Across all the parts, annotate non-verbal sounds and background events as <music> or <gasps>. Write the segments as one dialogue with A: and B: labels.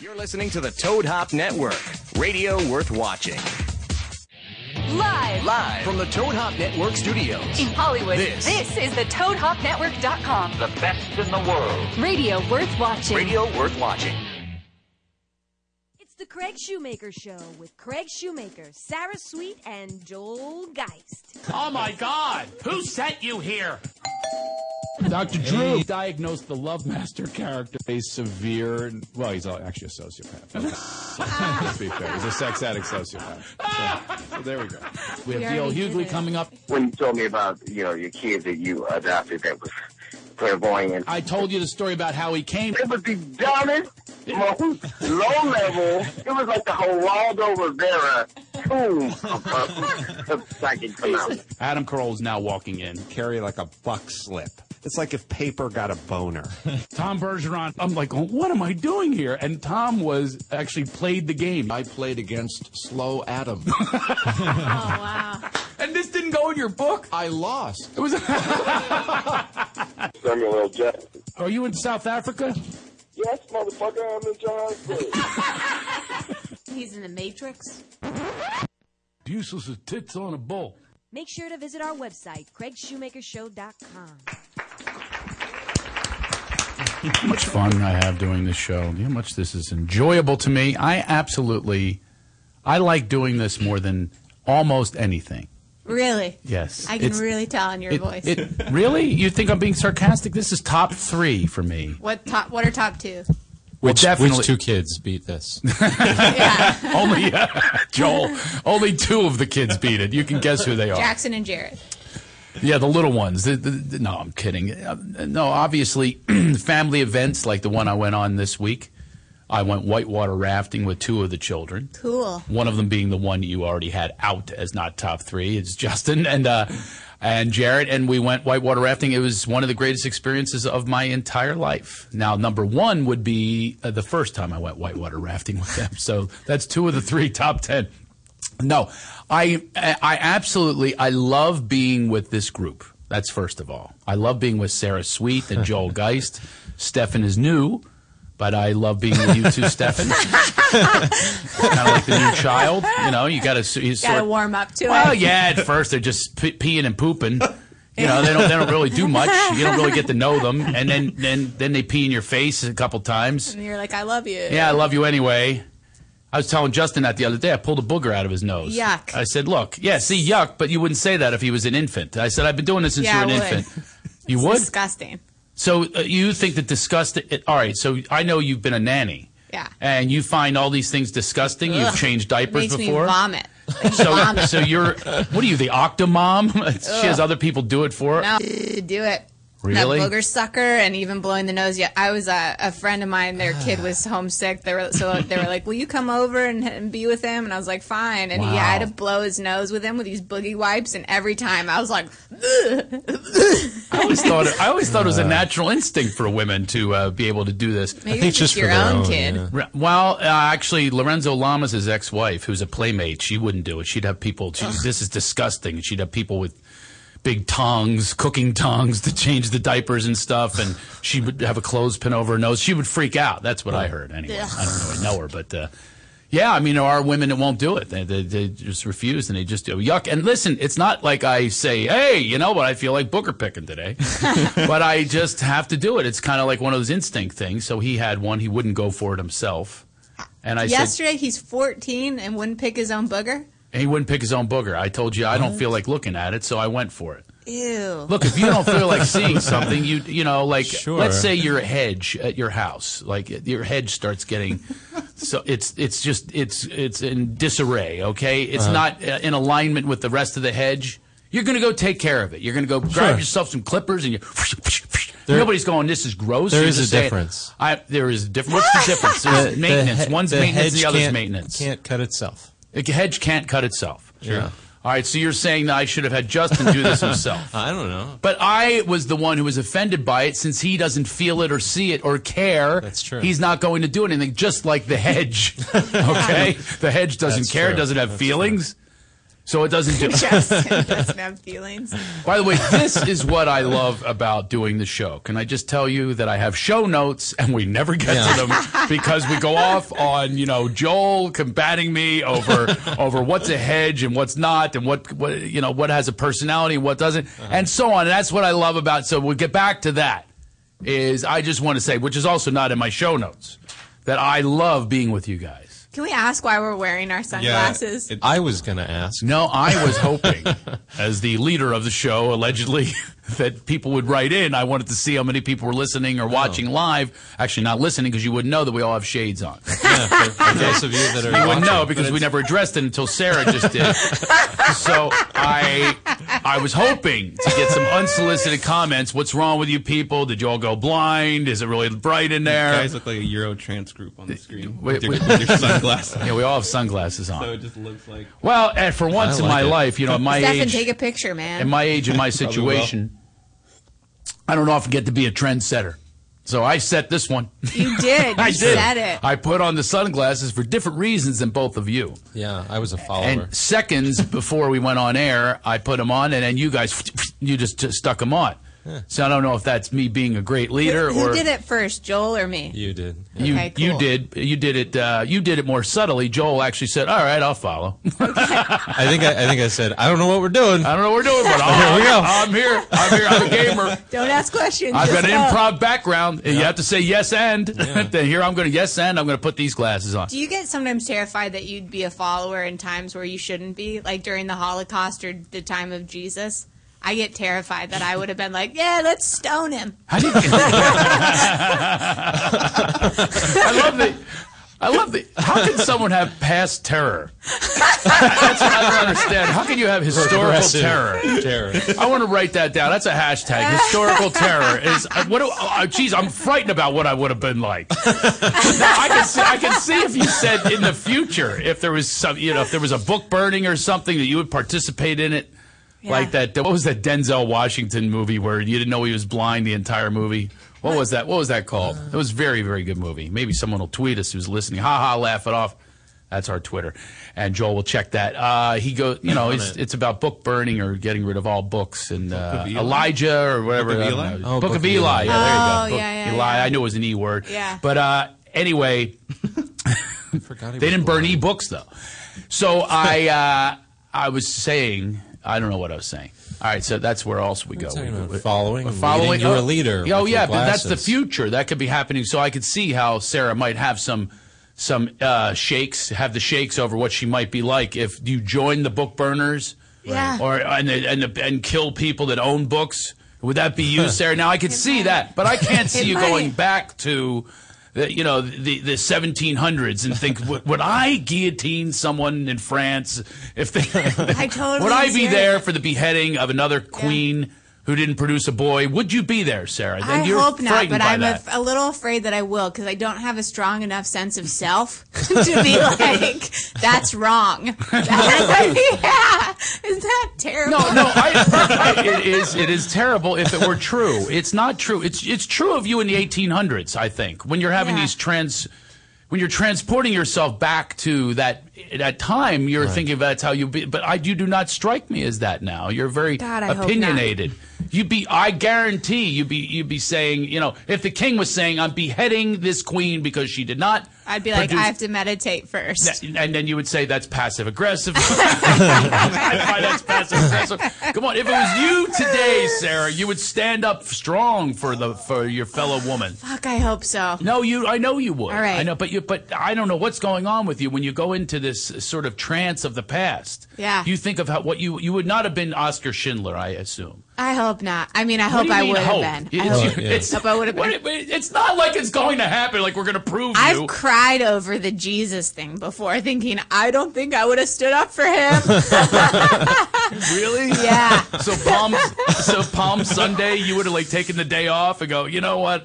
A: You're listening to the Toad Hop Network, radio worth watching.
B: Live
A: Live from the Toad Hop Network studios.
B: in Hollywood.
A: This.
B: is the ToadHopNetwork.com.
A: The best in the world.
B: Radio worth watching.
A: Radio worth watching.
C: It's the Craig Shoemaker Show with Craig Shoemaker, Sarah Sweet, and Joel Geist.
D: Oh my God! Who sent you here?
E: Dr. Drew diagnosed the Love Master character as severe. Well, he's actually a sociopath. <laughs> Let's be fair. He's a sex addict sociopath. So, so there we go. We have D.L. Hughley coming up.
F: when you told me about you know your kid that you adopted that was clairvoyant.
E: I told you the story about how he came.
F: It was the dumbest, most low level. It was like the Geraldo Rivera tomb of, of, of psychic phenomena.
E: Adam Caroll is now walking in. Carry like a buck slip.
G: It's like if paper got a boner.
E: Tom Bergeron. I'm like, "Oh, what am I doing here? And Tom was actually played the game. I played against.
H: Slow Adam.
E: And this didn't go in your book.
H: I lost. <laughs>
E: It was.
F: Samuel L. Jackson.
E: Are you in South Africa?
F: Yes, motherfucker, I'm in Johannesburg.
I: He's in the Matrix.
E: Useless as tits on a bull.
C: Make sure to visit our website, craigshoemakershow.com.
E: How much fun I have doing this show. How much this is enjoyable to me. I absolutely, I like doing this more than almost anything.
I: Really?
E: Yes,
I: I can
E: It's-
I: really tell in your
E: It-
I: voice.
E: it- really? You think I'm being sarcastic? This is top three for me.
I: what top? What are top two?
H: Which,
E: definitely-
H: which two kids beat
E: <laughs>
H: this?
I: Yeah,
E: Only uh, Joel. Only two of the kids beat it. You can guess who they are.
I: Jackson and Jared.
E: Yeah, the little ones. The- the- the- no, I'm kidding. Uh, No, obviously, <clears throat> family events like the one I went on this week. I went whitewater rafting with two of the children.
I: Cool.
E: One of them being the one you already had out as not top three. It's Justin and uh, and Jared, and we went whitewater rafting. It was one of the greatest experiences of my entire life. Now, number one would be uh, the first time I went whitewater rafting with them. So that's two of the three top ten. No, I I absolutely I love being with this group. That's first of all. I love being with Sarah Sweet and Joel Geist. Stefan is new, but I love being with you two, Stefan. kind of like the new child. You know, you got to
I: Got
E: sort.
I: to warm up to
E: well,
I: it. <laughs>
E: yeah. At first, they're just pe- peeing and pooping. You know, they don't they don't really do much. You don't really get to know them, and then then then they pee in your face a couple times.
I: And you're like, I love you.
E: Yeah, I love you anyway. I was telling Justin that the other day. I pulled a booger out of his nose.
I: Yuck.
E: I said, look, yeah, see, yuck, but you wouldn't say that if he was an infant. I said, I've been doing this since
I: Yeah,
E: you were
I: I
E: an
I: would. <laughs>
E: infant. You would?
I: Disgusting.
E: So uh, you think that disgust? It, all right. So I know you've been a nanny.
I: Yeah.
E: And you find all these things disgusting. You've changed
I: It
E: diapers
I: makes
E: before.
I: me vomit. Like,
E: <laughs> So,
I: vomit.
E: so you're what are you the octomom? <laughs> she has other people do it for her.
I: No, do it.
E: Really?
I: That booger sucker and even blowing the nose. Yeah, I was uh, a friend of mine. Their kid
E: <sighs>
I: was homesick. They were so they were like, "Will you come over and, and be with him?" And I was like, "Fine." And he
E: Wow.
I: had to blow his nose with him with these boogie wipes. And every time I was like, "Ugh."
E: I always thought I always thought it was a natural instinct for women to uh, be able to do this.
I: "Maybe
H: think
I: it's
H: just
I: just your
H: for their
I: own,
H: own,
I: kid."
H: yeah.
E: Re- Well, uh, actually, Lorenzo Lamas' ex-wife, who's a playmate, she wouldn't do it. She'd have people. She, this is disgusting. She'd have people with big tongs, cooking tongs, to change the diapers and stuff. And she would have a clothespin over her nose. She would freak out. That's what I heard. Anyway, I don't really know her, but. Uh, yeah, I mean, there are women that won't do it. They, they, they just refuse and they just do yuck. And listen, it's not like I say, hey, you know what, I feel like booger picking today. but I just have to do it. It's kind of like one of those instinct things. So he had one, he wouldn't go for it himself. And I said,
I: Yesterday, he's 14 and wouldn't pick his own booger.
E: and he wouldn't pick his own booger. I told you, I don't feel like looking at it, so I went for it.
I: Ew.
E: Look, if you don't feel like seeing something, you you know, like
H: Sure.
E: let's say your hedge at your house, like your hedge starts getting so it's it's just it's it's in disarray. Okay, it's
H: Uh-huh.
E: not uh, in alignment with the rest of the hedge. You're gonna go take care of it. You're gonna go grab
H: Sure.
E: yourself some clippers and you.
H: There-
E: Nobody's going. This is gross.
H: there
E: You're
H: is
E: just
H: a
E: saying,
H: difference.
E: I, there is a difference. What's the difference?
H: <laughs>
E: There's
H: The-
E: maintenance.
H: the he-
E: One's
H: the
E: maintenance.
H: hedge
E: The other's
H: can't-
E: maintenance.
H: Can't cut itself.
E: A hedge can't cut itself.
H: Sure.
E: All right. So you're saying that I should have had Justin do
H: <laughs>
E: this himself.
H: I don't know.
E: But I was the one who was offended by it since he doesn't feel it or see it or care.
H: That's true.
E: He's not going to do
H: <laughs>
E: anything, just like the hedge. Okay? the hedge doesn't
H: That's
E: care,
H: true.
E: doesn't have
H: That's
E: feelings. So it
I: <laughs>
E: doesn't do. <laughs>
I: Justin doesn't have feelings.
E: By the way, this is what I love about doing the show. Can I just tell you that I have show notes and we never get to them because we go off on, you know, Joel combating me over over what's a hedge and what's not and what what you know, what has a personality and what doesn't and so on. And that's what I love about so we'll get back to that. Is I just want to say, which is also not in my show notes, that I love being with you guys.
I: Can we ask why we're wearing our sunglasses?
H: it- I was gonna ask.
E: No, I was hoping, <laughs> as the leader of the show, allegedly, <laughs> that people would write in. I wanted to see how many people were listening or watching live. Actually, not listening because you wouldn't know that we all have shades on.
H: Yeah, for, for those of you that are
E: <laughs> You wouldn't
H: watching,
E: know because we never addressed it until Sarah just did. so I, I was hoping to get some unsolicited comments. What's wrong with you people? Did you all go blind? Is it really bright in there?
J: guys look like a Euro trance group on the screen
E: wait,
J: with, your,
E: wait.
J: with your
E: <laughs>
J: sunglasses.
E: yeah, we all have sunglasses on.
J: so it just looks like
E: well, and for once in
H: like
E: my
H: it.
E: life, you know, at my
I: Stefan,
E: age,
I: take a picture, man.
E: at my
H: <laughs>
E: age and my situation, I don't often get to be a trendsetter. So I set this one. <laughs>
I: you did. You
E: I did.
I: said it.
E: I put on the sunglasses for different reasons than both of you.
H: Yeah, I was a follower.
E: And
H: <laughs>
E: seconds before we went on air, I put them on, and then you guys, <laughs> you just, just stuck them on. So I don't know if that's me being a great leader
I: Who, who
E: or
I: did it first, Joel or me?
H: you did.
E: you.
I: Okay,
E: You
I: cool.
E: did. You did it. Uh, you did it more subtly. Joel actually said, "All right,
H: <laughs>
E: I'll follow."
H: I think I, I think I said I don't know what we're doing.
E: I don't know what we're
H: <laughs>
E: doing, but I'm, I'm here. I'm here. I'm a
C: <laughs>
E: gamer.
I: Don't ask questions.
E: I've got
I: just uh,
E: an
I: go.
E: improv background. and You have to say yes and. <laughs> then here I'm going to yes and. I'm going to put these glasses on.
I: Do you get sometimes terrified that you'd be a follower in times where you shouldn't be, like during the Holocaust or the time of Jesus? I get terrified that I would have been like, "Yeah, let's stone him."
E: How do you- I love the. I love the. How can someone have past terror? <laughs> That's what I don't understand. How can you have historical
H: Progressive
E: terror?
H: terror.
E: I want to write that down. That's a hashtag. Historical terror is uh, what? do- uh, Jeez, I'm frightened about what I would have been like. I can see. I can see if you said in the future if there was some, you know, if there was a book burning or something that you would participate in it. Like that. What was that Denzel Washington movie where you didn't know he was blind the entire movie? What was that? What was that called? It was a very, very good movie. Maybe someone will tweet us who's listening. Ha ha, laugh it off. That's our Twitter, and Joel will check that. Uh, he goes, you know, it's, it's about book burning or getting rid of all books and uh,
J: of Eli?
E: Elijah or whatever.
J: Book of
E: I don't
J: Eli?
E: know.
H: Oh,
E: Book of Eli. Yeah, there you go.
I: Oh,
E: Book-
I: yeah, yeah,
E: Eli.
I: yeah.
E: I knew it was an E word.
I: Yeah.
E: But uh, anyway,
H: <laughs> I forgot he
E: they
H: was
E: didn't burn
H: blind.
E: any books though. So
H: <laughs>
E: I uh, I was saying I don't know what I was saying. All right, so that's where else we go.
H: talking
E: We-
H: about
E: we-
H: following and leading.
E: oh,
H: You're a leader
E: Oh
H: with
E: yeah,
H: your
E: but that's the
H: glasses.
E: future. That could be happening. So I could see how Sarah might have some some uh, shakes, have the shakes over what she might be like if you join the book burners,
I: Yeah.
E: or and the- and the, and kill people that own books. Would that be
H: <laughs>
E: you, Sarah? Now I could see that, but
I: <laughs>
E: I can't see you
I: might.
E: going back to. The, you know the the 1700s and think would, would I guillotine someone in France if
I: <laughs>
E: they
I: <laughs> I totally
E: would I be
I: hear
E: there
I: it.
E: for the beheading of another queen who didn't produce a boy? Would you be there, Sarah? Then
I: I
E: you're
I: hope not,
E: frightened
I: but
E: by
I: I'm a,
E: that.
I: a little afraid that I will because I don't have a strong enough sense of self <laughs> to
E: <laughs>
I: be like, "That's wrong." <laughs> yeah, is that terrible?
E: no, no, I, I- it is it is terrible if it were true. It's not true. It's it's true of you in the 1800s, I think, when you're having
I: Yeah.
E: these trans, when you're transporting yourself back to that that time, you're thinking that's how you be. But I you do not strike me as that now. You're very
I: God, I hope not.
E: opinionated. You'd be, I guarantee you'd be, you'd be saying, you know, if the king was saying, I'm beheading this queen because she did not.
I: I'd be like,
E: produce-
I: "I have to meditate first.
E: that- and then you would say that's passive <laughs> aggressive. Why that's passive aggressive?
C: <laughs>
E: Come on, if it was you today, Sarah, you would stand up strong for the for your fellow woman.
I: Fuck, I hope so.
E: No, you. I know you would.
I: All right.
E: I know, but you. But I don't know what's going on with you when you go into this sort of trance of the past.
I: Yeah.
E: You think of how what you you would not have been Oscar Schindler, I assume.
I: I hope not. I mean, I hope
E: What do
I: I
E: you mean,
I: would
E: hope?
I: have been. I
E: It's-
I: hope,
H: yeah.
E: it's-
I: hope I would have
E: what
I: been.
E: it- it's not like it's going to happen. Like we're going to prove you.
I: I've cried over the Jesus thing before, thinking I don't think I would have stood up for
E: <laughs>
I: him.
E: really?
I: yeah,
E: <laughs> So Palm, so Palm Sunday, you would have like taken the day off and go, you know what?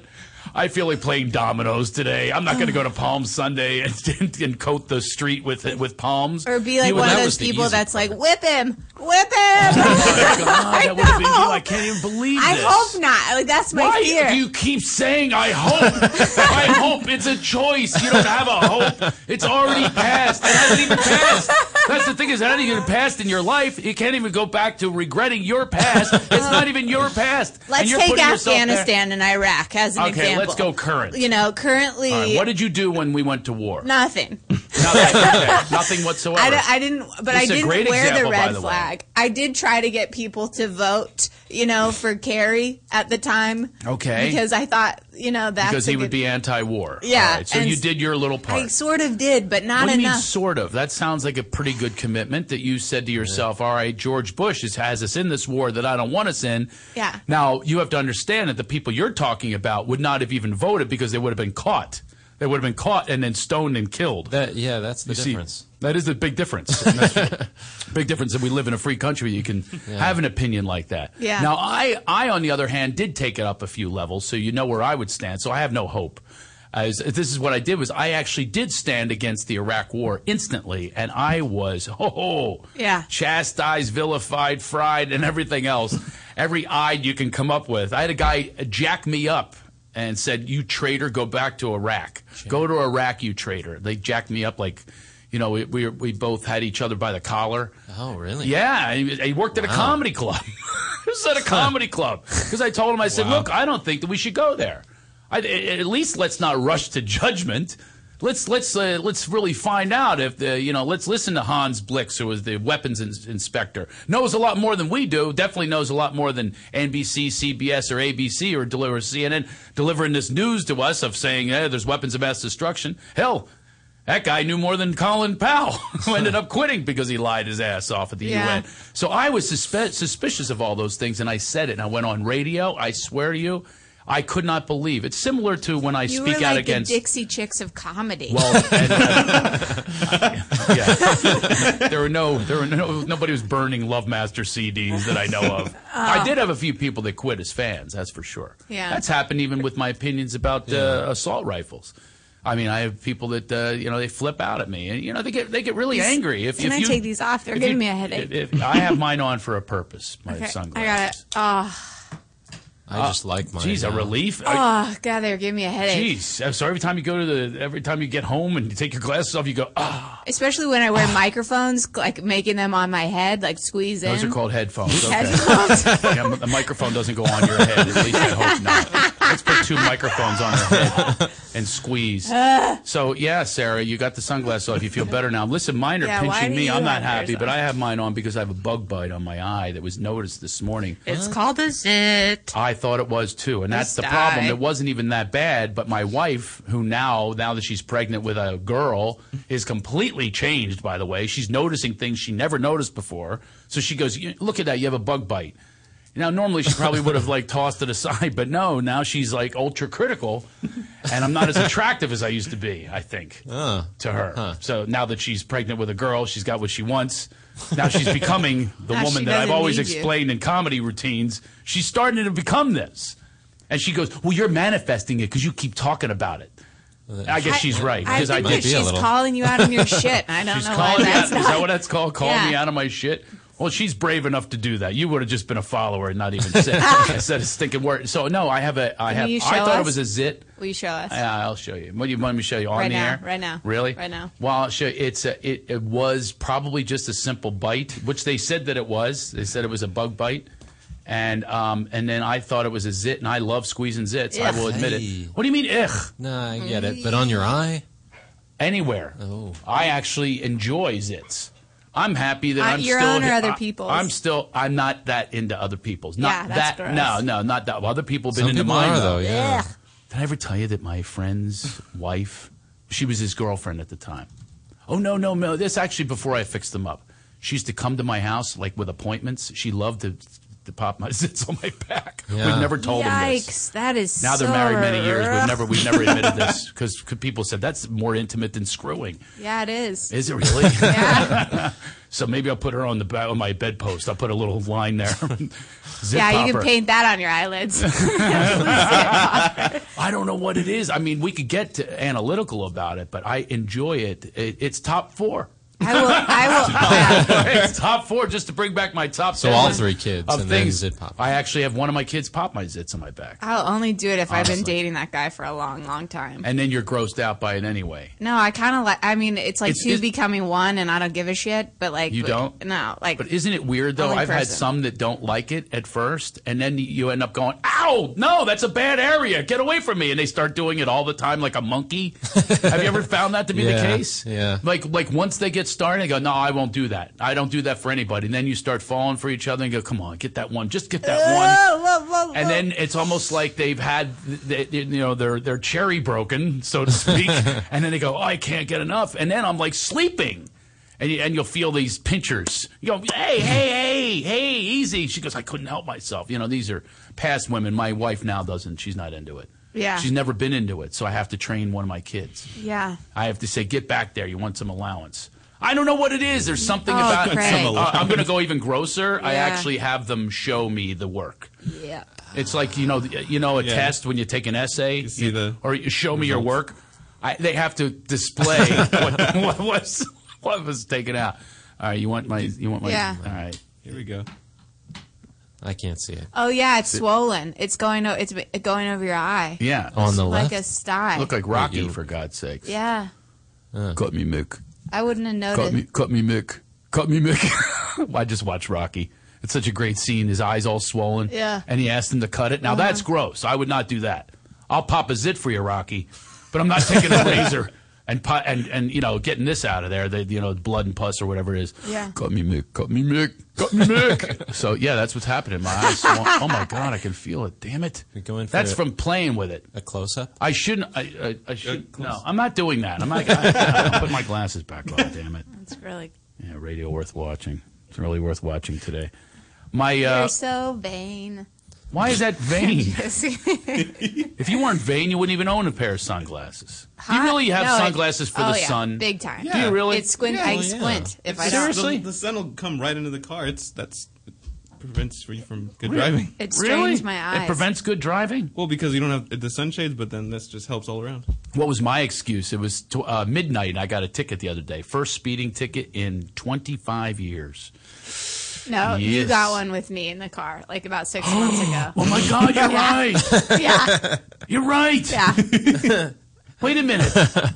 E: I feel like playing dominoes today. I'm not going to
I: Oh.
E: go to Palm Sunday and, and, and coat the street with it with palms.
I: or be like
E: You would-
I: one of
H: that
I: those
H: was the
I: people
H: easy
I: that's like, whip him, whip
E: <laughs>
I: him.
E: God, Oh,
I: <laughs>
E: that would have been you.
I: know.
E: I can't even believe
I: I
E: this.
I: hope not. Like that's my
E: Why
I: fear.
E: do you keep saying I hope?
I: <laughs>
E: I hope it's a choice. You don't have a hope. It's already passed. It hasn't even passed. That's the thing is that any past in your life, you can't even go back to regretting your past. It's not even your past. And
I: Uh-huh. Let's
E: you're
I: take
E: putting yourself there.
I: Afghanistan and Iraq as an
E: Okay,
I: example.
E: let's go current.
I: You know, currently,
E: All right, what did you do when we went to war?
I: nothing.
E: Okay, Nothing
I: <laughs>
E: whatsoever.
I: I, d- I didn't, but
E: This
I: I
E: is a
I: didn't wear
E: great example,
I: the
E: by
I: red
E: the way.
I: flag. I did try to get people to vote, you know, for Kerry at the time.
E: Okay.
I: Because I thought, you know, that's
E: because
I: a
E: he
I: good-
E: would be anti-war.
I: Yeah,
E: All right, so
I: and
E: you
I: s-
E: did your little part.
I: I sort of did, but not
E: what do you
I: enough.
E: mean, sort of? That sounds like a pretty good commitment that you said to yourself, all right, George Bush is, has us in this war that I don't want us in.
I: Yeah.
E: Now, you have to understand that the people you're talking about would not have even voted because they would have been caught. They would have been caught and then stoned and killed.
H: That, yeah, that's the
E: You see,
H: difference.
E: that is the
H: <laughs>
E: big difference. That's right. big difference that we live in a free country. You can have an opinion like that.
I: Yeah.
E: Now, I, I, on the other hand, did take it up a few levels, so you know where I would stand. So I have no hope. As, this is what I did was I actually did stand against the Iraq War instantly, and I was <laughs> oh
I: Yeah.
E: chastised, vilified, fried, and everything else,
H: <laughs>
E: every ide you can come up with. I had a guy jack me up and said, "You traitor, go back to Iraq. Go to Iraq, you traitor." They jacked me up like, you know, we we, we both had each other by the collar.
H: Oh, really?
E: Yeah, he, he worked at a comedy club. <laughs> he was at a comedy club because I told him, I said, "Look, I don't think that we should go there. I, a- at least let's not rush to judgment. Let's let's uh, let's really find out if the you know let's listen to Hans Blix, who was the weapons in- inspector, knows a lot more than we do. Definitely knows a lot more than NBC, CBS, or ABC or deliver CNN delivering this news to us of saying, "Hey, there's weapons of mass destruction." Hell, that guy knew more than Colin Powell, <laughs> who ended up quitting because he lied his ass off at the
I: Yeah.
E: UN. So I was suspe- suspicious of all those things, and I said it. And I went on radio. I swear to you, I could not believe. It's similar to when I
I: you
E: speak
I: were
E: out
I: like
E: against.
I: the
E: <laughs>
I: Dixie Chicks of comedy. <laughs>
E: well, and, uh, yeah. there were no, there were no, nobody was burning Love Master CDs that I know of. I did have a few people that quit as fans, that's for sure.
I: Ah. Yeah.
E: that's happened even with my opinions about uh, assault rifles. I mean, I have people that uh, you know they flip out at me, and you know they get they get really angry if,
I: Can
E: if
I: I
E: you
I: take these off? They're
E: if
I: giving
E: you-
I: me a headache.
E: if- if- I have mine on for a purpose. My
I: Okay, I got it.
E: sunglasses.
I: Oh,
H: I just like mine.
E: Geez, a
H: now.
E: relief.
I: oh, God, they're giving me a headache.
E: Jeez, I'm sorry. Every time you go to the, every time you get home and you take your glasses off, you go, ah.
I: Especially when I wear microphones, like making them on my head, like squeeze in.
E: Those are
I: <laughs>
E: called headphones. Okay.
I: Headphones.
E: <laughs> Yeah, m- the microphone doesn't go on your head. At least I hope not. Let's put two microphones on her head
I: <laughs>
E: and squeeze.
I: Ah.
E: So yeah, Sarah, you got the sunglasses off. You feel better now. Listen, mine are
I: Yeah, why
E: pinching
I: do
E: me.
I: you
E: I'm not
I: have
E: happy,
I: yours
E: but
I: on?
E: I have mine on because I have a bug bite on my eye that was noticed this morning.
I: It's called a zit.
E: I thought it was too, and that's
I: Just
E: the problem.
I: die.
E: It wasn't even that bad, but my wife, who now now that she's pregnant with a girl, is completely changed. By the way, she's noticing things she never noticed before. So she goes, "You- "Look at that! You have a bug bite." Now, normally she probably would have like tossed it aside, but no, now she's like ultra critical, and I'm not as attractive as I used to be. I think to her. So now that she's pregnant with a girl, she's got what she wants. Now she's becoming the
I: Now she
E: woman that I've
I: doesn't
E: always
I: need you.
E: explained in comedy routines. She's starting to become this. And she goes, Well, you're manifesting it because you keep talking about it. I guess she's right.
I: I
E: Because I,
I: think
H: might
I: that
E: did.
H: be a
I: she's
H: little.
I: calling you out on
E: <laughs>
I: your shit. I don't
E: She's
I: know why
E: calling me out.
I: that's
E: Is
I: not.
E: that what that's called? Calling me
I: Yeah.
E: out of my shit? Well, she's brave enough to do that. You would have just been a follower and not even
I: <laughs>
E: said, I said a stinking word. So, no, I have a, I
I: Can
E: have,
I: you
E: I
I: show
E: thought it
I: us?
E: was a zit.
I: Will you show us?
E: Yeah, I'll show you. What do you want me to show you on
I: Right
E: the
I: now,
E: air?
I: right now.
E: Really?
I: Right now.
E: Well, I'll show you. It's a, it, it was probably just a simple bite, which they said that it was. They said it was a bug bite. And um, and then I thought it was a zit, and I love squeezing zits. I
I: Ugh.
E: will admit
H: Hey.
E: it. What do you mean, ugh?
H: Nah,
I: Mm-hmm.
H: I get it. But on your eye?
E: Anywhere.
H: Oh.
E: I actually enjoy zits. I'm happy that
I: Uh,
E: I'm
I: your
E: still
I: own or other
E: I-
I: people's?
E: I'm still. I'm not that into other people's. Not
I: Yeah, that's
E: that.
I: gross.
E: No, no, not that. Other people have been
H: Some
E: into
H: people
E: mine
H: are, though, yeah.
E: Did I ever tell you that my friend's wife, she was his girlfriend at the time? Oh, no, no, no. This actually before I fixed them up. She used to come to my house like with appointments. She loved to, to pop my <laughs> zits on my back.
H: Yeah.
E: We've never told them this.
I: Yikes! That is
E: Now they're
I: so
E: married many years. We've
I: rough.
E: never
I: <laughs>
E: we've never admitted this because people said that's more intimate than screwing.
I: Yeah, it is.
E: Is it really?
I: <laughs> yeah,
E: <laughs> so maybe I'll put her on the back on my bedpost. I'll put a little line there. <laughs> Zip
I: yeah. You
E: popper.
I: can paint that on your
E: <laughs>
I: eyelids.
E: I don't know what it is. I mean, we could get to analytical about it, but I enjoy it. it <laughs> it's top four.
I: I will. I will. yeah.
E: top four just to bring back my top.
H: So
E: 10
H: all
E: list
H: three kids
E: of
H: and then
E: things.
H: zit pop.
E: I actually have one of my kids pop my zits on my back,
I: I'll only do it if I've been
E: Honestly.
I: dating that guy for a long, long time.
E: and then you're grossed out by it anyway.
I: no, I kind of like. I mean, it's like
E: It's-
I: two
E: it's-
I: becoming one, and I don't give a shit. But like,
E: You
I: like,
E: don't?
I: No, like.
E: But isn't it weird though?
I: Only
E: I've had
I: person.
E: some that don't like it at first, and then you end up going, "Ow, no, that's a bad area. Get away from me!" And they start doing it all the time, like
H: <laughs>
E: a monkey. Have you ever found that to be the
H: Yeah,
E: case?
H: yeah.
E: Like, like once they get started, they go, "No, I won't do that. I don't do that for anybody." And then you start falling for each other and go, "Come on, get that one. Just get that one." And then it's almost like they've had, th- th- you know, their their cherry broken, so to speak. and then they go, oh, I can't get enough. And then I'm like sleeping. And, you, and you'll feel these pinchers. You go, hey, hey, hey, hey, easy. She goes, I couldn't help myself. You know, these are past women. My wife now doesn't. She's not into it.
I: Yeah.
E: She's never been into it. So I have to train one of my kids.
I: yeah.
E: I have to say, get back there. You want some allowance. I don't know what it is. There's something
I: Oh,
E: about
I: Craig. Some
E: Uh, I'm going to go even grosser. I
I: Yeah.
E: actually have them show me the work.
I: Yeah.
E: It's like you know, you know, a
J: Yeah.
E: test when you take an essay,
J: see
E: you-
J: the
E: or you show me your work. I, they have to
J: <laughs>
E: display what, what was what was taken out. All right, you want my you want my
I: Yeah.
E: all right.
J: Here we go.
H: I can't see it.
I: Oh yeah, it's swollen. It's going. O- it's b- going over your eye.
E: Yeah,
H: On the
I: Like
H: left.
I: a sty.
E: look like Rocky
H: you-
E: for God's sakes.
I: yeah.
E: cut me, Mick.
I: I wouldn't have
E: Cut
I: noticed.
E: me, cut me, Mick. Cut me, Mick. <laughs> I just watched Rocky. It's such a great scene. His eyes all swollen.
I: Yeah. Uh-huh.
E: And he asked him to cut it. Now that's gross. I would not do that. I'll pop a zit for you, Rocky, but I'm not taking <laughs> a razor and pu- and and you know getting this out of there. The you know blood and pus or whatever it is.
I: Yeah.
E: Cut me, Mick. Cut me, Mick. Cut me, Mick. <laughs> so yeah, that's what's happening. My eyes. swell- oh my God, I can feel it. Damn it.
H: You're going for
E: that's
H: it.
E: from playing with it.
H: A close up?
E: I shouldn't. I, I, I should.
J: close.
E: No, I'm not doing that. I'm not. <laughs> I, I put my glasses back on. Damn it.
I: It's really.
E: Yeah, radio worth watching. It's really worth watching today. My
I: You're
E: uh,
I: so vain.
E: why is that
I: <laughs>
E: vain? if you weren't vain, you wouldn't even own a pair of sunglasses.
I: Hot-
E: You really have
I: no, it-
E: sunglasses for
I: oh,
E: the
I: yeah,
E: sun.
I: Big time.
E: Do you really?
I: It squint.
J: Yeah,
I: I
J: yeah.
I: squint if I don't.
E: serious. Seriously?
J: The, the sun will come right into the car. It's that's it prevents you from good driving.
I: It
E: really?
I: strains my eyes.
E: It prevents good driving.
J: Well, because you don't have the sunshades, but then this just helps all around. <laughs>
E: What was my excuse? It was tw- uh, midnight. and I got a ticket the other day. First speeding ticket in 25
I: <gasps>
E: years.
I: No, you
E: Yes.
I: got one with me in the car like about six
E: <gasps>
I: months ago.
E: Oh my God!
I: <laughs>
E: You're
I: Yeah.
E: right.
I: yeah,
E: You're right.
I: yeah.
E: Wait
H: <laughs>
E: a minute. that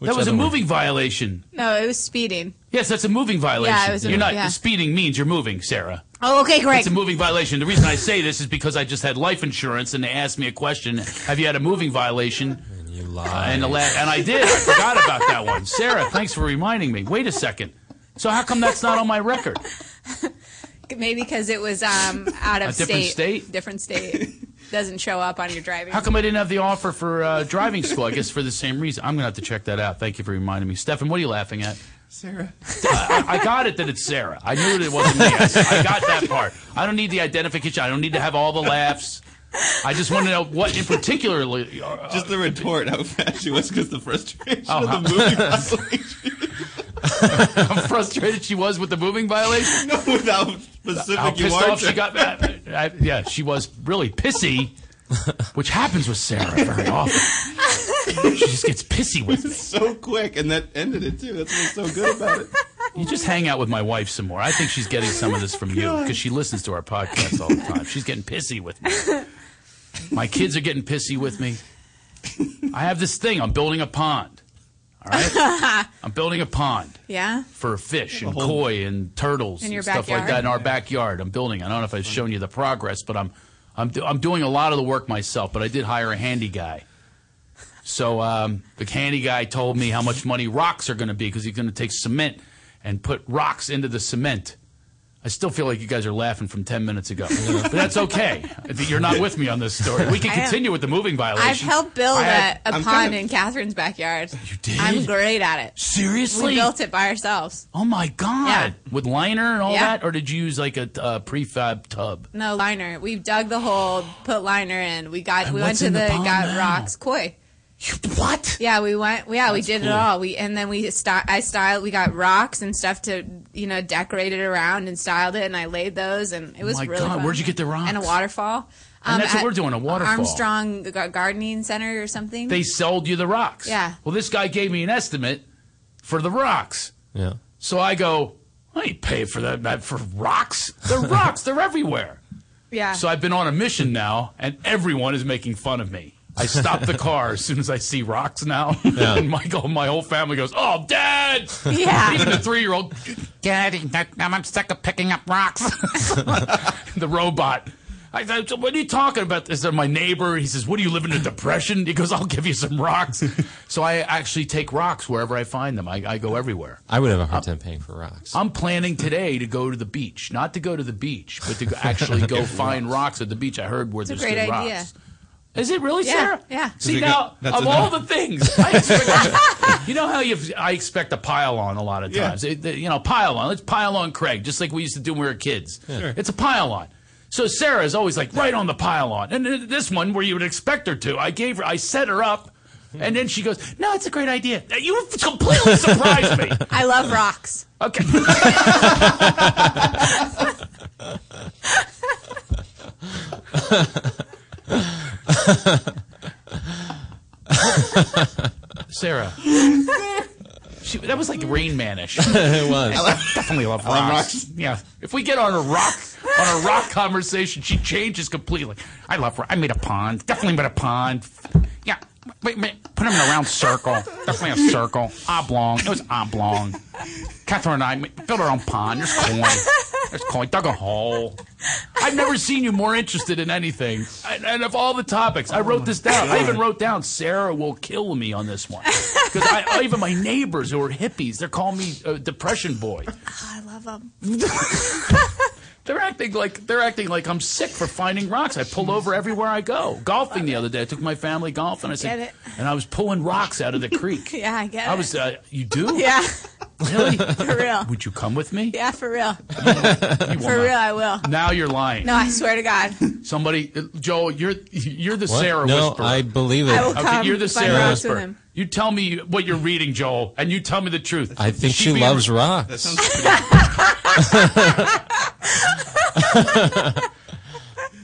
E: was
H: other
E: a
H: one?
E: moving violation.
I: No, it was speeding.
E: Yes, that's a moving violation.
I: it was a-
E: you're not
I: yeah.
E: speeding means you're moving, Sarah.
I: Oh, okay, great.
E: It's a moving violation. The reason I say this is because I just had life insurance, and they asked me a question: Have you had a moving violation?
H: You lie.
E: And the la- and I did. I forgot about that one. Sarah, thanks for reminding me. Wait a second. So how come that's not on my record?
I: Maybe because it was um, out of
E: A different state?
I: Different state
E: <laughs>
I: doesn't show up on your driving.
E: How come I didn't have the offer for uh, driving school? I guess for the same reason. I'm gonna have to check that out. Thank you for reminding me, Stefan. What are you laughing at?
J: Sarah,
E: I, I got it that it's Sarah. I knew that it wasn't me. I, I got that part. I don't need the identification. I don't need to have all the laughs. I just want to know what in particular. uh,
J: just the retort how fast she was because the frustration
E: Oh,
J: of the
E: <laughs>
J: moving violation.
E: how frustrated she was with the moving
J: <laughs>
E: violation.
J: no, without
E: How
J: specific you
E: pissed
J: are.
E: off
J: <laughs>
E: she got. I, I, yeah, she was really pissy, which happens with Sarah very often. She just gets pissy with me.
J: so quick, and that ended it too. That's what's so good about it.
E: You just hang out with my wife some more. I think she's getting some of this from you because she listens to our podcast all the time. She's getting pissy with me. My kids are getting pissy with me. I have this thing. I'm building a pond. All right? I'm building a pond
I: Yeah,
E: for fish and koi and turtles
I: In
E: and
I: your
E: stuff like
I: backyard?
E: that in our backyard. I'm building. I don't know if I've shown you the progress, but I'm I'm do, I'm doing a lot of the work myself. But I did hire a handy guy. So um, the handy guy told me how much money rocks are going to be because he's going to take cement and put rocks into the cement. I still feel like you guys are laughing from ten
I: <laughs>
E: minutes ago, but that's okay. You're not with me on this story. We can
I: I am.
E: continue with the moving violation.
I: I've helped build
E: I had-
I: a, a
J: I'm
I: pond
J: kind of-
I: in Catherine's backyard.
E: You did?
I: I'm great at it. We
E: Seriously?
I: built it by ourselves.
E: Oh my god! With liner and all
I: Yeah.
E: that, or did you use like a uh, prefab tub?
I: No liner. We dug the hole, put liner in. We got.
E: And
I: we went
E: what's
I: to
E: in the
I: the,
E: pond
I: got
E: now?
I: rocks koi.
E: What?
I: Yeah, we went. Yeah, we did it all. We and then we sty- I styled. We got rocks and stuff to you know decorate it around and styled it. And I laid those and it was
E: my
I: really
E: God,
I: fun.
E: where'd you get the rocks?
I: And a waterfall. Um,
E: And that's what
I: at
E: we're doing, a waterfall.
I: Armstrong G- Gardening Center or something.
E: They sold you the rocks.
I: Yeah.
E: Well, this guy gave me an estimate for the rocks.
H: Yeah.
E: So I go, I ain't paid for that, that for rocks.
I: <laughs>
E: They're rocks. They're everywhere.
I: Yeah.
E: So I've been on a mission now, and everyone is making fun of me. I stop the car as soon as I see rocks now,
H: Yeah.
E: <laughs> and Michael, my whole family goes, "Oh, Dad!"
I: Yeah.
E: <laughs> Even
C: <laughs>
E: the three-year-old, Daddy, that- I'm sick of picking up rocks. <laughs> the robot. I said, "What are you talking about?" This is my neighbor. He says, "What do you live in a depression?" He goes, "I'll give you some rocks." so I actually take rocks wherever I find them. I, I go everywhere.
H: I would have a
E: Uh,
H: hard time paying for rocks.
E: I'm planning today to go to the beach, not to go to the beach, but to go- actually go find rocks at the beach. I heard where
I: It's a
E: there's
I: great
E: good
I: idea.
E: rocks. Is it really,
I: Yeah,
E: Sarah?
I: yeah.
E: See
J: Is it good?
E: now,
J: That's
E: of all
J: enough.
E: the things, I expect, you know how you I expect a pile on a lot of
J: Yeah.
E: times. It- you know, pile on. Let's pile on Craig, just like we used to do when we were kids. It's a pile on. So Sarah is always like right on the pile on, and then this one where you would expect her to. I gave her, I set her up, and then she goes, "No, it's a great idea." You completely surprised me.
I: <laughs> I love rocks. <laughs>
E: Okay. <laughs> Sarah. She, that was like Rain
H: <laughs>
E: Manish.
H: it was.
E: Definitely love rocks. Yeah. If we get on a rock on a rock conversation, she changes completely. I love rock. I made a pond. Definitely made a pond. Yeah. Wait, wait, put them in a round circle. Definitely a circle. Oblong. It was oblong. Catherine and I ma- built our own pond. There's coin. There's coin. Dug a hole. I've never seen you more interested in anything. And, and of all the topics, I wrote this down. I even wrote down Sarah will kill me on this one because I, even my neighbors who are hippies, they're calling me uh, depression boy.
I: I love them.
E: They're acting like they're acting like I'm sick for finding rocks. I pull over everywhere I go. Golfing the other day, I took my family golfing. I
I: Get
E: said,
I: it.
E: and I was pulling rocks out of the creek.
I: <laughs> Yeah, I <laughs> get
E: I
I: it.
E: was. Uh, you do?
I: <laughs> Yeah, <laughs>
E: Really?
I: for real.
E: Would you come with me?
I: Yeah, for real.
E: <laughs> You will
I: For
E: not.
I: real, I will.
E: Now you're lying.
I: No, I swear to God,
E: Somebody, uh, Joel, you're you're the
H: What?
E: Sarah
H: no,
E: whisperer.
H: I believe it.
I: I will
E: Okay,
I: come.
E: you're the
I: find
E: Sarah
I: rocks with
E: whisperer.
I: him.
E: You tell me what you're reading, Joel, and you tell me the truth.
H: I think
E: She'd
H: she
E: be-
H: loves
J: That
H: rocks.
J: sounds pretty.
E: <laughs>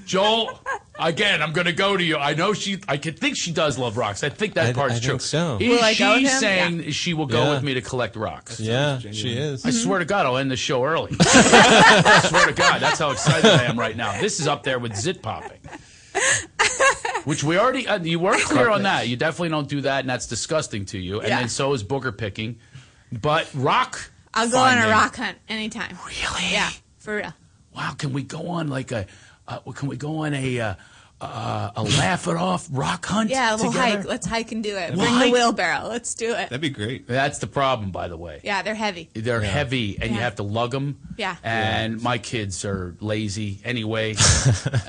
E: Joel, again, I'm going to go to you. I know she. I could think she does love rocks. I think that
H: I-
E: part's
H: I
E: true.
H: think so.
E: Is
I: Will I
E: she
I: go with him?
E: saying she will go
H: Yeah.
E: with me to collect rocks?
H: Yeah,
J: Sounds
H: she
J: genuine.
H: is.
I: Mm-hmm.
E: I swear to God, I'll end the show early.
I: <laughs>
E: I swear to God, that's how excited I am right now. This is up there with zit popping. Which we already, uh, you were clear on that. You definitely don't do that, and that's disgusting to you. And
I: Yeah.
E: then so is booger picking. But rock.
I: I'll go on
E: finding-
I: a rock hunt anytime.
E: Really?
I: Yeah, for real.
E: Wow, can we go on like a, uh, can we go on a, uh, uh, a laugh it off rock hunt?
I: Yeah, we'll
E: together?
I: hike. Let's hike and do it.
E: We'll
I: Bring
E: hike?
I: the wheelbarrow. Let's do it.
J: That'd be great.
E: That's the problem, by the way.
I: Yeah, they're heavy.
E: They're heavy, and you
I: Yeah.
E: have to lug them.
I: Yeah.
E: And my kids are lazy
J: <laughs>
E: anyway.
J: You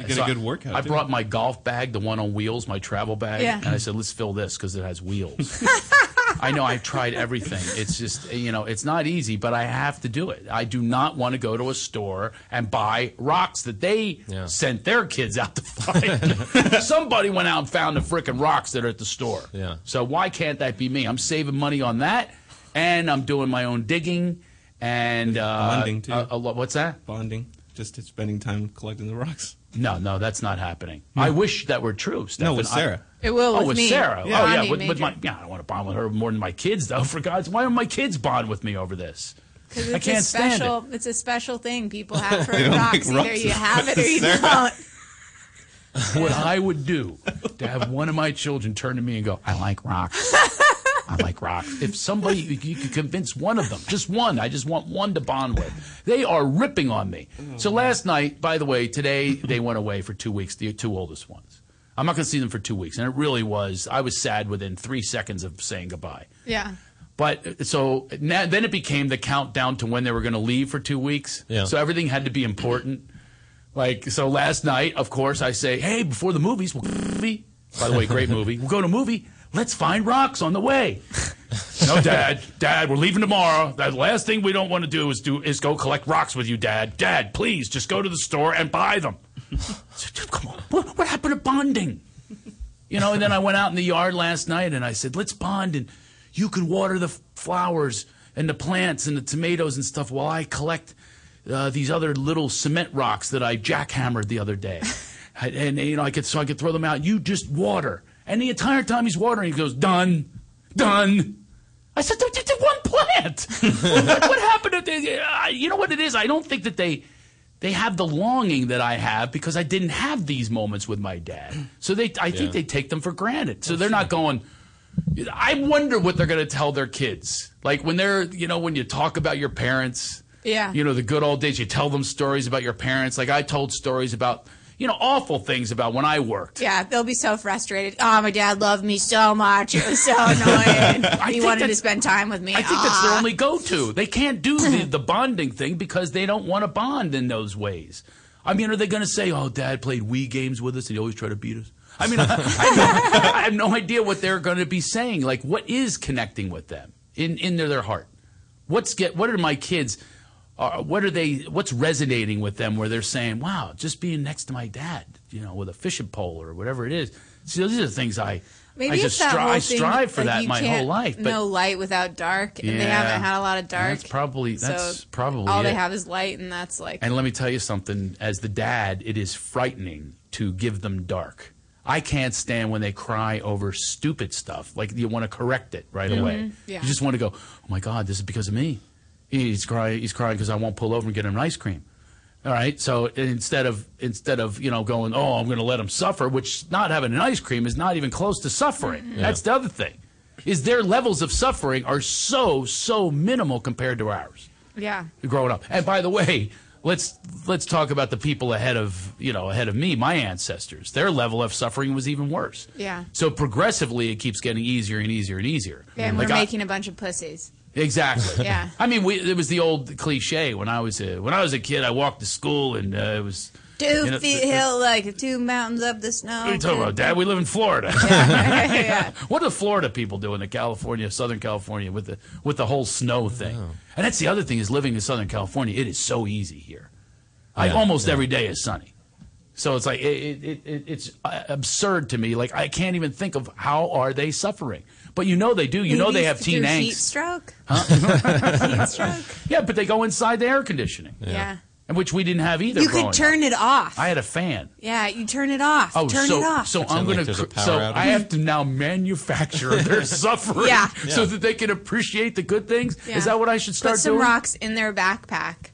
J: get
E: So
J: a good workout.
E: I
J: too.
E: brought my golf bag, the one on wheels, my travel bag,
I: Yeah.
E: and I said, "Let's fill this because it
I: <laughs>
E: has wheels." I know I've tried everything. It's just you know, it's not easy, but I have to do it. I do not want to go to a store and buy rocks that they
H: Yeah.
E: sent their kids out to find. Somebody went out and found the frickin' rocks that are at the store.
H: Yeah.
E: So why can't that be me? I'm saving money on that, and I'm doing my own digging. And uh,
J: Bonding, too.
E: a- a lo- what's that?
J: bonding, just spending time collecting the rocks.
E: No, no, that's not happening. I wish that were true. Stefan.
J: No, with Sarah.
I: It will
E: I, oh,
I: with,
E: with
I: me.
E: Sarah.
I: Yeah.
E: Oh, yeah.
I: Bonding
E: With, with
I: major.
E: my, yeah, I don't want to bond with her more than my kids, though. For God's, why don't my kids bond with me over this?
I: <laughs> 'Cause it's
E: I can't
I: a
E: stand
I: special, It's a special thing
E: <laughs>
I: people <laughs> have for
J: don't
I: rocks.
J: like
I: Either
J: rocks
I: you
J: as
I: have <laughs> it or you
J: Sarah.
I: don't.
E: What I would do to have one of my children turn to me and go, "I like rocks." I like rocks. If somebody you, you could convince one of them, just one, I just want one to bond with. They are ripping on me. So last night, by the way, today they went away for two weeks. The two oldest ones. I'm not going to see them for two weeks, and it really was. I was sad within three seconds of saying goodbye.
I: Yeah.
E: But so now, then it became the countdown to when they were going to leave for two weeks.
H: Yeah.
E: So everything had to be important. Like so, last night, of course, I say, "Hey, before the movies, <laughs> we'll go to a movie. By the way, great movie. We'll go to a movie. Let's find rocks on the way." no, Dad, Dad, we're leaving tomorrow. The last thing we don't want to do is do is go collect rocks with you, Dad. Dad, please, just go to the store and buy them. So, dude, come on, what, what happened to bonding? You know, and then I went out in the yard last night and I said, let's bond and you can water the f- flowers and the plants and the tomatoes and stuff while I collect uh, these other little cement rocks that I jackhammered the other day. <laughs> I- and, you know, I could, so I could throw them out. You just water. And the entire time he's watering, he goes, done, done. I said, "Dude, you did one can't. what, what happened? To the, I- you know what it is? I don't think that they they have the longing that I have because I didn't have these moments with my dad. So they, I
H: Yeah.
E: think they take them for granted. So they're not going. I wonder what they're going to tell their kids. Like when they're, you know, when you talk about your parents.
I: Yeah.
E: You know, the good old days. You tell them stories about your parents. Like I told stories about, you know, awful things about when I worked.
I: Yeah, they'll be so frustrated. Oh, my dad loved me so much. It
E: <laughs>
I: was so annoying. he
E: think
I: wanted to
E: that's-
I: spend time with me.
E: I think that's their only go-to. They can't do the, the bonding thing because they don't want to bond in those ways. I mean, are they going to say, "Oh, Dad played Wii games with us and he always tried to beat us"? I mean, <laughs> I, have no, I have no idea what they're going to be saying. Like, what is connecting with them in in their, their heart? What's get? What are my kids? Uh, what are they? What's resonating with them where they're saying, "Wow, just being next to my dad, you know, with a fishing pole or whatever it is." See, those are the things I
I: Maybe
E: I
I: it's
E: just
I: that
E: stri-
I: whole
E: I
I: thing,
E: strive for
I: like,
E: that
I: you
E: my whole
I: can't
E: life. But
I: no light without dark, and they
E: Yeah.
I: haven't had a lot of dark.
E: That's probably that's
I: so
E: probably
I: all
E: it.
I: they have is light, and that's like
E: And let me tell you something. As the dad, it is frightening to give them dark. I can't stand when they cry over stupid stuff. Like you want to correct it right away.
I: Mm-hmm. Yeah.
E: You just want to go, oh my God, this is because of me. He's crying. He's crying because I won't pull over and get him an ice cream. All right. So instead of instead of you know going, oh, I'm going to let him suffer, which not having an ice cream is not even close to suffering.
I: Mm-hmm.
E: That's the other thing. Is their levels of suffering are so so minimal compared to ours
I: yeah.
E: growing up. And by the way, let's let's talk about the people ahead of you know ahead of me, my ancestors. Their level of suffering was even worse.
I: Yeah.
E: So progressively, it keeps getting easier and easier and easier.
I: And
E: Like
I: we're
E: I-
I: making a bunch of pussies.
E: Exactly.
I: <laughs> Yeah.
E: I mean, we, it was the old cliche when I was a, when I was a kid. I walked to school and uh, it was.
I: Two
E: you know,
I: feet
E: the- the-
I: hill, like two mountains up the snow.
E: What are you talking about, Dad? We live in Florida.
I: Oh, yeah.
E: <laughs> What do Florida people do in the California, Southern California, with the with the whole snow thing? And that's the other thing is living in Southern California. It is so easy here. I,
H: Yeah,
E: almost
H: yeah.
E: every day is sunny, so it's like it, it, it, it's uh, absurd to me. Like I can't even think of how are they suffering. But you know they do. You know
I: Maybe
E: they have teen
I: through Heat
E: angst.
I: stroke.
E: <laughs>
I: heat stroke.
E: Yeah, but they go inside the air conditioning,
I: Yeah.
E: and which we didn't have either.
I: You
E: growing
I: could turn
E: up.
I: it off.
E: I had a fan.
I: yeah, you turn it off.
E: Oh,
I: turn
E: so
I: it off.
E: so I'm
H: Pretend like
E: gonna
H: there's a
E: cr-
H: power
E: so
H: outage.
E: I have to now
I: <laughs>
E: manufacture their suffering
I: Yeah.
E: so
H: Yeah.
E: that they can appreciate the good things.
I: Yeah.
E: Is that what I should start
I: Put some
E: doing?
I: rocks in their backpack.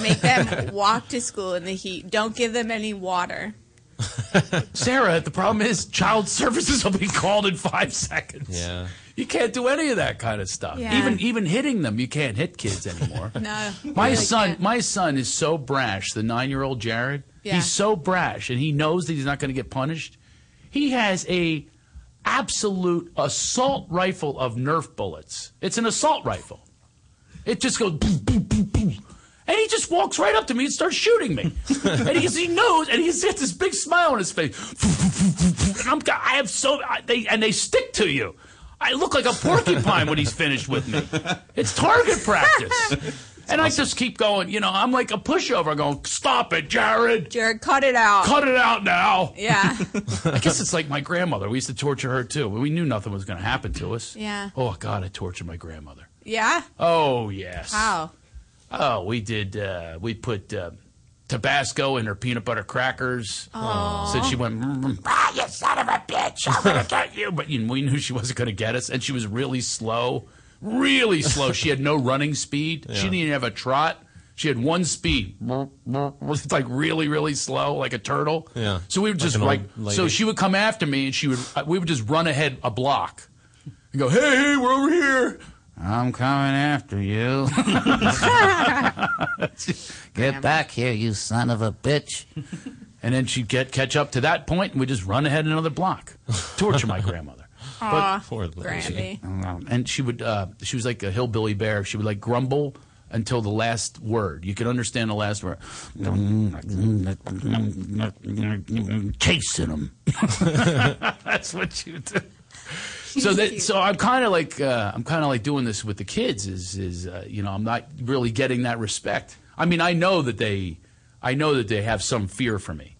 I: Make
E: <laughs>
I: them walk to school in the heat. Don't give them any water.
E: Sarah, the problem is child services will be called in five seconds.
H: Yeah.
E: You can't do any of that kind of stuff.
I: Yeah.
E: Even even hitting them, you can't hit kids anymore.
I: <laughs> No.
E: My
I: really
E: son,
I: can't.
E: my son is so brash. The nine-year-old Jared,
I: Yeah.
E: he's so brash, and he knows that he's not going to get punished. He has a absolute assault rifle of Nerf bullets. It's an assault rifle. It just goes boom, boom, boom, boom. And he just walks right up to me and starts shooting me. and he, he knows, and he's got this big smile on his face. And I'm, I have so, I, they, and they stick to you. I look like a porcupine when he's finished with me. It's target practice. and I just keep going, you know, I'm like a pushover going, stop it, Jared.
I: Jared, cut it out.
E: Cut it out
I: <laughs>
E: now.
I: yeah.
E: I guess it's like my grandmother. We used to torture her too, but we knew nothing was going to happen to us.
I: Yeah.
E: Oh, God, I tortured my grandmother.
I: Yeah.
E: Oh, yes.
I: Wow.
E: Oh, we did. Uh, we put uh, Tabasco in her peanut butter crackers. So she went, "Mm, mm, ah, you son of a bitch, I'm gonna get you. But you know, we knew she wasn't gonna get us, and she was really slow, really slow. she had no running speed. She didn't even have a trot. She had one speed. It's like really, really slow, like a turtle.
H: Yeah.
E: So we would
H: Like
E: just
H: an
E: like,
H: old lady.
E: so she would come after me, and she would, uh, we would just run ahead a block, and go, hey, hey, we're over here. I'm coming after you. <laughs> Get back here, you son of a bitch. and then she'd get catch up to that point, and we just run ahead another block. Torture my grandmother.
I: Aw,
H: Poor lady.
I: Grammy.
E: Um, And she would, uh, she was like a hillbilly bear. She would like grumble until the last word. You could understand the last word. <laughs>
J: <laughs>
E: Chasing them. That's what she would do. So that, so I'm kind of like uh, I'm kind of like doing this with the kids is is uh, you know I'm not really getting that respect. I mean I know that they I know that they have some fear for me,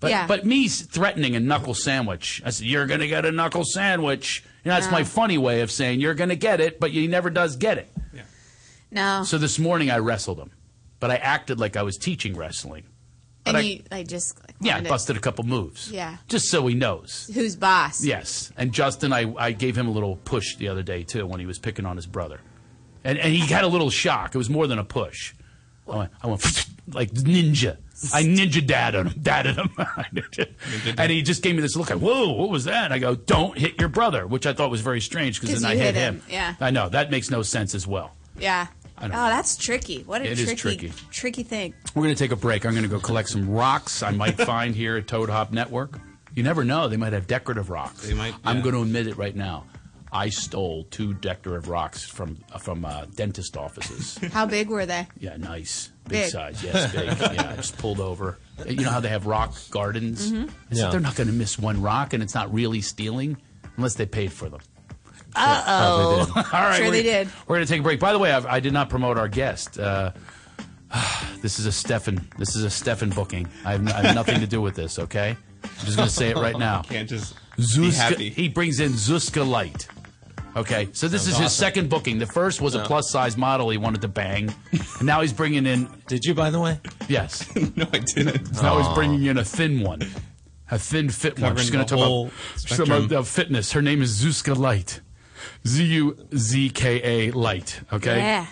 E: but
I: Yeah.
E: but me s- threatening a knuckle sandwich. I said you're gonna get a knuckle sandwich. You know, that's my funny way of saying you're gonna get it, but he never does get it.
I: No.
E: So this morning I wrestled him, but I acted like I was teaching wrestling.
I: and
E: I-
I: you, like, just like,
E: Yeah, I
I: wanted-
E: busted a couple moves.
I: Yeah.
E: just so he knows.
I: Who's boss?
E: Yes, and Justin, I, I gave him a little push the other day too when he was picking on his brother. and and he had a little shock. It was more than a push. I went, I went <laughs> like ninja. I ninja dad on him, <laughs> dadded him, and he just gave me this look. like, whoa, what was that? I go, don't hit your brother, which I thought was very strange because
I: 'Cause
E: then I
I: you
E: hit,
I: hit him,
E: him.
I: yeah.
E: I know that makes no sense as well.
I: Yeah.
E: I
I: Oh,
E: don't know.
I: that's tricky. What a
E: It is
I: tricky,
E: tricky.
I: tricky
E: <laughs>
I: thing.
E: We're going to take a break. I'm going to go collect some rocks I
J: <laughs>
E: might find here at Toad Hop Network. You never know. They might have decorative rocks.
J: They might,
E: I'm
J: yeah.
E: going to admit it right now. I stole two decorative rocks from from uh,
J: <laughs>
E: dentist offices.
I: How big were they?
E: yeah, nice. Big,
I: Big.
E: size. Yes, big. yeah, I just pulled over. You know how they have rock gardens?
J: Mm-hmm.
E: I said,
H: Yeah.
E: They're not going to miss one rock, and it's not really stealing unless they paid for them.
H: Probably did.
E: <laughs> All right,
I: Sure
E: we're-
I: they did.
E: We're going to take a break. By the way, I've, I did not promote our guest. Uh, <sighs> this is a Stefan. This is a Stefan booking. I have, I have nothing to do with this. Okay, I'm just going to say
H: <laughs>
E: it right now.
J: Can't just be
E: Zuska,
J: happy.
E: he brings in Zuska Light. Okay, so this is his second booking. The first was a plus size model he wanted to bang. And now he's bringing in
H: Did you, by the way? <laughs>
E: yes.
J: no, I didn't.
E: Now he's bringing in a thin one, a thin fit one.
J: Covering
E: She's going
J: the
E: to talk
J: whole
E: about
J: spectrum.
E: some of the fitness. Her name is Zuska Light, Z U Z K A Light. Okay.
I: Yeah.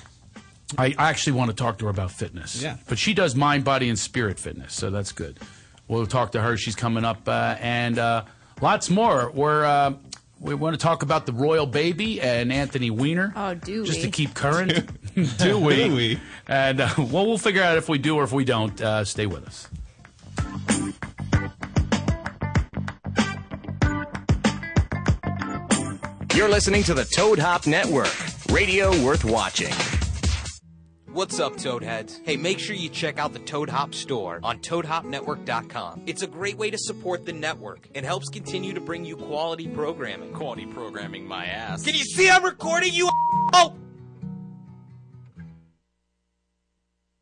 E: I I actually want to talk to her about fitness.
J: Yeah.
E: But she does mind, body, and spirit fitness, so that's good. We'll talk to her. She's coming up, uh, and uh, lots more. We're uh, we want to talk about the royal baby and Anthony Weiner.
I: Oh, do
E: just
I: we?
E: to keep current? do we?
J: <laughs> Do we?
E: <laughs> And uh, well, we'll figure out if we do or if we don't. Uh, stay with us.
A: You're listening to the Toad Hop Network, radio worth watching.
K: What's up, Toadheads? Hey, make sure you check out the Toad Hop store on ToadHopNetwork.com. It's a great way to support the network and helps continue to bring you quality programming.
H: Quality programming my ass.
K: Can you see I'm recording you? Oh!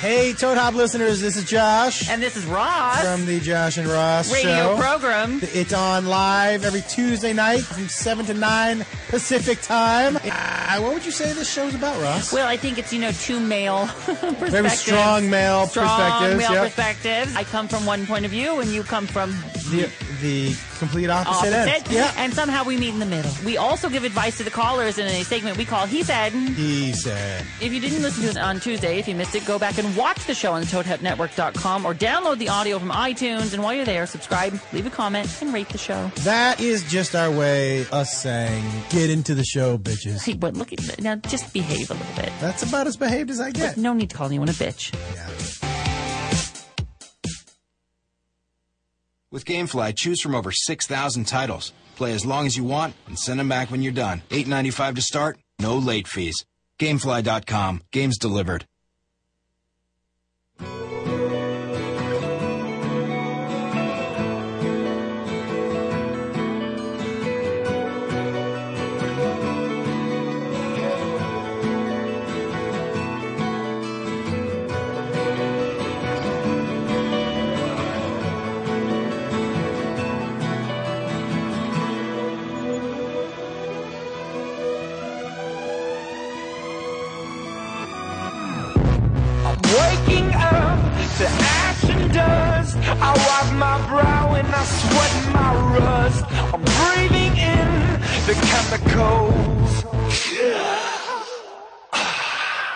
L: Hey, Toad Hop listeners, this is Josh
B: And this is Ross.
L: from the Josh and Ross
B: Radio
L: show.
B: program.
L: It's on live every Tuesday night from 7 to 9 Pacific time. Uh, what would you say this show's about, Ross?
B: Well, I think it's, you know, two male <laughs> perspectives.
L: Very strong male
B: Strong
L: perspectives,
B: male
L: yep.
B: perspectives. I come from one point of view and you come from
L: the, the complete opposite,
B: opposite.
L: end. Yeah.
B: And somehow we meet in the middle. We also give advice to the callers in a segment we call He Said.
L: He said.
B: If you didn't listen to it on Tuesday, if you missed it, go back and watch the show on toadhepnetwork.com or download the audio from iTunes. And while you're there, subscribe, leave a comment, and rate the show.
L: That is just our way, us saying, get into the show, bitches.
B: Hey, but look at that. Now just behave a little bit.
L: That's about as behaved as I get.
B: No need to call anyone a bitch.
M: With GameFly, choose from over 6,000 titles. Play as long as you want and send them back when you're done. 8.95 to start, no late fees. GameFly.com. Games delivered.
D: I'm waking up to ash and dust. I wipe my brow and I sweat my rust. I'm breathing in the chemicals. <sighs>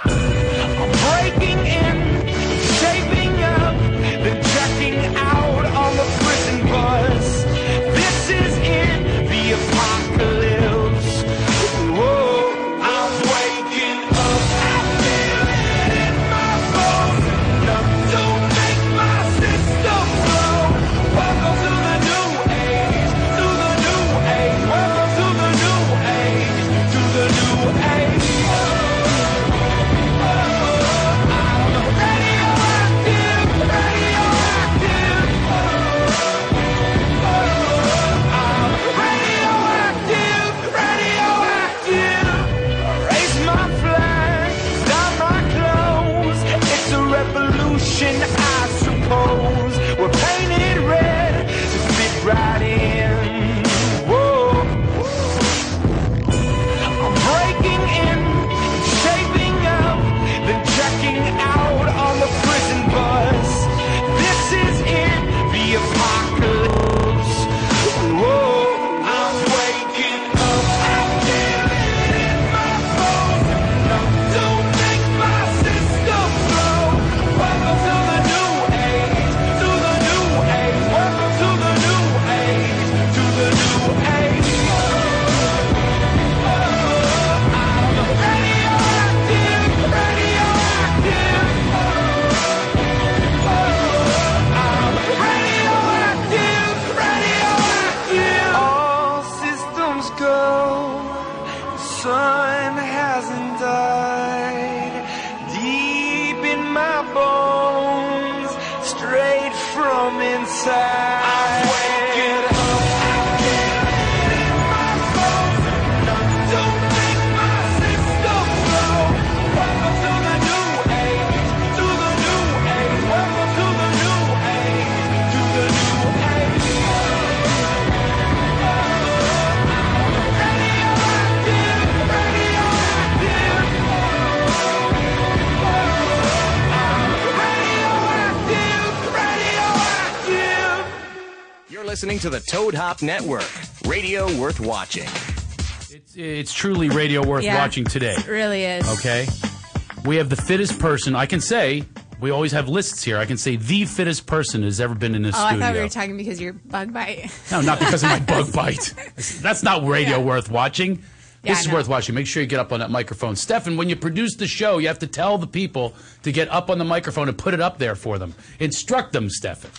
D: I'm breaking in, shaping up, then checking out on the prison bus. This is in the apocalypse. Whoa, I'm waking up. I feel it in my bones. Enough to make my system blow. Welcome to the new age, to the new age. Welcome to the new age, to ocean, I suppose. We're painted in red to fit right in. Whoa. I'm breaking in, shaping up, then checking out on the prison bus. This is in the apocalypse. Whoa. I'm waking up. I'm getting in my bones. No, don't make my system blow. Welcome to the new age. To the new age. Welcome to the new age. To the new age. All systems go. Sun hasn't died. Deep in my bones, straight from inside. I'm waking up. I'm getting in my bones. No, don't make my system blow. Welcome to the new age. To the new age. Welcome to the new age. To the new age.
A: You're listening to the Toad Hop Network, radio worth watching.
E: It's truly radio worth
I: Yeah.
E: watching today.
I: It really is.
E: Okay. We have the fittest person. I can say, we always have lists here. I can say the fittest person has ever been in
I: Oh,
E: this
I: I
E: studio.
I: thought we were talking because your bug bite. <laughs>
E: no, not because of my bug bite. That's not radio worth watching.
I: Yeah,
E: this
I: I
E: is
I: know.
E: worth watching. Make sure you get up on that microphone. Stefan, when you produce the show, you have to tell the people to get up on the microphone and put it up there for them. Instruct them, Stefan.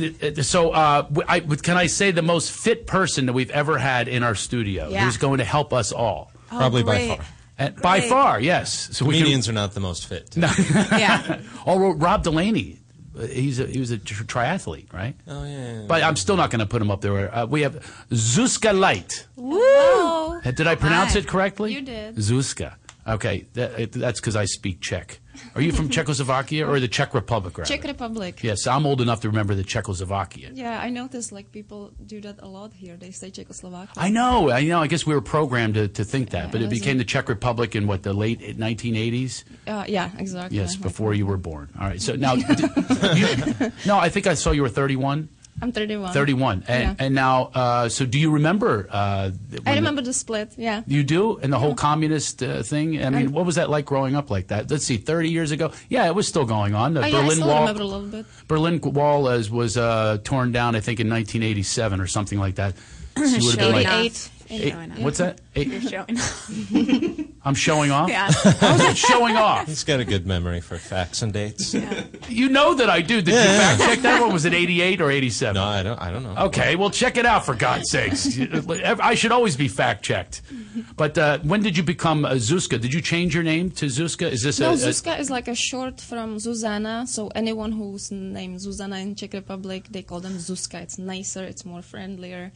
E: Absolutely. So, uh, w- I, can I say the most fit person that we've ever had in our studio
I: Yeah.
E: who's going to help us all?
I: Oh, Probably by great. far.
E: Uh, by
I: Great.
E: far, yes. So we
N: Comedians
E: can,
N: are not the most fit.
E: <laughs> Oh, well, Rob Delaney. Uh, He's a, he was a tri- triathlete, right?
N: Oh yeah.
E: But I'm still not going to put him up there. Uh, we have Zuska Light.
O: Oh,
I: Woo!
E: Uh, Did I pronounce
I: Hi.
E: it correctly?
I: You did.
E: Zuska. Okay, that, it- that's because I speak Czech. Are you from Czechoslovakia or the Czech Republic? Rather?
O: Czech Republic.
E: Yes, I'm old enough to remember the Czechoslovakia.
O: Yeah, I noticed like people do that a lot here. They say Czechoslovakia.
E: I know, I know. I guess we were programmed to, to think that, but it
O: it was
E: became
O: a-
E: the Czech Republic in what the late 1980s.
O: Uh, yeah, exactly.
E: Yes, before you were born. All right. So now, d- <laughs> you- no, I think I saw you were 31.
O: I'm 31.
E: 31. And,
O: Yeah.
E: and now, uh, so do you remember? Uh, th-
O: I
E: when
O: remember the split. Yeah.
E: The, you do? And the whole communist uh, thing? I mean,
O: And-
E: what was that like growing up like that? Let's see, 30 years ago? Yeah, it was still going on. The
O: Oh, yeah, I
E: Berlin
O: still
E: Wall.
O: remember a little bit.
E: Berlin Wall as, was uh, torn down, I think, in 1987 or something like that. So you would've been
I: Showing
E: like-
I: off. You're
E: Eight-
I: showing off.
E: what's that? Eight-
I: You're showing off.
E: <laughs> I'm showing off?
I: Yeah.
E: <laughs> How's it showing off?
N: He's got a good memory for facts and dates.
E: You know that I do. Did you
N: Yeah.
E: fact check that one? Was it 88 or 87? No,
N: I don't, I don't know.
E: Okay, well, check it out for
N: <laughs>
E: God's sakes. I should always be fact checked. But uh, when did you become uh, Zuzka? Did you change your name to Zuzka? Is this
O: no,
E: a,
O: Zuzka is like a short from Zuzana. So anyone whose name Zuzana in Czech Republic, they call them Zuzka. It's nicer. It's more friendlier.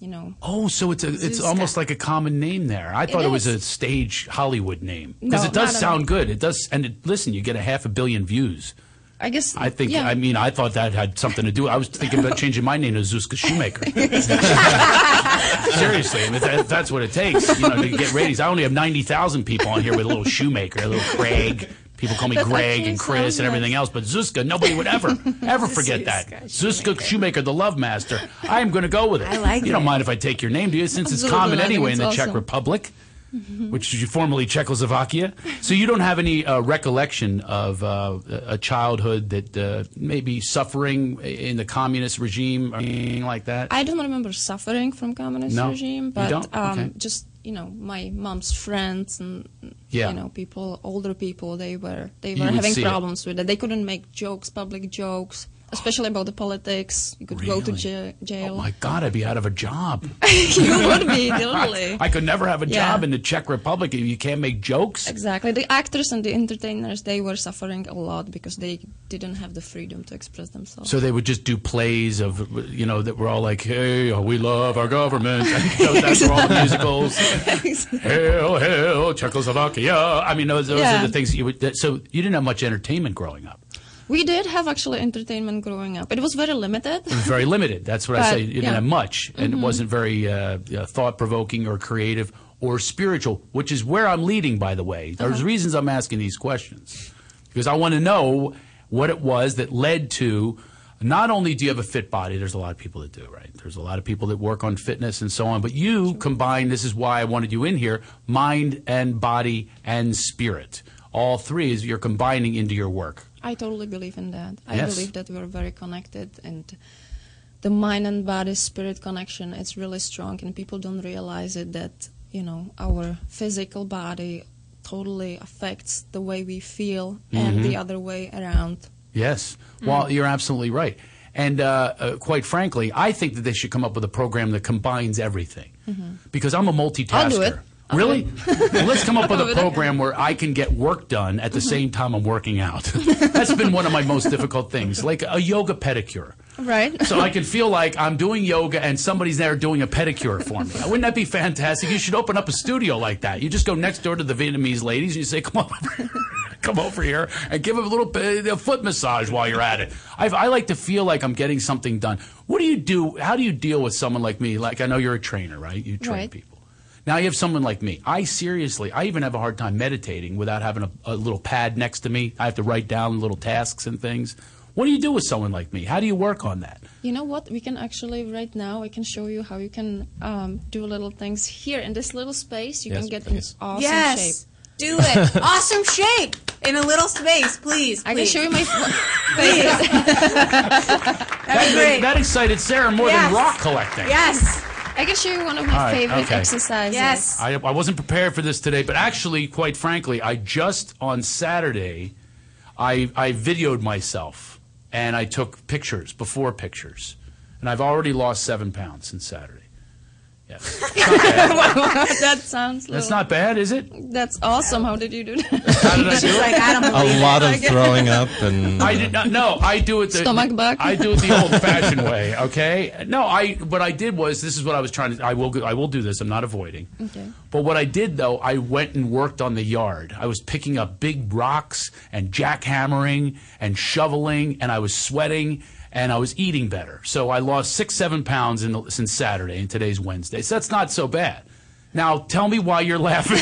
O: You know.
E: A, oh, so it's a, it's
O: Zuzka.
E: almost like a common name there. I
O: It
E: thought it, was
O: is.
E: a stage Hollywood name because
O: No,
E: it does
O: not at
E: sound
O: all.
E: good. It does, and it, listen, you get a half a billion views.
O: I guess.
E: I think.
O: Yeah.
E: I mean, I thought that had something to do. I was thinking about changing my name to
I: <laughs>
E: Zuzka Shoemaker. Seriously, I mean, that, that's what it takes you know, to get ratings. I only have ninety thousand people on here with a little Shoemaker, a little Craig. People call me
O: That
E: Greg
O: actually
E: and Chris
O: sounds
E: and everything else, but Zuzka, nobody would ever,
I: <laughs>
E: ever forget that. Zuzka Shoemaker, the Love Master. I am going to go with it.
I: I like
E: you don't
I: it.
E: mind if I take your name, do you? Since it's
I: Absolutely,
E: common
I: I think
E: anyway in
I: it's
E: the Czech
I: awesome.
E: Republic which is formerly Czechoslovakia. So you don't have any uh, recollection of uh, a childhood that uh, maybe suffering in the communist regime or anything like that.
O: I don't remember suffering from communist
E: No,
O: regime,
E: you
O: but
E: don't?
O: um,
E: Okay.
O: just you know, my mom's friends and
E: Yeah.
O: you know, people, older people, they were they
E: You
O: were
E: would
O: having
E: see it.
O: problems with it. They couldn't make jokes, public jokes, especially about the politics. You could go to
E: Really? Oh
O: ja- jail. <laughs>
E: My God, I'd be out of a job.
O: you would be literally.
E: I could never have a
O: Yeah.
E: job in the Czech Republic if you can't make jokes.
O: Exactly. The actors and the entertainers, they were suffering a lot because they didn't have the freedom to express themselves.
E: So they would just do plays of, you know, that were all like, hey, oh, we love our government. Those that's were
O: <laughs>
E: all the musicals. Hail, hail, Czechoslovakia. I mean, those, those
O: Yeah.
E: are the things that you would. That, so you didn't have much entertainment growing up.
O: We did have actually entertainment growing up. It was very limited.
E: It was very limited. That's what I
O: But,
E: say. You didn't
O: yeah.
E: have much, and
O: Mhm.
E: it wasn't very uh, uh, thought provoking or creative or spiritual, which is where I'm leading, by the way. There's
P: Uh-huh.
E: reasons I'm asking these questions because I want to know what it was that led to. Not only do you have a fit body, there's a lot of people that do, right? There's a lot of people that work on fitness and so on, but you combine, this is why I wanted you in here, mind and body and spirit. All three is you're combining into your work.
O: I totally believe in that. I
E: Yes.
O: believe that we're very connected and the mind and body spirit connection it's really strong and people don't realize it that, you know, our physical body totally affects the way we feel
E: Mhm.
O: and the other way around.
E: Yes. Well,
O: Mm.
E: you're absolutely right. And uh, uh, quite frankly, I think that they should come up with a program that combines everything
I: Mm-hmm.
O: Mhm.
E: because I'm a multitasker.
O: I'll do it. I'll do
E: really? well, let's come up with
O: <laughs> I'll do it.
E: a program where I can get work done at the same time I'm working out. <laughs> That's been one of my most difficult things, like a yoga pedicure.
O: Right?
E: So I can feel like I'm doing yoga and somebody's there doing a pedicure for me. Wouldn't that be fantastic? You should open up a studio like that. You just go next door to the Vietnamese ladies and you say, "Come over, <laughs> here. come over here, and give them a little bit- a foot massage while you're at it." i I like to feel like I'm getting something done. What do you do? How do you deal with someone like me? Like I know you're a trainer, right? You train
O: Right.
E: people. Now you have someone like me. I seriously, I even have a hard time meditating without having a, a little pad next to me. I have to write down little tasks and things. What do you do with someone like me? How do you work on that?
O: <laughs> You know what? We can actually right now. I can show you how you can um, do little things here in this little space. You
E: Yes,
O: can get
E: please.
O: in awesome
I: Yes.
O: shape.
I: Do it. awesome shape in a little space, please.
O: I can show you my
I: face. <laughs>
E: That, that- that excited Sarah more
O: Yes.
E: than rock collecting.
I: Yes.
O: I can show you one of
E: All
O: my
E: right,
O: favorite
E: okay.
O: exercises. Yes.
E: I, I wasn't prepared for this today, but actually, quite frankly, I just on Saturday, I, I videoed myself and I took pictures, before pictures. And I've already lost seven pounds since Saturday. Yes.
O: <laughs> that sounds.
E: That's
O: little-
E: not bad, is it?
O: That's awesome. How did you do that? <laughs>
E: How did I do it?
N: a lot of throwing up and
E: <laughs> I did not. No, I do it the
O: Stomach bug?
E: I do
O: <laughs>
E: it the old-fashioned way. Okay. No, I. What I did was this is what I was trying to. I will. go- I will do this. I'm not avoiding.
O: Okay.
E: But what I did though, I went and worked on the yard. I was picking up big rocks and jackhammering and shoveling, and I was sweating and I was eating better. So I lost six, seven pounds in the, since Saturday, and today's Wednesday. So that's not so bad. Now tell me why you're laughing.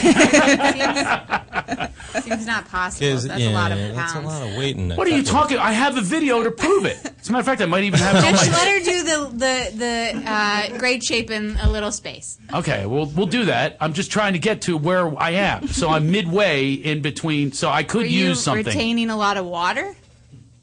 I: Seems not possible.
N: Is-
I: that's a
N: yeah,
I: lot of
N: yeah,
I: pounds.
N: that's a lot of weight in a
E: what are you
N: couple-
E: talking? I have a video to prove it. As a matter of fact, I might even have it on
I: Just
E: my.
I: let her do the the the uh, great shape in a little space.
E: Okay, we'll we'll do that. I'm just trying to get to where I am, so I'm midway in between. So I could
I: Were you
E: use something.
I: retaining a lot of water?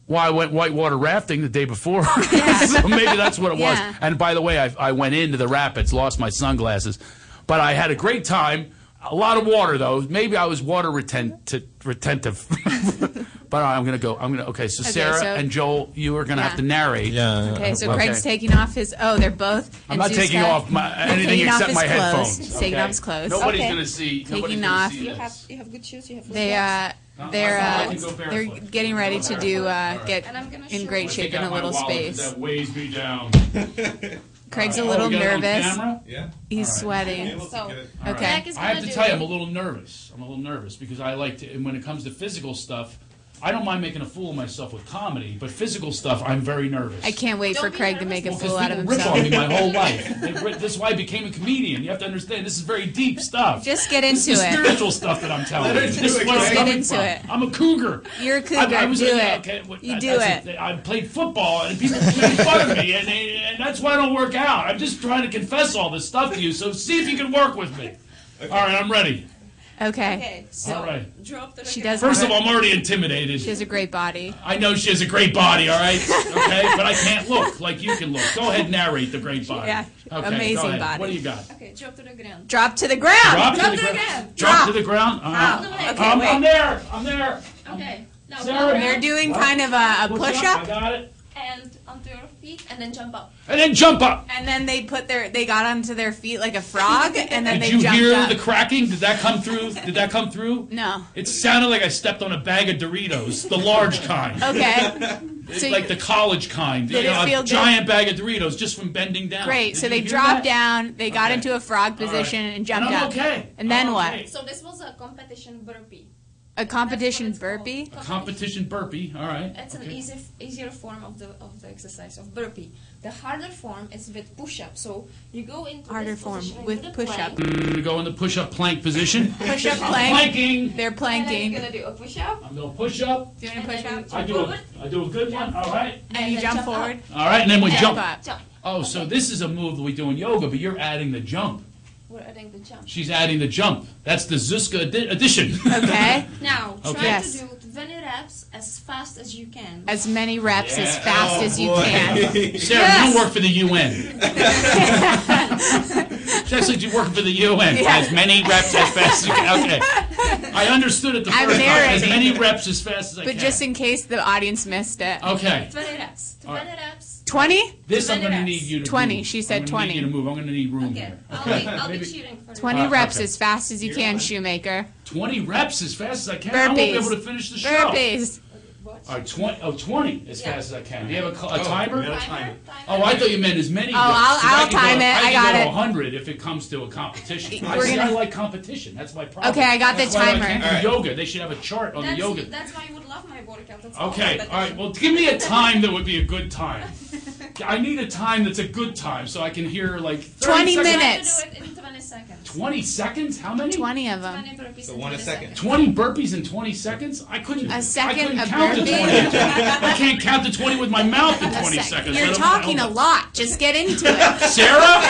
E: well, I went whitewater rafting the day before, <laughs> so maybe that's what it
I: Yeah.
E: was. And by the way, I, I went into the rapids, lost my sunglasses, but I had a great time. A lot of water though. Maybe I was water retent- to- retentive. <laughs> but I'm gonna go. I'm gonna okay. So
I: Okay,
E: Sarah
I: so-
E: and Joel, you are gonna
I: Yeah.
E: have to narrate. Yeah.
I: Okay, so Craig's taking off his. Oh, they're both.
E: Uh, I'm
I: and
E: not
I: Zeus
E: taking
I: got-
E: off my- anything
I: taking off
E: except
I: his
E: my
I: clothes.
E: headphones,
I: He's Taking
E: okay?
I: off his clothes.
E: Nobody's Okay. gonna see- nobody's
I: Taking
E: gonna
I: off.
E: see You this.
O: have you have good shoes. You have.
I: They uh,
E: No,
I: they're
E: I
I: uh,
E: can go barefoot.
I: they're getting ready to do uh, get in great shape in a little space.
E: weighs me down.
I: Craig's a
E: Oh,
I: little
E: we got a little
I: nervous.
E: camera? Yeah.
I: He's
E: All right.
I: sweating.
E: All right.
I: okay.
E: I have to tell you, I'm a little nervous. I'm a little nervous because I like to, and when it comes to physical stuff, I don't mind making a fool of myself with comedy, but physical stuff, I'm very nervous.
I: I can't wait for Craig to make a
E: Because
I: fool out of
E: people rip on me my
I: himself. <laughs>
E: whole life. They ri- This is why I became a comedian. You have to understand, this is very deep stuff.
I: Just get
E: This
I: into
E: is
I: it.
E: spiritual stuff that I'm telling you.
I: Let her do
E: This is
I: it,
E: what
I: Craig.
E: I'm
I: Get
E: coming
I: into
E: from.
I: it.
E: I'm a cougar.
I: You're a cougar.
E: I, I was
I: do
E: in-
I: it.
E: okay, what-
I: you
E: that-
I: do
E: that's
I: it.
E: the thing. I played football and people made fun of me, and, and that's why I don't work out. I'm just trying to confess all this stuff to you. So see if you can work with me. All right, I'm ready.
I: Okay. So
E: all right.
I: she does.
E: First
I: have
E: of
I: a-
E: all, I'm already intimidated.
I: she has a great body.
E: I know she has a great body, all right? Okay, but I can't look like you can look. Go ahead, narrate the great body.
I: Yeah,
E: Okay,
I: amazing
E: go ahead.
I: body.
E: What do you got?
O: Okay, drop to the ground.
I: Drop to the ground.
E: Drop to the ground. Drop to the ground. Uh,
I: Okay,
E: I'm,
I: wait.
E: I'm there. I'm there.
O: Okay. Now
E: Sarah,
O: go
I: They're
O: around
I: doing kind of a, a
E: What's
I: push
E: I
I: up,
E: got it.
O: and onto your feet and then jump up.
E: And then jump up.
I: and then they put their they got onto their feet like a
O: <laughs>
I: frog, and then
E: Did
I: they
E: you
I: jumped
E: hear
I: up.
E: the cracking? Did that come through? Did that come through?
I: no.
E: It sounded like I stepped on a bag of Doritos, the large kind.
I: <laughs> Okay.
E: It's
I: So you-
E: like the college kind.
I: Did
E: you
I: it
E: know,
I: feel
E: a
I: good?
E: giant bag of Doritos just from bending down.
I: Great. So
E: Did
I: they
E: you hear
I: dropped
E: that?
I: down. They got
E: Okay.
I: into a frog
E: All right.
I: position and
E: And
I: jumped
E: I'm
I: up.
E: okay.
I: And then
E: I'm
I: what?
E: okay.
O: So this was a competition burpee.
I: A competition burpee?
E: Competition burpee. All right.
P: That's an
E: Okay.
P: easier, easier form of the of the exercise of burpee. The harder form is with push-up. So you go into
I: Harder
P: this
I: form
P: position
I: with
P: a
I: push-up.
E: Mm, Go in the push-up plank position.
I: <laughs> Push up plank.
E: Planking.
I: They're planking.
P: You're gonna do a push-up.
E: I'm gonna push up.
P: Doing a push-up.
E: I do a, I do a good one. All right.
I: And, you
P: then
I: jump,
P: jump up.
I: forward.
E: All right, and then we jump.
I: up.
E: Oh, so this is a move that we do in yoga, but you're adding the jump.
P: We're adding the jump.
E: She's adding the jump. That's the Zuska addi- addition. <laughs>
I: Okay.
P: Now try
E: Okay. Yes.
P: to do 20 reps as fast as you can.
I: As many reps as
E: Yeah.
I: fast
E: Oh,
I: as you
E: boy. <laughs>
I: can.
E: Sarah, you work for
I: <laughs>
E: the UN. She's actually you work for the UN.
I: Yeah.
E: As many reps as fast as you can. Okay.
I: <laughs>
E: I understood it the
I: I'm
E: first
I: there
E: time. As
I: already.
E: many reps as fast as I
I: But
E: can.
I: just in case the audience missed it.
E: Okay.
P: 20 reps. 20 reps.
I: 20?
E: this I'm going to need you to
I: 20.
E: move.
I: She said
E: I'm gonna
I: 20.
E: Need you to move. I'm going to need room here.
P: I'll be,
E: <laughs>
P: I'll be cheering for
I: 20
E: Uh, okay.
I: reps as fast as you can, Shoemaker.
E: 20 reps as fast as I can. I won't be
I: Burpees.
E: able to finish the show.
I: Burpees.
E: All right, 20, oh, 20 as fast as I can. Do you have a, cl- a
J: Oh,
E: timer?
J: yeah, timer.
E: Oh, I thought you meant as many.
I: Oh, I'll-
E: reps, 'cause I
I: I'll
E: can go-
I: time it. I
E: can
I: got
E: go to
I: it.
E: 100 if it comes to a competition. I,
I: We're
E: see,
I: gonna-
E: I like competition. That's my problem.
I: Okay, I got the
E: That's why
I: timer.
E: I can't do
I: All right.
E: yoga. They should have a chart on
P: That's,
E: the yoga.
P: that's why you would love my workout. That's
E: Okay, all right. Well, give me a time that would be a good
I: <laughs>
E: time. I need a time that's a good time so I can hear like 30 seconds.
P: Try to do it in 20 seconds.
E: 20 seconds? How many?
I: 20 of them.
P: 20 burpees
I: So
P: in
I: one a
P: 20
I: second.
E: 20 burpees in 20 seconds? I couldn't.
I: A second
E: I couldn't
I: of
E: count to 20.
I: burpees.
E: I can't count to 20 with my mouth in
I: A
E: 20
I: sec.
E: seconds.
I: You're
E: let alone-
I: talking a lot. Just get into it.
E: <laughs> Sarah?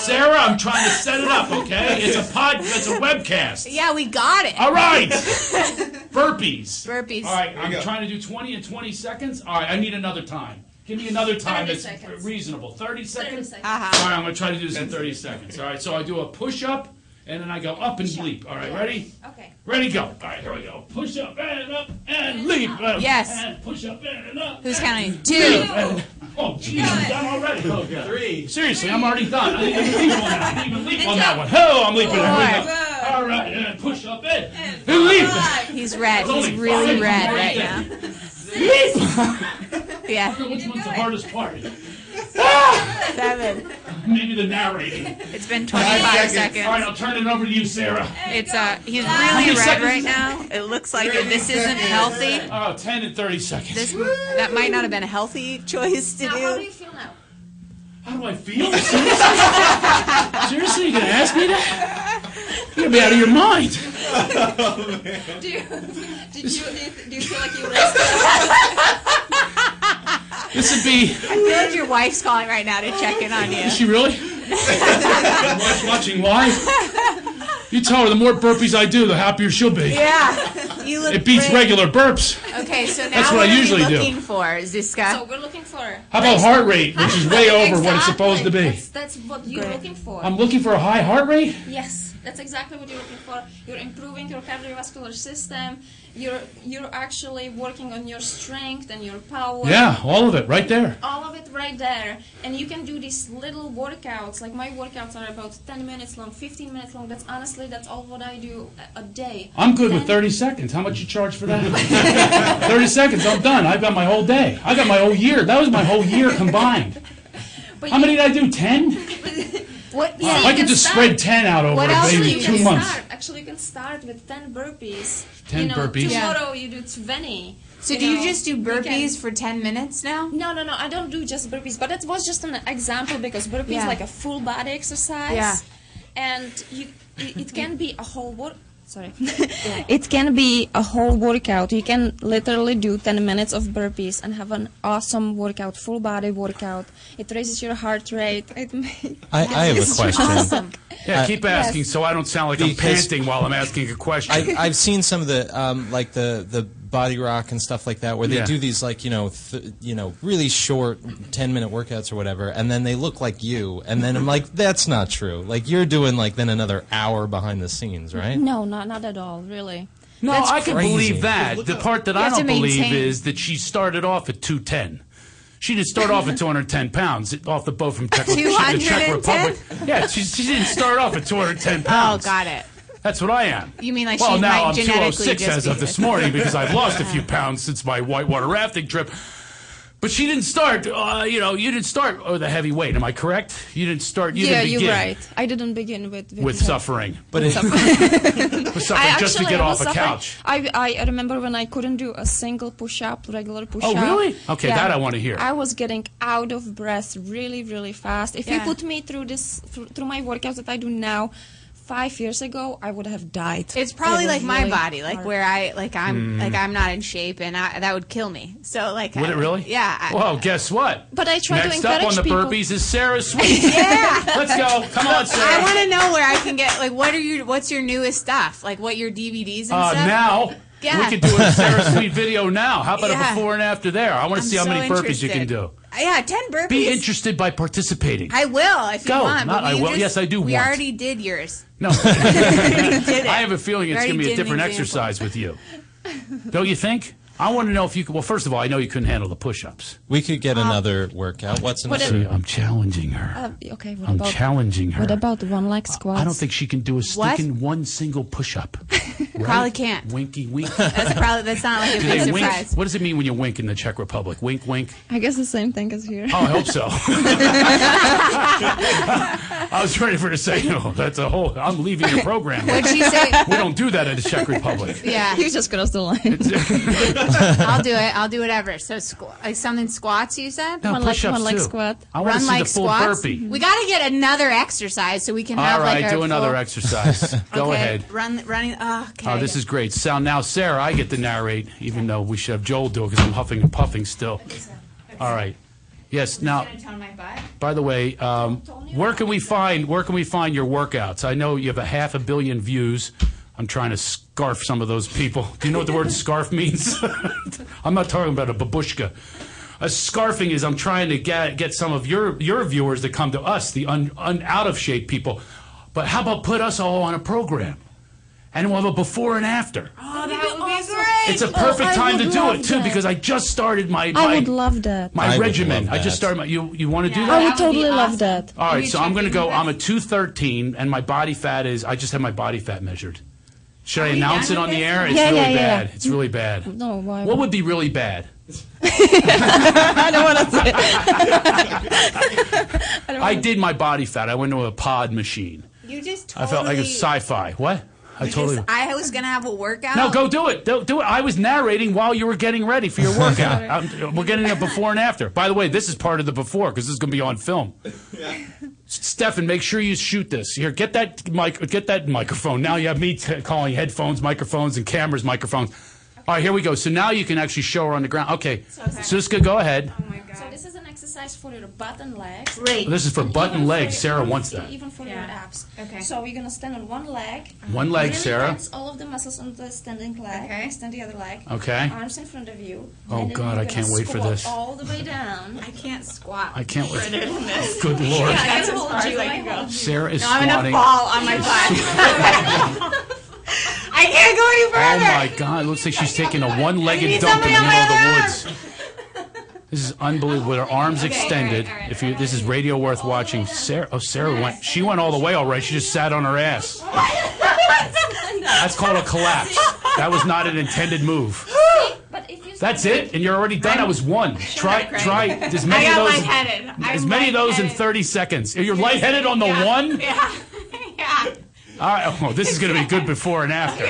E: Sarah, I'm trying to set it up, okay? It's a pod, it's a webcast.
I: Yeah, we got it.
E: All right.
I: <laughs>
E: Burpees.
I: Burpees.
E: All right,
I: There you
E: I'm
I: go.
E: trying to do 20 in 20 seconds. All right, I need another time. Give me another
P: 30
E: time that's
P: seconds.
E: reasonable. 30 seconds?
P: seconds.
I: Uh-huh.
E: All right, I'm going to try to do this in 30 seconds. All right, so I do a push up and then I go up and leap. All right, ready?
P: Okay.
E: Ready, go. All right, here we go. Push up and up and leap. Uh,
I: Yes.
E: And push up and up.
I: Who's
E: and
I: counting?
E: leap.
I: Two.
E: And- Oh, geez, I'm done already. Oh, God. Three. Seriously, I'm already done. I didn't even leap on
I: <laughs>
E: that. I didn't even leap on that one. Oh, I'm leaping.
I: Four.
E: All right, and push up and, and leap.
I: He's red.
E: It's
I: He's
E: only
I: really
E: five.
I: red
E: Where
I: right
E: you
I: now.
E: I
I: <laughs> Yeah.
E: wonder which one's the hardest part. Ah!
I: Seven.
E: Maybe the narrating.
I: It's been 25 seconds.
E: All right, I'll turn it over to you, Sarah.
I: It's uh, he's
E: How many
I: really red
E: seconds
I: right
E: is
I: now. It looks like it. this isn't healthy.
E: Oh, 10 and 30 seconds.
I: This that might not have been a healthy choice to
P: Now, how do
I: do.
P: you feel now?
E: How do I feel?
I: <laughs>
E: Seriously? <laughs> Seriously, you gonna ask me that? You're gonna be out of your mind.
P: Do you, <laughs> did you, do you- do you feel like you rested?
E: This would be.
I: I feel like your wife's calling right now to check in on you.
E: Is she really? Your wife's watching live. You tell her the more burpees I do, the happier she'll
I: <laughs>
E: be.
I: Yeah. You look
E: It beats
I: great.
E: regular burps.
I: Okay, so now
E: That's what
I: what,
E: I
I: are we
E: usually do.
I: looking for, Ziska?
P: so we're looking for.
E: How about heart rate, which is
P: <laughs>
E: way over what it's supposed to
P: Exactly.
E: be?
P: That's, that's what you're looking for.
E: I'm looking for a high heart rate.
P: Yes, that's exactly what you're looking for. You're improving your cardiovascular system. You're you're actually working on your strength and your power.
E: Yeah, all of it right there.
P: All of it right there. And you can do these little workouts. Like my workouts are about 10 minutes long, 15 minutes long. That's honestly, that's all what I do a, a day.
E: I'm good with
P: Then-
E: 30 seconds. How much you charge
P: <laughs>
E: for that? 30 seconds. I'm done. I've got my whole day. I got my whole year. That was my whole year combined.
P: But
E: How
P: you-
E: many did I do? 10?
P: What,
E: Wow, if I could just spread 10 out over
P: what else
E: maybe
P: you
E: two
P: can
E: months.
P: Start? Actually, you can start with 10 burpees.
E: 10
P: you know,
E: burpees. Yeah.
P: Tomorrow you do 20.
I: So do you
P: know,
I: just do
P: we
I: burpees
P: can-
I: for 10 minutes now?
P: No, no, no. I don't do just burpees, but that was just an example because burpees
I: Yeah.
P: is like a full body exercise.
I: Yeah.
P: And you, it, it can be <laughs> a whole work. Sorry.
O: It can be a whole workout. You can literally do 10 minutes of burpees and have an awesome workout, full body workout. It raises your heart rate. It <laughs> makes
N: I, I have
I: <laughs>
N: a question.
E: Yeah,
N: Uh,
E: keep asking so I don't sound like I'm
N: Because-
E: panting while I'm asking a question.
N: I, I've seen some of the um, like the the body rock and stuff like that, where they
E: Yeah.
N: do these like you know th- you know really short ten minute workouts or whatever, and then they look like you, and then I'm like, that's not true. Like you're doing like then another hour behind the scenes, right?
O: No, not, not at all, really.
E: no,
O: That's
E: I can
N: crazy.
E: believe that.
N: Look
E: The part that
O: You
E: I
O: have to
E: don't believe
O: maintain.
E: is that she started off at 210. She didn't start off at 210 pounds off the boat from Czech, she- the Czech
I: 210?
E: Republic. Yeah, she, she didn't start off at 210 pounds.
I: Oh, got it.
E: That's what I am.
I: You mean like
E: well,
I: she
E: now
I: might
E: I'm
I: genetically
E: 206
I: just
E: as
I: be <laughs>
E: of this
I: this?
E: morning because I've lost a few pounds since my whitewater rafting trip. But she didn't start. Uh, you know, you didn't start with a heavy weight. Am I correct? You didn't start. You
O: yeah,
E: didn't
O: you're
E: begin
O: right. I didn't begin with <laughs>
E: with suffering.
O: But
E: it, <laughs> with
O: I
E: suffering just to
O: actually-
E: get
O: I
E: off
O: was
E: a
O: suffering-
E: couch.
O: I, I remember when I couldn't do a single push up, regular push up.
E: Oh, really? Okay, that I wanna hear.
O: I was getting out of breath really, really fast. If you
I: Yeah.
O: put me through this, through, through my workouts that I do now, five years ago, I would have died.
I: It's probably
O: It was
I: like my
O: really
I: body, like
O: hard.
I: where I like I'm
E: Mm.
I: like I'm not in shape, and I, that would kill me. So like,
E: Would
I: I-
E: it really?
I: Yeah. I-
E: Well, guess what?
I: But I try to
E: Next up on
I: encourage
E: the
I: people-
E: burpees is
I: <laughs>
E: Sarah Sweet. Uh,
I: yeah.
E: <laughs> Let's go. Come on,
I: I
E: Sarah.
I: want to know where I can get like what are your what's your newest stuff? Like what your DVDs and
E: Uh,
I: stuff.
E: now
I: Yeah.
E: we could do
I: <laughs>
E: a Sarah Sweet video now. How about
I: Yeah.
E: a before and after there? I want
I: I'm
E: to see how
I: so
E: many burpees you can
I: interested. Uh,
E: do.
I: Yeah, ten burpees.
E: Be interested by participating.
I: I will if you
E: Go.
I: want. but
E: Not I
I: you
E: will.
I: just-
E: Yes, I do
I: We
E: want.
I: already did
E: <laughs>
I: yours.
E: no, <laughs> I have a feeling
I: You
E: it's going to
I: already
E: be
I: did an
E: a different
I: example.
E: exercise with you. Don't you think? I want to know if you could. Well, first of all, I know you couldn't handle the push-ups.
N: We could get another workout. What's
O: what
N: another?
O: if-
E: I'm challenging her.
O: Uh, okay, what
E: I'm
O: about,
E: challenging her.
O: What about one leg squats?
E: I don't think she can do a stinking one single
I: <laughs>
E: push-up.
I: Probably can't.
E: Winky wink. <laughs>
I: That's probably that's not like a
E: Do
I: big
E: they wink?
I: surprise.
E: What does it mean when you wink in the Czech Republic? Wink, wink.
O: I guess the same thing as here.
E: Oh, I
O: <laughs>
E: hope
I: <laughs>
E: so. I was ready for her to say, no, that's a whole, I'm leaving your program.
O: What'd she say?
E: We don't do that in the Czech Republic.
I: Yeah.
O: you just crossed the line.
I: I'll do it. I'll do whatever. So squ- like something squats you said?
E: No,
I: one leg,
E: push-ups
I: one leg
E: too.
I: squat.
E: I wanna
I: Run
E: see the
I: like
E: full
I: squats.
E: burpee.
I: We got to get another exercise so we can
E: All
I: have
E: right,
I: like our
E: do another
I: full- <laughs>
E: exercise. Go
I: Okay,
E: ahead.
I: Run running oh, okay.
E: Oh, this is great. So now, Sarah, I get to narrate, even though we should have Joel do it because I'm huffing and puffing still. All right. Yes. Now, by the way, um, where can we find where can we find your workouts? I know you have a half a billion views. I'm trying to scarf some of those people. Do you know what the word scarf means? <laughs> I'm not talking about a babushka. A scarfing is I'm trying to get get some of your your viewers to come to us, the un, un, out of shape people. But how about put us all on a program, and we'll have a before and after.
I: Oh, that would be great.
E: It's a perfect time to do it too because I just started my
O: I
E: my,
O: would love that.
E: my
O: I would
E: regimen.
O: love
E: I just
O: that.
E: started my. You you want to do that?
O: I would totally love that.
E: All right, so I'm going to go. I'm a 213, and my body fat is. I just had my body fat measured. Should I
O: we
E: announce
O: done
E: it on
O: with
E: the
O: this?
E: air? It's
O: Yeah,
E: really
O: yeah, yeah,
E: bad.
O: yeah.
E: It's really bad.
O: No, why?
E: <laughs> What would be really bad?
O: I don't want to say.
E: I did my body fat. I went to a pod machine.
I: You just
E: I felt like a
I: totally-
E: sci-fi. What? I totally.
I: I was gonna have a workout.
E: No, go do it. Do, do it. I was narrating while you were getting ready for <laughs> your workout. I'm- we're getting a before and after. By the way, this is part of the before because this is going to be on film. Stefan, make sure you shoot this. Here, get that mic. Get that microphone. Now you have me t- calling headphones, microphones, and cameras, microphones. All right, here we go. So now you can actually show her on the ground. Okay, so this could go ahead.
P: So this is an exercise for your butt and legs.
I: Great.
E: This is for butt and leg. Sarah wants that.
P: Even for your abs. Okay. So we're gonna stand on one leg.
E: One leg,
P: really
E: Sarah.
P: tense all of the muscles on the standing leg. Okay. Stand the other leg.
E: Okay.
P: Arms in front of you.
E: Oh,
P: and then
E: God,
P: you're
E: I can't
P: gonna
E: wait for
P: squat
E: this.
P: All the
E: <laughs>
P: way down. I can't squat.
E: I can't wait.
P: further than this.
E: Good
P: <laughs>
E: lord.
P: Yeah, I can hold you. I can hold you.
E: Sarah is
I: No, I'm gonna
E: squatting.
I: fall on my butt.
E: <laughs>
I: I can't go any
E: Oh
I: further.
E: my God! It looks like she's taking a
I: I
E: one-legged
I: need
E: dump
I: somebody
E: in the
I: on
E: middle of
I: my
E: the
I: arm.
E: woods. This is unbelievable. With her arms extended. If you, this is radio worth watching. Sarah, oh, Sarah went. She went all the way. All right. She just sat on her ass. That's called a collapse. That was not an intended move.
P: But if you
E: That's it, and you're already done. I was one. Try,
P: Craig.
I: <laughs>
E: try as many
P: I
E: of
P: got
E: those.
P: lightheaded.
E: As
P: I'm
E: many of those in
P: lightheaded.
E: 30 seconds. You're lightheaded on the
P: Yeah.
E: one.
P: Yeah. yeah.
E: All right. Oh, this is going to be good before and after.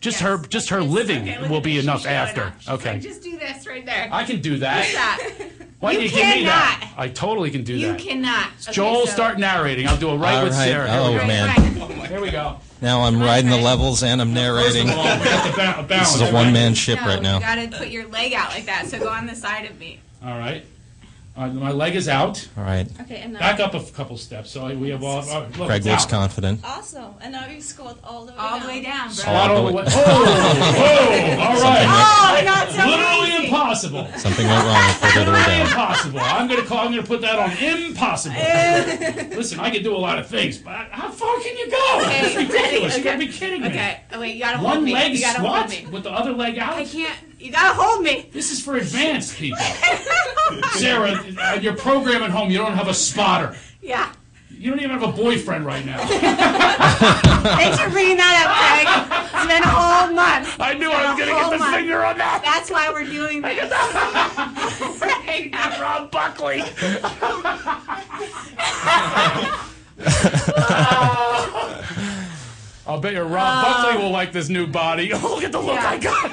E: Just her, just her living will be enough after. Okay.
I: Just do this right there.
E: I can do that.
I: Do that.
E: Why
I: You
E: do you give me that? I totally can do
I: You
E: that.
I: cannot. Okay,
E: Joel,
I: so-
E: start narrating. I'll do it right
N: All
E: with
N: right.
E: Sarah.
N: Oh,
E: Here we go.
N: man.
E: Here we go.
N: Now I'm riding the levels and I'm narrating. This is a one man ship
I: No,
N: right now.
I: You gotta put your leg out like that. So go on the side of me.
E: All right. All right, my leg is out.
N: All right.
P: Okay,
I: uh,
P: and now.
E: Back up a f- couple steps. So we have all. all right, look,
N: Craig
E: it's
N: looks
E: out.
N: confident.
P: Awesome. And now you squat all the way
I: All
P: down.
I: the way down, bro.
E: Squat all the way. Oh, oh, all right.
I: Oh, I got so
E: Literally
I: easy.
E: impossible.
N: Something went wrong with the other way
E: Literally
N: down.
E: impossible. I'm gonna call. I'm gonna put that on
I: <laughs>
E: impossible. Listen, I can do a lot of things, but <laughs> how far can you go? It's ridiculous. You gotta be kidding me.
I: Okay. Oh, wait, you gotta hold
E: One
I: me.
E: leg
I: you gotta
E: squat
I: hold me.
E: with the other leg out.
I: I can't. You gotta hold me.
E: This is for advanced people. <laughs> Sarah, at your program at home, you don't have a spotter.
I: Yeah.
E: You don't even have a boyfriend right now.
I: Thanks for bringing that up, Craig. It's been a whole month.
E: I knew I was
I: Been a
E: gonna get
I: whole
E: the
I: month.
E: finger on that. <laughs>
I: That's why we're doing this.
D: Hey, I'm Rob Buckley.
I: <laughs>
E: Uh, I'll bet your Rob
D: Uh,
E: Buckley will like this new body. <laughs> Oh, Look at the look I got.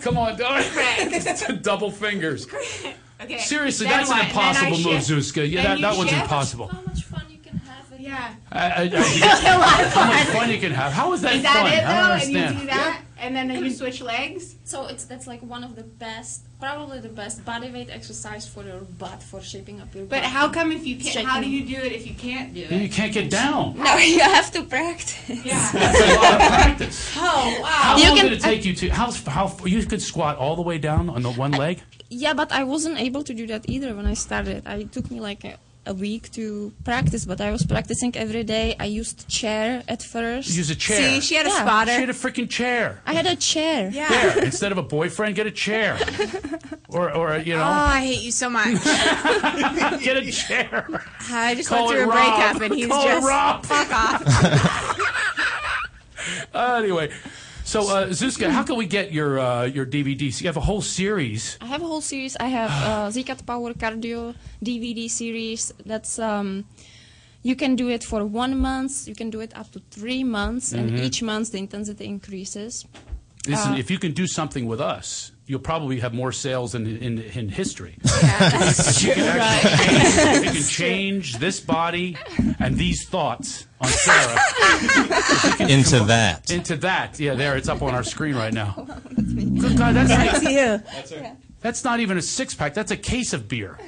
I: <laughs>
E: Come on, Don. <laughs> Double fingers.
I: Okay.
E: Seriously,
I: then
E: that's
I: what?
E: an
I: Then I
E: impossible move,
I: shift.
E: Zuzka. Yeah,
I: Then
E: that,
I: you
E: that one's
I: shift.
E: impossible.
I: Yeah.
E: I,
I: <laughs>
E: I, I,
I: A lot of
E: How much
I: fun.
E: fun you can have? How is that
I: Is that
E: fun?
I: it
E: I don't
I: though? And
E: understand.
I: you do that, and then you switch legs.
P: So it's that's like one of the best, probably the best body weight exercise for your butt for shaping up your
I: But
P: butt.
I: how come if you can't? How do
P: Shaking.
I: you do it if you can't do it?
E: You can't get
I: <laughs>
E: down.
P: No, you have to practice.
I: Oh
E: How
I: wow!
E: long did it take you to? How how you could squat all the way down on the one leg?
O: Yeah, but I wasn't able to do that either when I started. I- It took me like a, a week to practice, but I was practicing every day. I used chair at first.
E: Use a chair.
O: Yeah.
E: She had a freaking chair.
O: I had a chair.
E: There, <laughs> instead of a boyfriend, get a chair, or or
I: <laughs>
E: you
I: Oh,
E: know,
I: I hate you so
E: <laughs>
I: much.
E: get a chair.
I: I just
E: Call
I: went through a
E: it Rob.
I: breakup, and he's
E: Call it
I: just
E: Rob.
I: fuck off.
E: Uh, anyway, so uh, Zuzka, how can we get your uh, your DVDs? You have a whole series.
O: I have a whole series. I
E: <sighs>
O: have uh, Zicat Power Cardio DVD series. That's um, you can do it for one month. You can do it up to three months, and
E: Mhm.
O: each month the intensity increases.
E: Listen,
O: Uh,
E: if you can do something with us, you'll probably have more sales in in, in history. you can actually change, you can change this body and these thoughts on Sarah
N: Into that.
E: into that. Yeah, there, it's up on our screen right now. Good God, that's not,
D: That's her.
E: that's not even a six pack. That's a case of beer.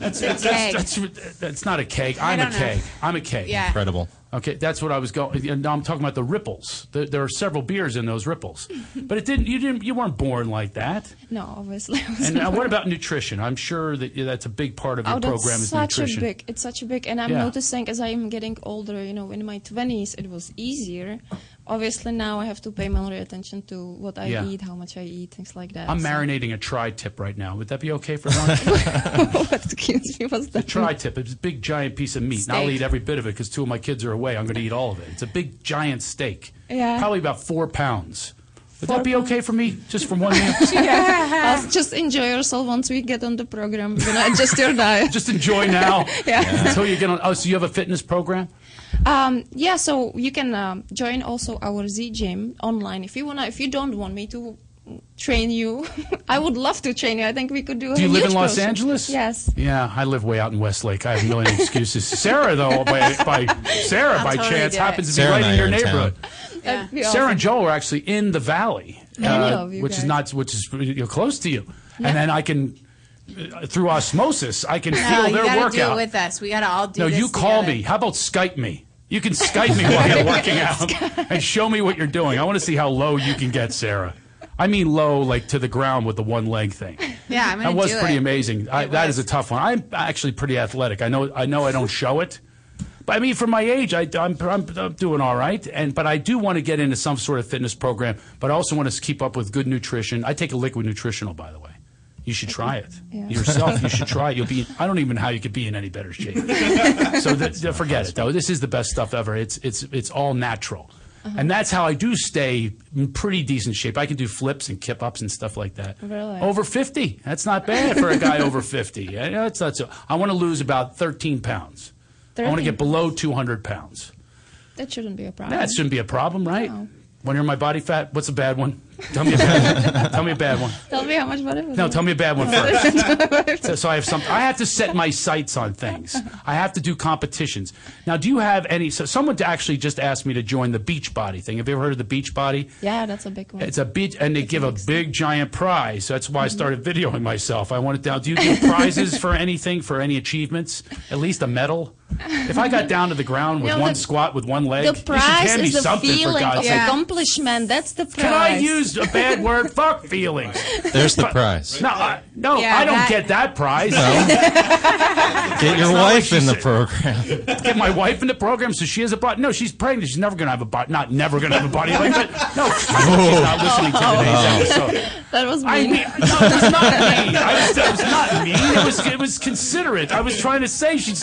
E: That's
D: It's a
E: that's,
D: keg.
E: that's, that's, that's not a keg. I'm a
D: don't know.
E: keg. I'm a keg.
D: Yeah. Incredible.
E: Okay, that's what I was going. And now I'm talking about the ripples. There, there are several beers in those ripples, but it didn't. You didn't. You weren't born like that.
O: No, obviously. I was
E: And uh,
O: not.
E: what about nutrition? I'm sure that yeah, that's a big part of your
O: oh, that's
E: program is
O: such
E: nutrition.
O: a big. It's such a big, and I'm
E: Yeah.
O: noticing as I'm getting older. You know, in my twenties it was easier. Obviously now I have to pay more attention to what I
E: Yeah.
O: eat, how much I eat, things like that.
E: I'm
O: so-
E: marinating a tri-tip right now. Would that be okay for lunch?
O: Excuse me, what's
E: A
O: that?
E: tri-tip. It's a big giant piece of meat. And I'll
O: Steak.
E: eat every bit of it because two of my kids are away. I'm going to eat all of it. It's a big giant steak.
O: Yeah.
E: Probably about four pounds. Would
O: Four
E: that be okay for me, just from one
O: <laughs>
E: meal?
O: yeah. Uh, just enjoy yourself once we get on the
E: <laughs>
O: program. We're gonna adjust your diet.
E: Just enjoy now.
O: <laughs> Yeah.
E: Until you get on. Oh, so you have a fitness program?
O: Um, yeah, so you can um, join also our Z Gym online if you wanna. If you don't want me to train you, <laughs> I would love to train you. I think we could do.
E: Do
O: a
E: you live
O: huge
E: in Los
O: project.
E: Angeles?
O: Yes.
E: Yeah, I live way out in Westlake. I have a
O: <laughs>
E: million excuses. Sarah, though, by, by Sarah,
O: I'll
E: by
O: totally
E: chance,
O: do it.
E: happens to
N: Sarah
E: be
N: and
E: right
N: I
E: in
N: are
E: your
N: in town.
E: neighborhood.
O: That'd be
E: Sarah
O: awesome.
E: and Joel are actually in the valley, uh,
O: I love you
E: which is
O: guys.
E: not which is you know, close to you,
I: Yeah.
E: and then I can uh, through osmosis I can
I: No,
E: feel
I: you
E: their
I: gotta
E: workout.
I: do it with us. We gotta all do
E: no,
I: this
E: you call
I: together.
E: me. How about Skype me? You can Skype me while you're working out and show me what you're doing. I want to see how low you can get, Sarah. I mean low, like to the ground with the one leg thing.
I: <laughs> Yeah, I'm gonna
E: that was
I: do
E: pretty
I: it.
E: amazing. I, that is a tough one. I'm actually pretty athletic. I know. I know. I don't show it, but I mean, for my age, I, I'm, I'm, I'm doing all right. And but I do want to get into some sort of fitness program. But I also want to keep up with good nutrition. I take a liquid nutritional, by the way. You should try it
D: Yeah. <laughs>
E: yourself. You should try it. You'll be. I don't even know how you could be in any better shape. so th- th- forget it though. This is the best stuff ever. It's it's it's all natural.
D: Uh-huh.
E: Uh-huh. And that's how I do stay in pretty decent shape. I can do flips and kip ups and stuff like that.
D: Really?
E: Over 50. That's not bad for a guy
D: <laughs>
E: over 50. I, know it's not so, I want to lose about 13 pounds. I want to
O: 13?
E: get below 200 pounds.
O: That shouldn't be a problem.
E: That shouldn't be a problem, right? When you're my body fat, what's a
D: <laughs>
E: bad one? Tell me a bad one. Tell me a bad one.
O: Tell me how much better. was
E: No,
O: it?
E: tell me a bad
O: <laughs>
E: one first. so, so I have something. I have to set my sights on things. I have to do competitions. Now, do you have any? So someone actually just asked me to join the beach body thing. Have you ever heard of the beach body?
O: Yeah, that's a big one.
E: It's a beach, and they give a big giant prize. So that's why I started videoing myself. I wanted down. Do
O: <laughs>
E: you give prizes for anything, for any achievements? At least a medal. If
O: <laughs>
E: I got down to the ground with
O: No,
E: one
O: the-
E: squat with one leg,
O: the
E: you should
O: prize
E: hand me
O: is the
E: something for
O: feeling
E: God's
O: of
E: sake.
O: accomplishment. That's the prize.
E: Can I use a bad word? Fuck feelings.
N: There's the prize.
E: No, I, no,
D: Yeah,
E: I don't
D: that-
E: get that prize. <laughs>
N: Get your wife in the program.
E: Get my wife in the program so she has a body. No, she's pregnant. She's never going to have a body. Not never going to have a body like <laughs> that. No, she's not listening to today's episode.
O: That was mean.
E: I mean, no, it was not mean. I was, it was not mean. It was, it was considerate. I was trying to say she's.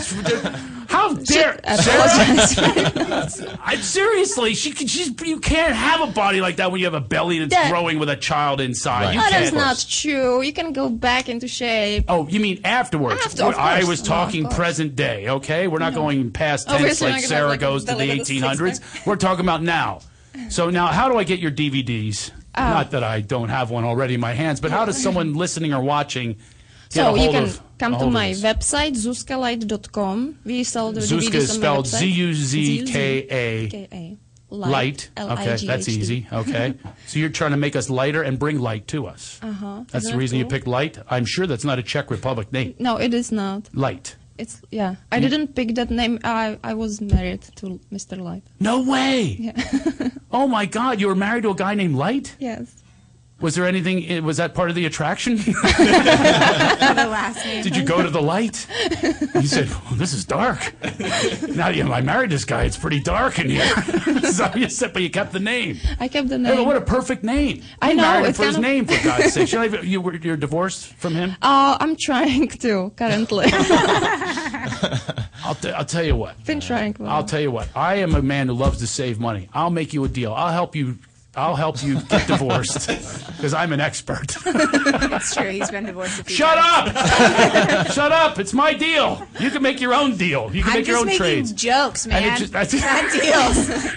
E: How dare
O: I apologize
E: <laughs> I seriously, she can, she's you can't have a body like that when you have a belly that's
O: That-
E: growing with a child inside. You
O: No, that's
E: can't.
O: not true. You can go back into shape.
E: Oh, you mean afterwards?
O: After-
E: What-
O: of
E: I
O: course.
E: was
O: No,
E: talking
O: of course.
E: present day. Okay, we're not going past
O: Oh, we're
E: tense
O: still
E: like
O: not gonna
E: Sarah
O: have, like, a
E: goes to the
O: belly with a six-pack.
E: 1800s. <laughs> We're talking about now. So now, how do I get your DVDs?
O: Oh.
E: Not that I don't have one already in my hands, but how does someone listening or watching? Get a
O: So you
E: hold
O: can
E: of-
O: come
E: a
O: to
E: hold of
O: my
E: this?
O: website, zuskalight.com. We sell the DVDs
E: Zuzka is
O: on my
E: spelled
O: website.
E: Z U Z K A.
O: Z-U-Z-K-A.
E: Light. Okay, that's
O: L-I-G-H-T.
E: easy. Okay. so you're trying to make us lighter and bring light to us.
O: <laughs> Uh-huh.
E: That's
O: Isn't
E: the
O: that
E: reason you
O: cool?
E: picked light. I'm sure that's not a Czech Republic name.
O: No, it is not.
E: Light.
O: It's yeah. I didn't pick that name. I I was married to Mr. Light.
E: No way.
O: <laughs>
E: oh my God! You were married to a guy named Light.
O: Yes.
E: Was there anything? i- Was that part of the
O: <laughs>
E: attraction? <laughs>
I: the
Q: <laughs>
I: last name.
E: Did you go to
O: <laughs>
E: the light? You said, well, "This is dark." now you, I married this guy. It's pretty dark in here. <laughs> so you said, but you kept the name.
O: I kept the
E: Hey,
O: name.
E: but what a perfect name!
O: I
E: You
O: know,
E: married him
O: it's
E: for his
O: kind of-
E: name, for
O: <laughs>
E: God's sake. Should I have, you were you're divorced from him?
O: Uh, I'm trying <laughs> to currently.
E: I'll, t- I'll tell you what.
O: Been trying. for a
E: I'll tell you what. I am a man who loves to save money. I'll make you a deal. I'll help you. I'll help you
O: <laughs>
E: get divorced because I'm an expert. <laughs>
I: <laughs> it's true. He's been divorced. A few
E: Shut
I: times.
E: up! <laughs> Shut up! It's my deal. You can make your own deal. You can
I: I'm
E: make your
I: just
E: own
I: making
E: trades.
I: jokes,
E: And it
I: man.
E: just-
I: Not
E: that's- <laughs>
I: deals.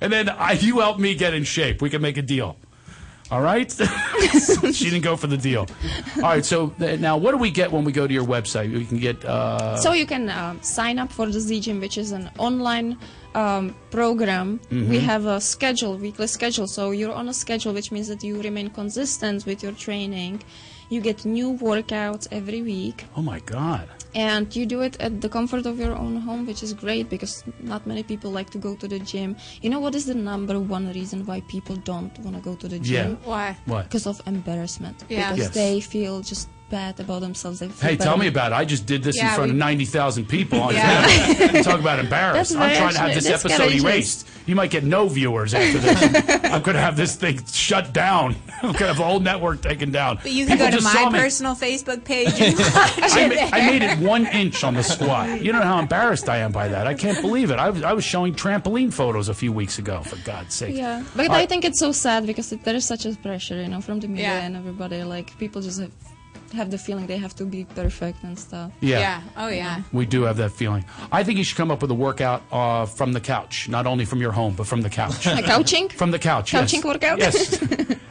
E: And then I, you help me get in shape. We can make a deal. All right? <laughs> she didn't go for the deal. All right, so th- now what do we get when we go to your website? We can get. Uh,
O: So you can uh, sign up for the ZGym, which is an online um, program. We
E: Mhm.
O: have a schedule, weekly schedule. So you're on a schedule, which means that you remain consistent with your training. You get new workouts every week,
E: oh my God.
O: and you do it at the comfort of your own home, which is great because not many people like to go to the gym. You know what is the number one reason why people don't want to go to the
E: Yeah.
O: gym?
E: Why? Why?
O: Because of embarrassment.
E: Yeah.
O: Because
E: Yes.
O: they feel just bad about themselves. They feel
E: Hey,
O: bad
E: tell me about it. I just did this
O: Yeah,
E: in front
O: we-
E: of 90,000 people on
O: Yeah.
E: Twitter. Talk about embarrassed.
O: That's
E: I'm
O: very
E: trying to have
O: actually- that's
E: this episode
O: courageous.
E: erased. You might get no viewers after this. I'm going to have this thing shut down. <laughs> I'm going to have the whole network taken down.
I: But you can
E: People
I: go to
E: just saw
I: my
E: me.
I: personal Facebook
E: <laughs>
I: page and watch
E: I,
I: it
E: ma-
I: there.
E: I made
I: <laughs>
E: it one inch on the squat. You don't know how embarrassed I am by that. I can't believe it. I was, I was showing trampoline photos a few weeks ago, for God's sake.
O: Yeah, but
E: All
O: I
E: right.
O: think it's so sad because it, there is such a pressure, you know, from the media
I: Yeah.
O: and everybody. Like people just have, have the feeling they have to be perfect and stuff.
E: Yeah. Yeah.
I: Oh yeah.
E: We do have that feeling. I think you should come up with a workout uh, from the couch, not only from your home, but from the
I: <laughs>
E: couch.
O: Like couching?
E: From the couch. yes.
O: Couching workout.
E: Yes.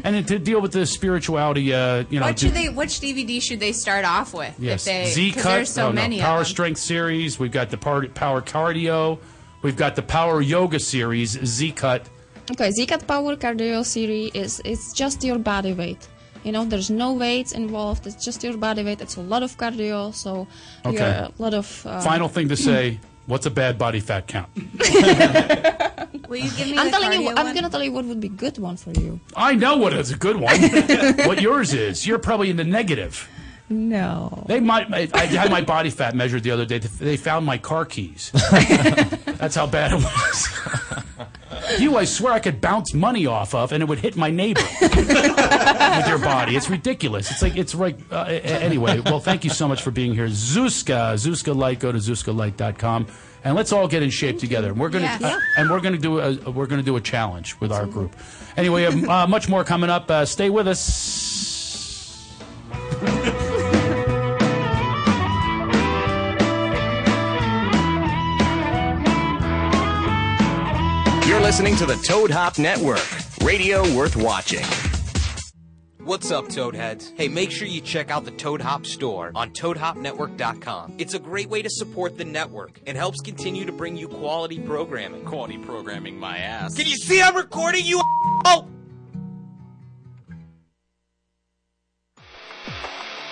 E: and then to deal with the spirituality, uh, you know.
I: What
E: do-
I: should they? Which DVD should they start off with?
E: Yes.
I: If they,
E: Z
I: 'cause
E: cut.
I: There's so
E: oh, no.
I: many.
E: Power
I: of them.
E: strength series. We've got the power, power cardio. We've got the power yoga series. Z cut.
O: Okay, Zikat Power Cardio Series is it's just your body weight. You know, there's no weights involved. It's just your body weight. It's a lot of cardio, so
E: Okay.
O: you're a lot of. Uh,
E: Final thing to say. What's a bad body fat count?
I: <laughs> Will you give me
O: I'm
I: the
O: telling you,
I: cardio
O: I'm
I: one?
O: gonna tell you what would be good one for you.
E: I know what is a good one. what yours is. You're probably in the negative.
O: No.
E: They might. I, I had my body fat measured the other day. They found my car keys. That's how bad it was. you, I swear, I could bounce money off of, and it would hit my neighbor with your body. It's ridiculous. It's like it's like. Uh, a- anyway, well, thank you so much for being here, Zuska. Zuska Light. Go to zuskalight.com. And let's all get in shape together. And we're gonna
R: Yes.
E: uh, and we're gonna do a we're gonna do a challenge with our group. Anyway, um, uh, much more coming up. Uh, stay with us.
A: You're listening to the Toad Hop Network, radio worth watching.
K: What's up, Toadheads? Hey, make sure you check out the Toad Hop store on ToadHopNetwork.com. It's a great way to support the network and helps continue to bring you quality programming. Quality programming, my ass. Can you see I'm recording you? Oh!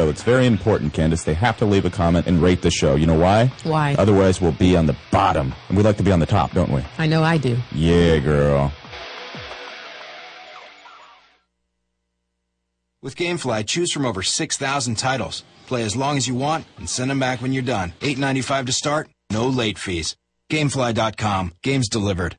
S: show. It's very important, Candace. They have to leave a comment and rate the show. You know why?
R: Why?
S: Otherwise, we'll be on the bottom. And we like to be on the top, don't we?
R: I know I do.
S: Yeah, girl.
M: With GameFly, choose from over 6,000 titles. Play as long as you want and send them back when you're done. 8.95 to start, no late fees. GameFly.com. Games delivered.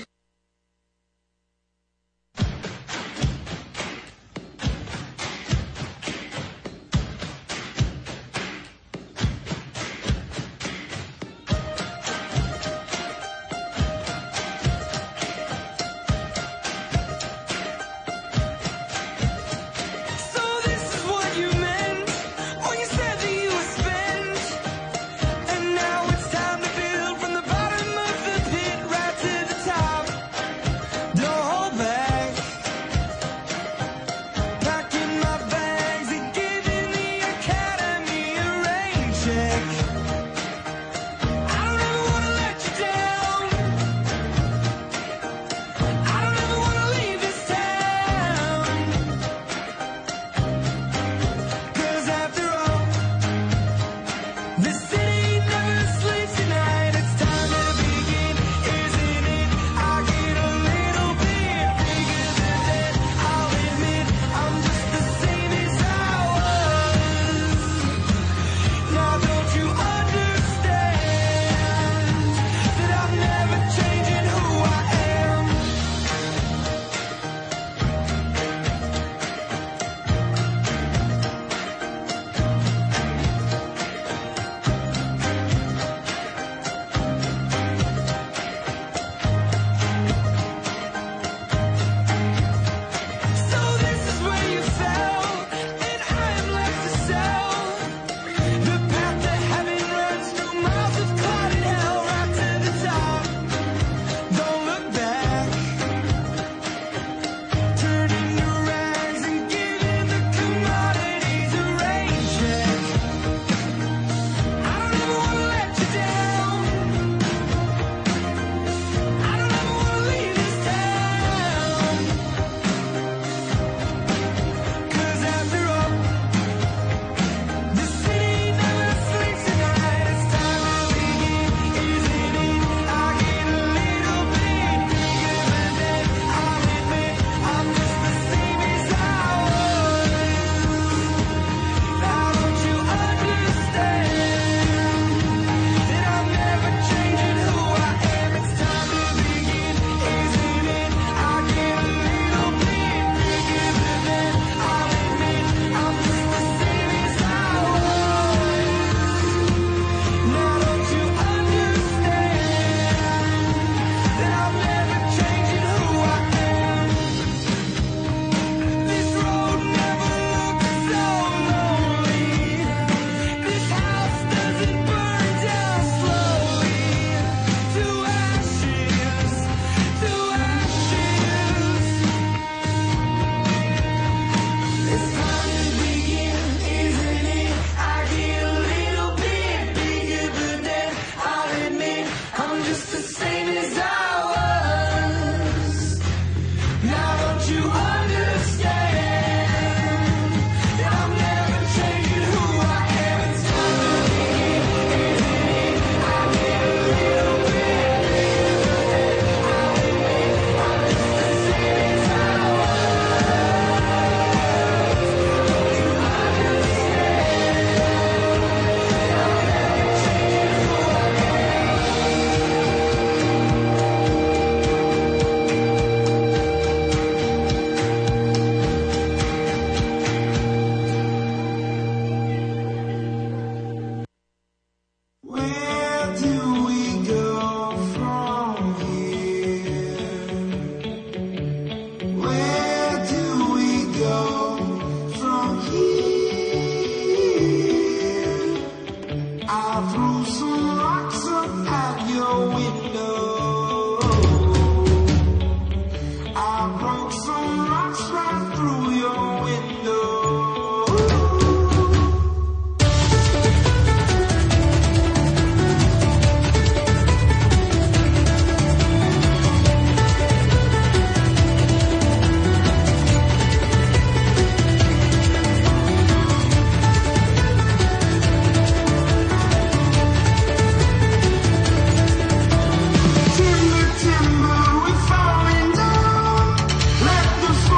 D: So this is what you meant when you said that you were spent, and now it's time to build from the bottom of the pit right to the top.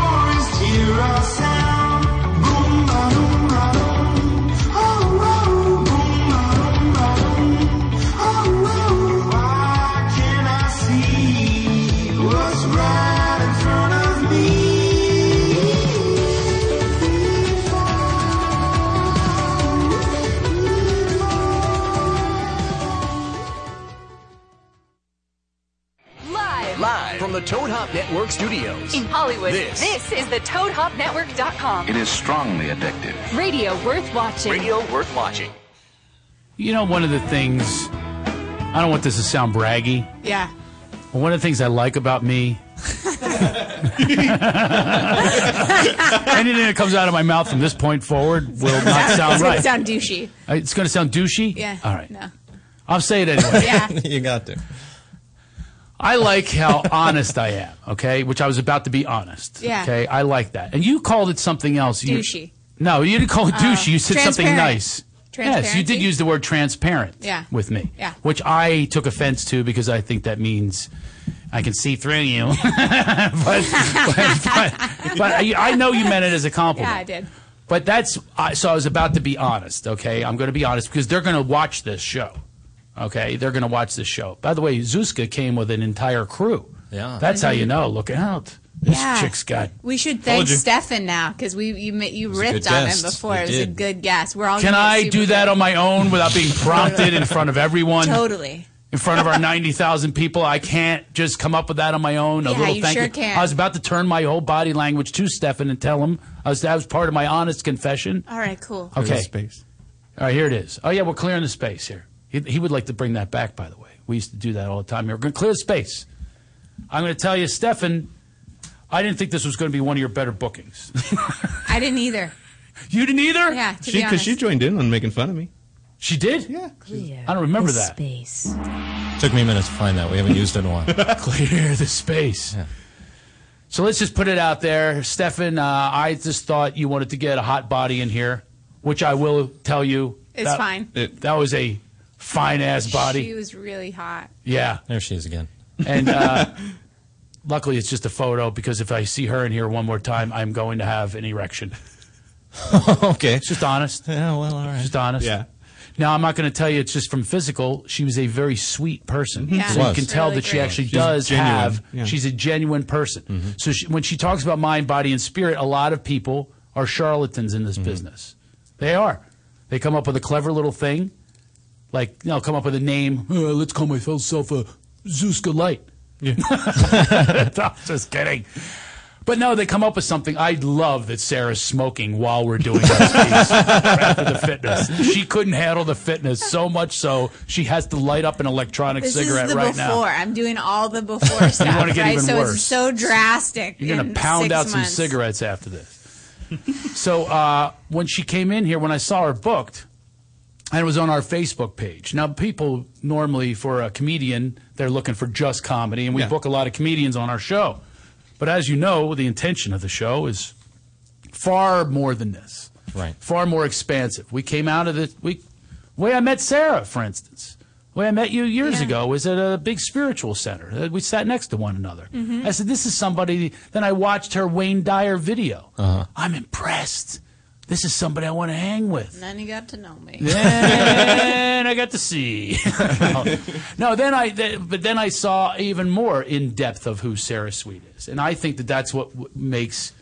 D: Oh, Oh,
A: Live from the Toad Hop Network studios.
R: In Hollywood,
A: This.
R: is the ToadHopNetwork.com.
A: is strongly addictive.
R: Radio worth watching.
A: Radio worth watching.
E: You know, one of the things, I don't want this to sound braggy,
I: Yeah.
E: but one of the things I like
I: <laughs>
E: about me. Anything that comes out of my mouth from this point forward will not
R: <laughs>
E: sound
I: it's gonna
E: right.
I: sound douchey.
E: Uh, It's going to sound douchey?
I: Yeah.
E: All right.
I: No.
E: I'll say it anyway.
N: you got to.
E: I like how honest I am, okay? Which I was about to be honest.
I: Yeah.
E: Okay. I like that. And you called it something else. You-
I: Douchey.
E: no, you didn't call it
I: Oh.
E: douchey. You said something
I: Transparent.
E: nice. Yes, you did
I: Transparency?
E: use the word transparent
I: Yeah.
E: with me.
I: Yeah.
E: Which I took offense to because I think that means I can see through you. <laughs> but but, but, but I, I know you meant it as a compliment.
I: Yeah, I did.
E: But that's I so I was about to be honest, okay? I'm going to be honest because they're going to watch this show. Okay? They're going to watch this show. By the way, Zuzka came with an entire crew.
N: Yeah.
E: That's how you know. Look out. This
I: Yeah.
E: chick's got
I: We should
E: Told
I: thank
E: you.
I: Stefan now because we you ma- you
E: a
I: ripped
E: good
I: on
E: guess.
I: him before.
E: You
I: it was a
E: did.
I: good guess. We're all
E: Can
I: gonna
E: I
I: super-
E: do that on my own without being prompted in front of everyone?
I: Totally.
E: In front of our 90,000 people, I can't just come up with that on my own. A
I: Yeah,
E: little
I: you
E: thank
I: sure
E: you.
I: can.
E: I was about to turn my whole body language to Stefan and tell him. I was, that was part of my honest confession.
I: All right, cool.
E: Okay. All right, here it is. Oh, yeah, we're clearing the space here. He, he would like to bring that back, by the way. We used to do that all the time. We're going to clear the space. I'm going to tell you, Stefan, I didn't think this was going to be one of your better bookings. <laughs>
I: I didn't either.
E: You didn't either?
I: Yeah, to
J: She
I: be
J: because
I: honest.
J: she joined in on making fun of me.
E: She did?
J: Yeah.
E: I don't remember
J: the
E: that.
C: Space.
N: Took me a minute to find that. We haven't used it in a while.
J: <laughs>
E: Clear the space. So let's just put it out there. Stefan, uh, I just thought you wanted to get a hot body in here, which I will tell you.
I: It's
E: that-
I: fine.
E: that was a fine ass <laughs> body.
I: She was really hot.
E: Yeah.
N: There she is again. <laughs>
E: And uh, luckily, it's just a photo because if I see her in here one more time, I'm going to have an erection.
N: <laughs> okay.
E: It's just honest.
N: Yeah, well, all right.
E: Just honest. Yeah. Now, I'm not going to tell you it's just from physical. She was a very sweet person.
N: Yeah,
E: so you
N: Was.
E: can tell
N: really
E: that she
N: great.
E: actually
N: She's
E: does
N: genuine.
E: have,
N: Yeah. Mm-hmm.
E: she's a genuine person. So she, when she talks about mind, body, and spirit, a lot of people are charlatans in this
N: Mm-hmm.
E: business. They are. They come up with a clever little thing, like, you know, come up with a name. Uh, let's call myself a Zeuska Light. <laughs> I'm just kidding. But no, they come up with something. I love that Sarah's smoking while we're doing this piece after the fitness. She couldn't handle the fitness so much so she has to light up an electronic
I: This
E: cigarette
I: is the
E: right
I: before.
E: now.
I: I'm doing all
E: <laughs>
I: the before stuff,
E: wanna get
I: right?
E: even
I: so
E: worse.
I: it's so drastic.
E: You're gonna
I: in
E: pound
I: six
E: out some
I: months.
E: cigarettes after this. so uh, when she came in here, when I saw her booked, and it was on our Facebook page. Now, people normally for a comedian, they're looking for just comedy, and we book a lot of comedians on our show. But as you know, the intention of the show is far more than this.
N: Right.
E: Far more expansive. We came out of the we way I met Sarah, for instance. The way I met you years ago was at a big spiritual center. Uh, We sat next to one another.
D: Mhm.
E: I said, "This is somebody." Then I watched her Wayne Dyer video.
N: Uh-huh.
E: I'm impressed. This is somebody I want to hang
B: <laughs>
E: with.
I: And then you got to know me.
E: Then I got to see. <laughs> no, then I. th- but then I saw even more in depth of who Sarah Sweet is, and I think that that's what w- makes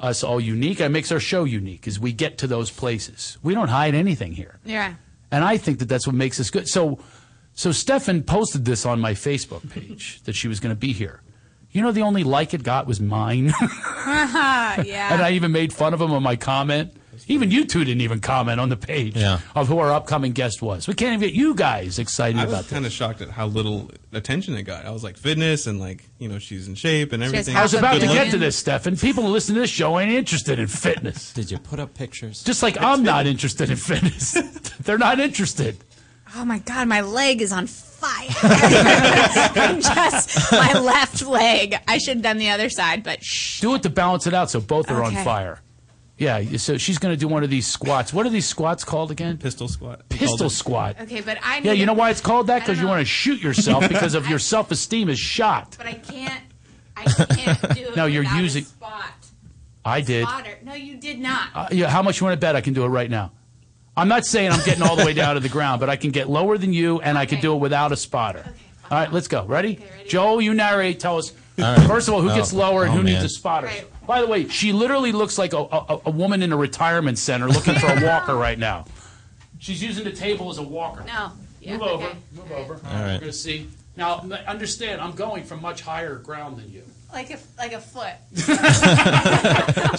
E: us all unique. and makes our show unique is we get to those places. We don't hide anything here,
I: Yeah.
E: and I think that that's what makes us good. So, so Stefan posted this on my Facebook page that she was going to be here. You know, the only like it got was mine. <laughs>
I: <laughs> yeah.
E: And I even made fun of him on my comment. Even you two didn't even comment on the page of who our upcoming guest was. We can't even get you guys excited
J: I
E: about
J: was kind of shocked at how little attention it got. I was like fitness and like you know she's in shape and
E: this.
J: everything.
E: I was about to
J: Good
E: get
J: looking.
E: to this, Stefan. People who listen to this show ain't interested in fitness.
N: Did you put up pictures?
E: Just like I'm not interested in fitness. <laughs> They're not interested.
I: Oh my god, my leg is on fire. <laughs> I'm just my left leg. I should have done the other side, but shh.
E: Do it to balance it out so both are on
I: Okay.
E: fire. Yeah, so she's going to do one of these squats. What are these squats called again?
J: Pistol squat.
E: Pistol squat.
I: Okay, but I need
E: Yeah, you know
I: to-
E: why it's called that?
I: I
E: Because
I: don't
E: you
I: know.
E: want to shoot yourself
I: <laughs>
E: because of your self esteem is shot.
I: But I can't I can't do
E: <laughs>
I: it.
E: No, you're
I: without a
E: using-
I: spot.
E: I did.
I: Spotter. No, you did not.
E: Uh, yeah, how much you want to bet I can do it right now? I'm not saying I'm getting all the way down to the ground, but I can get lower than you, and I can do it without a spotter. all right, let's go. Ready? Joel, you narrate. Tell us,
N: All right.
E: first of all, who
N: Oh,
E: gets lower and
N: oh,
E: who needs
N: man.
E: a spotter. By the way, she literally looks like a, a, a woman in a retirement center looking for a walker right now. She's using the table as a walker.
I: No. Yeah,
E: Move over.
I: okay.
E: Move over.
N: All right.
E: We're going to see. Now, m- understand, I'm going from much higher ground than you.
I: Like a like a
E: <laughs>
I: foot.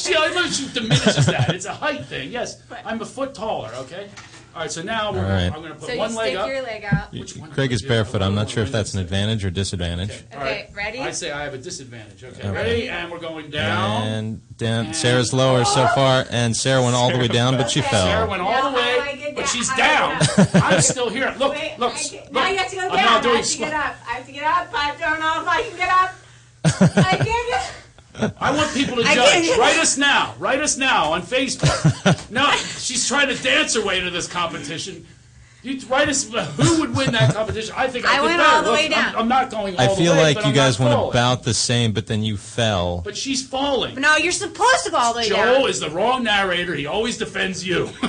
E: See, I know she diminishes that. It's a height thing. Yes, I'm a foot taller. Okay. All right. So now we're
N: All
E: gonna-
N: right.
E: I'm going to put
I: So you
E: one
I: stick
E: leg up.
I: your leg out.
N: Craig is barefoot. I'm not sure if that's an advantage or disadvantage.
I: Okay, ready?
E: I say I have a disadvantage. Okay.
N: All right.
E: Ready? And we're going down.
N: And down. Sarah's lower so far, and Sarah went all the way down, but she
E: Okay.
N: fell.
E: Sarah went all the way, but she's down. <laughs> I'm still here. Look, look, look.
I: Now you have to go
E: I'm
I: down.
E: not
I: I
E: doing
I: have to
E: squat.
I: get up. I have to get up. I don't know if I can get up. I can't get
E: I want people to
I: <laughs> I
E: judge.
I: can't-
E: Write us now. Write us now
N: <laughs>
E: on Facebook. no, she's trying to dance her way to this competition. You write us. Who would win that competition? I think I,
I: I
E: did
I: went
E: better.
I: all the
E: Look,
I: way
E: I'm-
I: down.
E: I'm, not going. All
N: I
E: the
N: feel
E: way,
N: like
E: but
N: you
E: I'm not
N: guys went
E: falling.
N: about the same, but then you fell.
E: But she's falling.
I: No, you're supposed to go all the way down.
E: Joel is the wrong narrator. He always defends you. <laughs>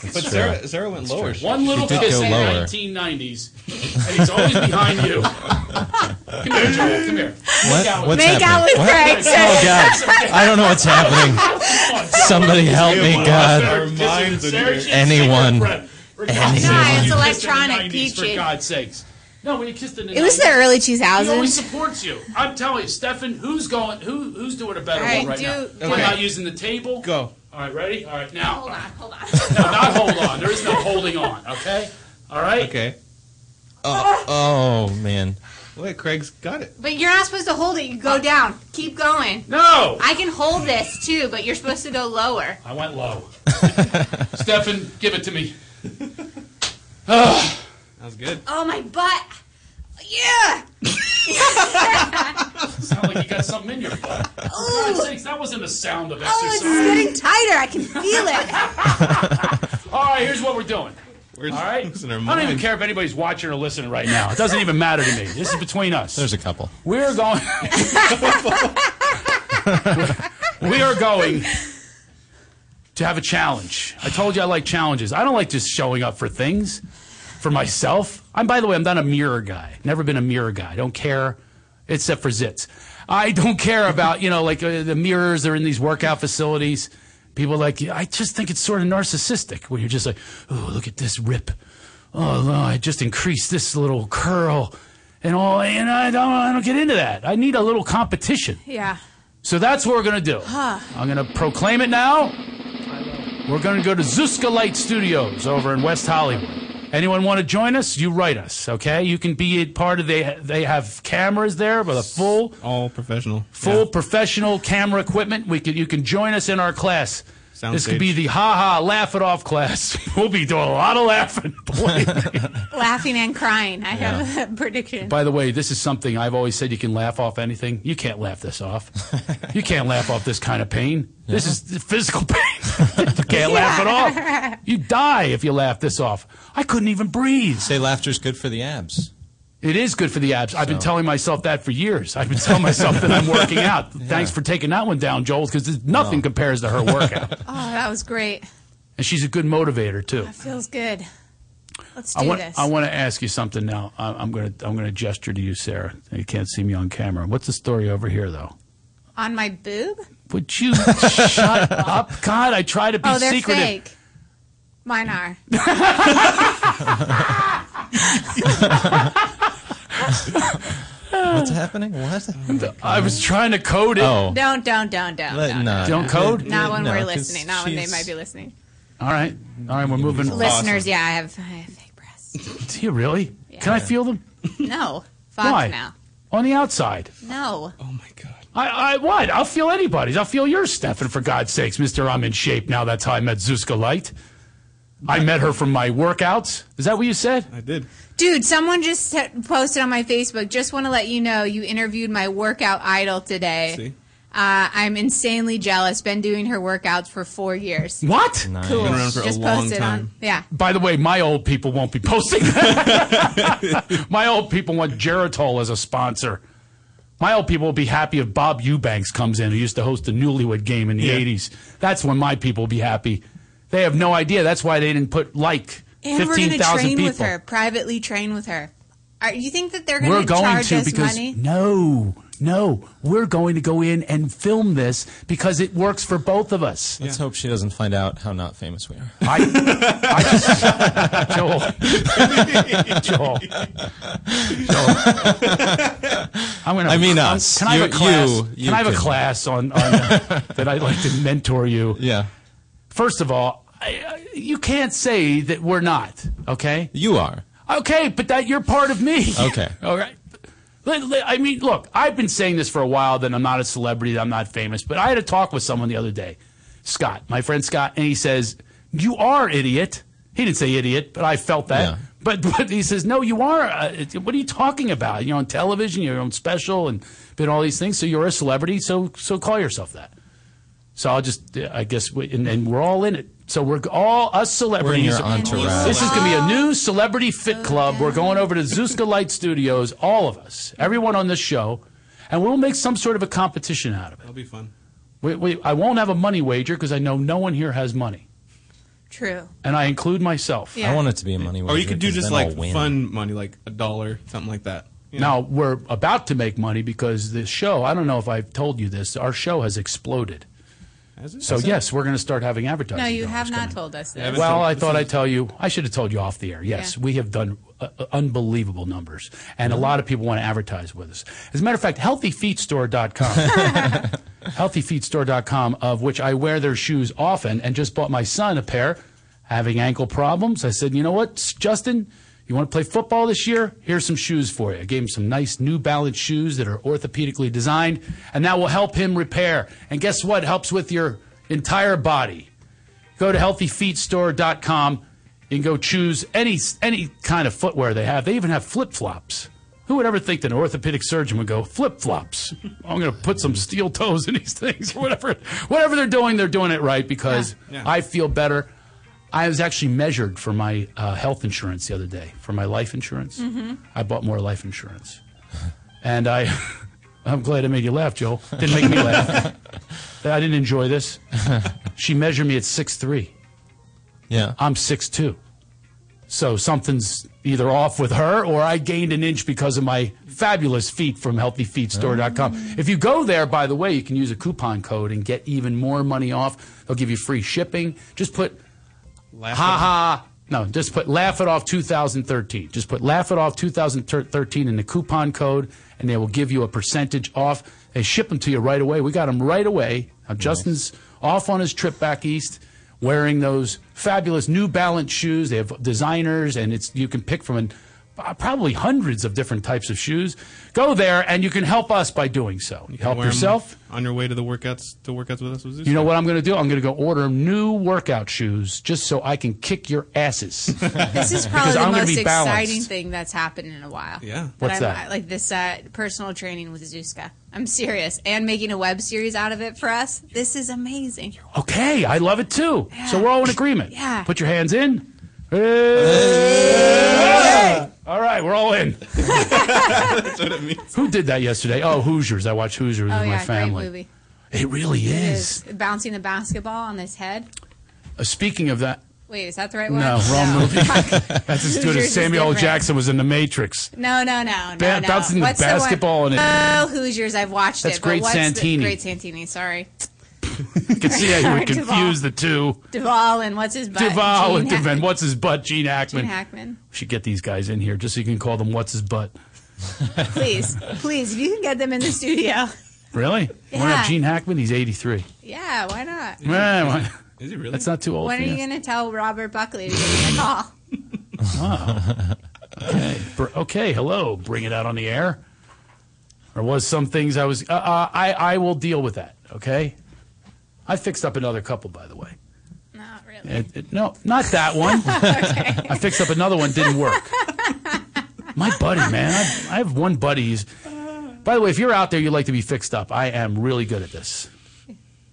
J: But true. Sarah- Sarah went That's lower. true.
E: One
J: She
E: little
J: did
E: kiss
J: go
E: in
J: lower.
E: 1990s, and he's always behind
J: <laughs>
E: you. come here, Joel. Come here.
N: What?
E: Make out
N: What's
E: me.
N: happening? What? Oh God! <laughs> I don't know what's happening. Somebody help me, God! Anyone?
I: Nah, it's
N: Anyone?
I: electronic,
E: For
I: peachy.
E: God's sakes. No, when you kissed in the
I: It was
E: 90s,
I: the early
E: He always
I: 2000s.
E: supports you. I'm telling you, Stefan, who's going? Who who's doing a better
I: All right,
E: one right
I: do-
E: now?
I: do
E: I'm
I: it.
E: not using the table.
J: Go.
E: All right, ready? All right, now.
T: Hold on, hold on.
E: No, not hold on. There is no holding on. Okay. All right.
J: Okay.
N: Oh, oh man!
J: Wait, Craig's got it.
I: But you're not supposed to hold it. You go down. Keep going.
E: No.
I: I can hold this too, but you're supposed to go lower.
E: I
J: <laughs>
E: went low. Stefan, give it to me. Ah.
J: That was good.
I: Oh my butt.
E: <laughs>
I: Yeah.
E: Sound like you got something in your
J: <laughs>
E: butt. For God's sakes, that wasn't the sound of
I: Oh,
E: exercise.
I: it's getting tighter. I can feel it.
E: All right, here's what we're doing. All right? I don't even care if anybody's watching or listening right now. It doesn't even matter to me. This is between us. There's
N: a
E: <sighs>
N: couple.
E: We're going. <laughs> we are going to have a challenge. I told you I like challenges. I don't like just showing up for things for myself. I'm, by the way, I'm not a mirror guy. Never been a mirror guy. I don't care, except for zits. I don't care about, you know, like uh, the mirrors that are in these workout facilities. People like, I just think it's sort of narcissistic when you're just like, oh, look at this rip. Oh, no, I just increased this little curl and all. And I don't, I don't get into that. I need a little competition.
I: Yeah.
E: So that's what we're going to do.
I: Huh.
E: I'm going to proclaim it now. We're going to go to Zuska Light Studios over in West Hollywood. Anyone want to join us? You write us, okay? You can be a part of they they have cameras there with a full
J: All
E: <laughs>
J: professional.
E: full professional camera equipment. We can you can join us in our class.
J: Soundstage.
E: This could be the ha ha laugh it off class. <laughs> We'll be doing a lot of laughing. believe me.
I: Laughing and crying. I have <laughs> a prediction.
E: By the way, this is something I've always said you can laugh off anything. You can't laugh this off. you can't laugh off this kind of pain. This is physical <laughs> pain. you can't laugh it off. You die if you laugh this off. I couldn't even breathe.
N: Say laughter's good for the abs.
E: It is good for the abs. I've been telling myself that for years. I've been telling myself that I'm
N: <laughs>
E: working out. Thanks for taking that one down, Joel, because nothing compares to her workout.
I: Oh, that was great.
E: and she's a good motivator, too.
I: That feels good. Let's do
E: I want,
I: this.
E: I want to ask you something now. I- I'm going to I'm going to gesture to you, Sarah. You can't see me on camera. What's the story over here, though?
I: On my boob? <laughs>
E: Would you shut up? God, I try to be
I: Oh, they're
E: secretive.
I: fake. Mine are.
N: What's happening? What?
E: <laughs> I was trying to code it.
N: Oh.
I: Don't, don't, don't, don't.
N: Let-
I: don't,
N: no.
E: Don't code?
I: Not when
E: No,
I: we're
E: 'cause
I: listening. Not when they
E: she's-
I: might be listening.
E: All right. All right, we're moving.
I: Listeners, yeah, I have, I have fake
E: Do you really? Can I feel them?
I: breasts. No. Fox
E: Why?
I: now.
E: On the outside.
I: No.
E: I, I what? I'll feel anybody's. I'll feel yours, Stefan, for God's sakes, Mister. I'm in shape now. That's how I met Zuzka Light. I met her from my workouts. Is that what you said? I
J: did.
I: Dude, someone just t- posted on my Facebook. Just want to let you know you interviewed my workout idol today.
J: See?
I: Uh, I'm insanely jealous. Been doing her workouts for four years.
E: What?
I: Cool. just posted on. Yeah.
E: By the way, my old people won't be posting <laughs> that. my old people want Geritol as a sponsor. My old people will be happy if Bob Eubanks comes in, who used to host the Newlywed Game in the '80s. That's when my people will be happy. They have no idea. That's why they didn't put like
I: And we're
E: fifteen
I: going to
E: thousand
I: train
E: people.
I: with her, privately train with her. Are, you think that they're
E: We're
I: going to
E: going
I: charge
E: to
I: us
E: because
I: money?
E: no, No, we're going to go in and film this because it works for both of us.
N: Let's hope she doesn't find out how not famous we are. <laughs>
E: Joel. Joel. Joel. I'm gonna,
N: I mean us.
E: Can I have a
N: You-
E: class?
N: you- you
E: can I have
N: can.
E: a class
N: <laughs>
E: on, on uh, that I'd like to mentor you? Yeah. First of all, I, I- you can't say that we're not. Okay.
N: You are.
E: Okay, but that you're part of me.
N: Okay.
E: all right. Li- li- I mean, look, I've been saying this for a while that I'm not a celebrity, that I'm not famous, but I had a talk with someone the other day, Scott, my friend Scott, and he says, You are idiot. He didn't say idiot, but I felt that. But, <laughs> but he says, No, you are. Uh, it- what are you talking about? You're on television, you're on special, and been all these things, so you're a celebrity, so, so call yourself that. So I'll just, I guess, we, and, and we're all in it. So we're all us celebrities.
N: your entourage.
E: This is going to be a new celebrity fit club. We're going over to Zeuska Light Studios, all of us, everyone on this show, and we'll make some sort of a competition out of it.
J: That'll be fun.
E: We, we, I won't have a money wager because I know no one here has money,
I: True.
E: and I include myself.
I: Yeah. I want
N: it to be a money
J: Or you could do just like fun money, like a dollar, something like that. You know?
E: Now we're about to make money because this show. I don't know if I've told you this. Our show has exploded.
J: Has it?
E: So
J: Has it?
E: yes, we're going to start having advertising.
I: No, you
E: dollars
I: have
E: coming
I: not told us this.
E: Well, I thought I'd tell you. I should have told you off the air. Yes,
I: Yeah. Mm-hmm.
E: we have done uh, uh, unbelievable numbers, and a lot of people want to advertise with us. As a matter of fact,
I: <laughs>
E: healthyfeetstore.com, healthyfeetstore.com, of which I wear their shoes often, and just bought my son a pair, having ankle problems. I said, you know what, S- Justin. You want to play football this year? Here's some shoes for you. I gave him some nice New Balance shoes that are orthopedically designed, and that will help him repair. And guess what? Helps with your entire body go to healthyfeetstore.com and go choose any any kind of footwear they have. They even have flip flops. Who would ever think that an orthopedic surgeon would go flip flops? I'm going to put some steel toes in these <laughs> things or whatever. Whatever they're doing, they're doing it right because
J: Yeah. Yeah.
E: I feel better. I was actually measured for my uh, health insurance the other day for my life insurance.
U: Mhm.
E: I bought more life insurance, and I. <laughs> I'm glad I made you laugh, Joel. Didn't make me laugh. I didn't enjoy this. She measured me at six three.
N: Yeah.
E: I'm six two. So something's either off with her or I gained an inch because of my fabulous feet from healthyfeetstore.com. If you go there, by the way, you can use a coupon code and get even more money off. They'll give you free shipping. Just put
J: Laugh
E: ha
J: it
E: ha. No, just put laugh it off 2013. Just put laugh it off 2013 in the coupon code, and they will give you a percentage off. They ship them to you right away. We got them right away. Now Justin's off on his trip back east, wearing those fabulous New Balance shoes. They have designers, and it's you can pick from an, uh, probably hundreds of different types of shoes. Go there, and you can help us by doing so. help
J: Wear 'em
E: yourself.
J: on your way to the workouts to workouts with us. Was this
E: You know what I'm going to do? I'm going to go order new workout shoes just so I can kick your asses.
I: <laughs> This
E: <laughs>
I: is probably the most exciting thing that's happened in a while.
E: Yeah.
I: But
E: What's
I: I'm,
E: that?
I: I- Like this uh, personal training with Zuzka. I'm serious. And making a web series out of it for us. This is amazing. Oh,
E: Okay, I love it too. So we're all in agreement.
I: Yeah.
E: Put your hands in. Hey. All right, we're
I: <laughs>
E: all in. That's what it means. Who did that yesterday? Oh, Hoosiers. I watched Hoosiers
I: oh,
E: with my
I: yeah. Great
E: family.
I: movie.
E: It really
I: It
E: is.
I: is. Bouncing a basketball on his head.
E: Uh, speaking of that,
I: Wait, is that the right one?
E: no,
I: <laughs>
E: wrong movie. That's as good
I: Hoosiers
E: as
I: is
E: Samuel L.
I: different.
E: Jackson was in The Matrix.
I: No, no, no, no,
E: Ba-
I: no.
E: bouncing the
I: What's
E: basketball
I: the
E: in
I: one?
E: it.
I: Oh, Hoosiers! I've watched
E: That's
I: it. but
E: Great
I: what's the-
E: Santini.
I: great Santini. Sorry,
E: You can see how you would
I: Sorry, Duvall.
E: confuse the two.
I: Duvall and what's his butt?
E: Duvall
I: Gene
E: and
I: Hack-
E: Devin. What's his butt? Gene Hackman.
I: Gene Hackman.
E: We should get these guys in here just so you can call them what's his butt.
I: Please, please, if you can get them
E: <laughs>
I: in the studio.
E: Really?
I: Yeah.
E: Wanna have Gene Hackman? He's 83.
I: Yeah, why not?
E: Man, why- That's not too old.
I: When are you going to tell Robert Buckley to give
E: <laughs>
I: me a call?
E: Wow. okay. Br- okay. Hello. Bring it out on the air. There was some things I was. Uh, uh, I I will deal with that. Okay. I fixed up another couple, by the way.
I: Not really.
E: It- it- no, not
I: <laughs>
E: that one. I fixed up another one. Didn't work. My buddy, man. I, I have one buddy. He's, by the way, if you're out there, you like to be fixed up. I am really good at this.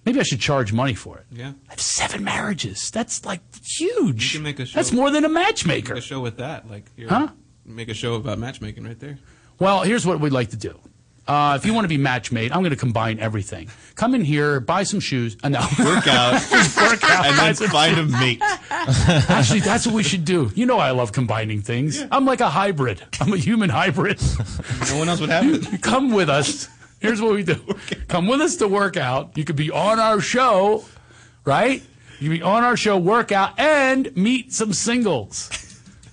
E: Maybe I should charge money for it.
J: Yeah.
E: I have seven marriages. That's like huge.
J: You can make a show.
E: That's more than a
J: Make
E: matchmaker.
J: a show with that, like you're,
E: Huh?
J: Make a show about matchmaking right there.
E: Well, here's what we'd like to do. Uh, if you want to be match made, I'm going to combine everything. Come in here, buy some shoes.
J: <laughs>
E: Uh, no,
J: Workout.
E: Just <laughs> work out,
J: And
E: buy
J: then
E: some
J: find
E: shoes.
J: a mate.
E: <laughs> Actually, that's what we should do. You know, I love
J: <laughs>
E: combining things. I'm like a hybrid. I'm a human hybrid.
J: No one else would have it.
E: <laughs> Come with us. Here's what we
J: <laughs>
E: do come with us to workout. You could be on our show, right? You could be on our show, workout, and meet some singles.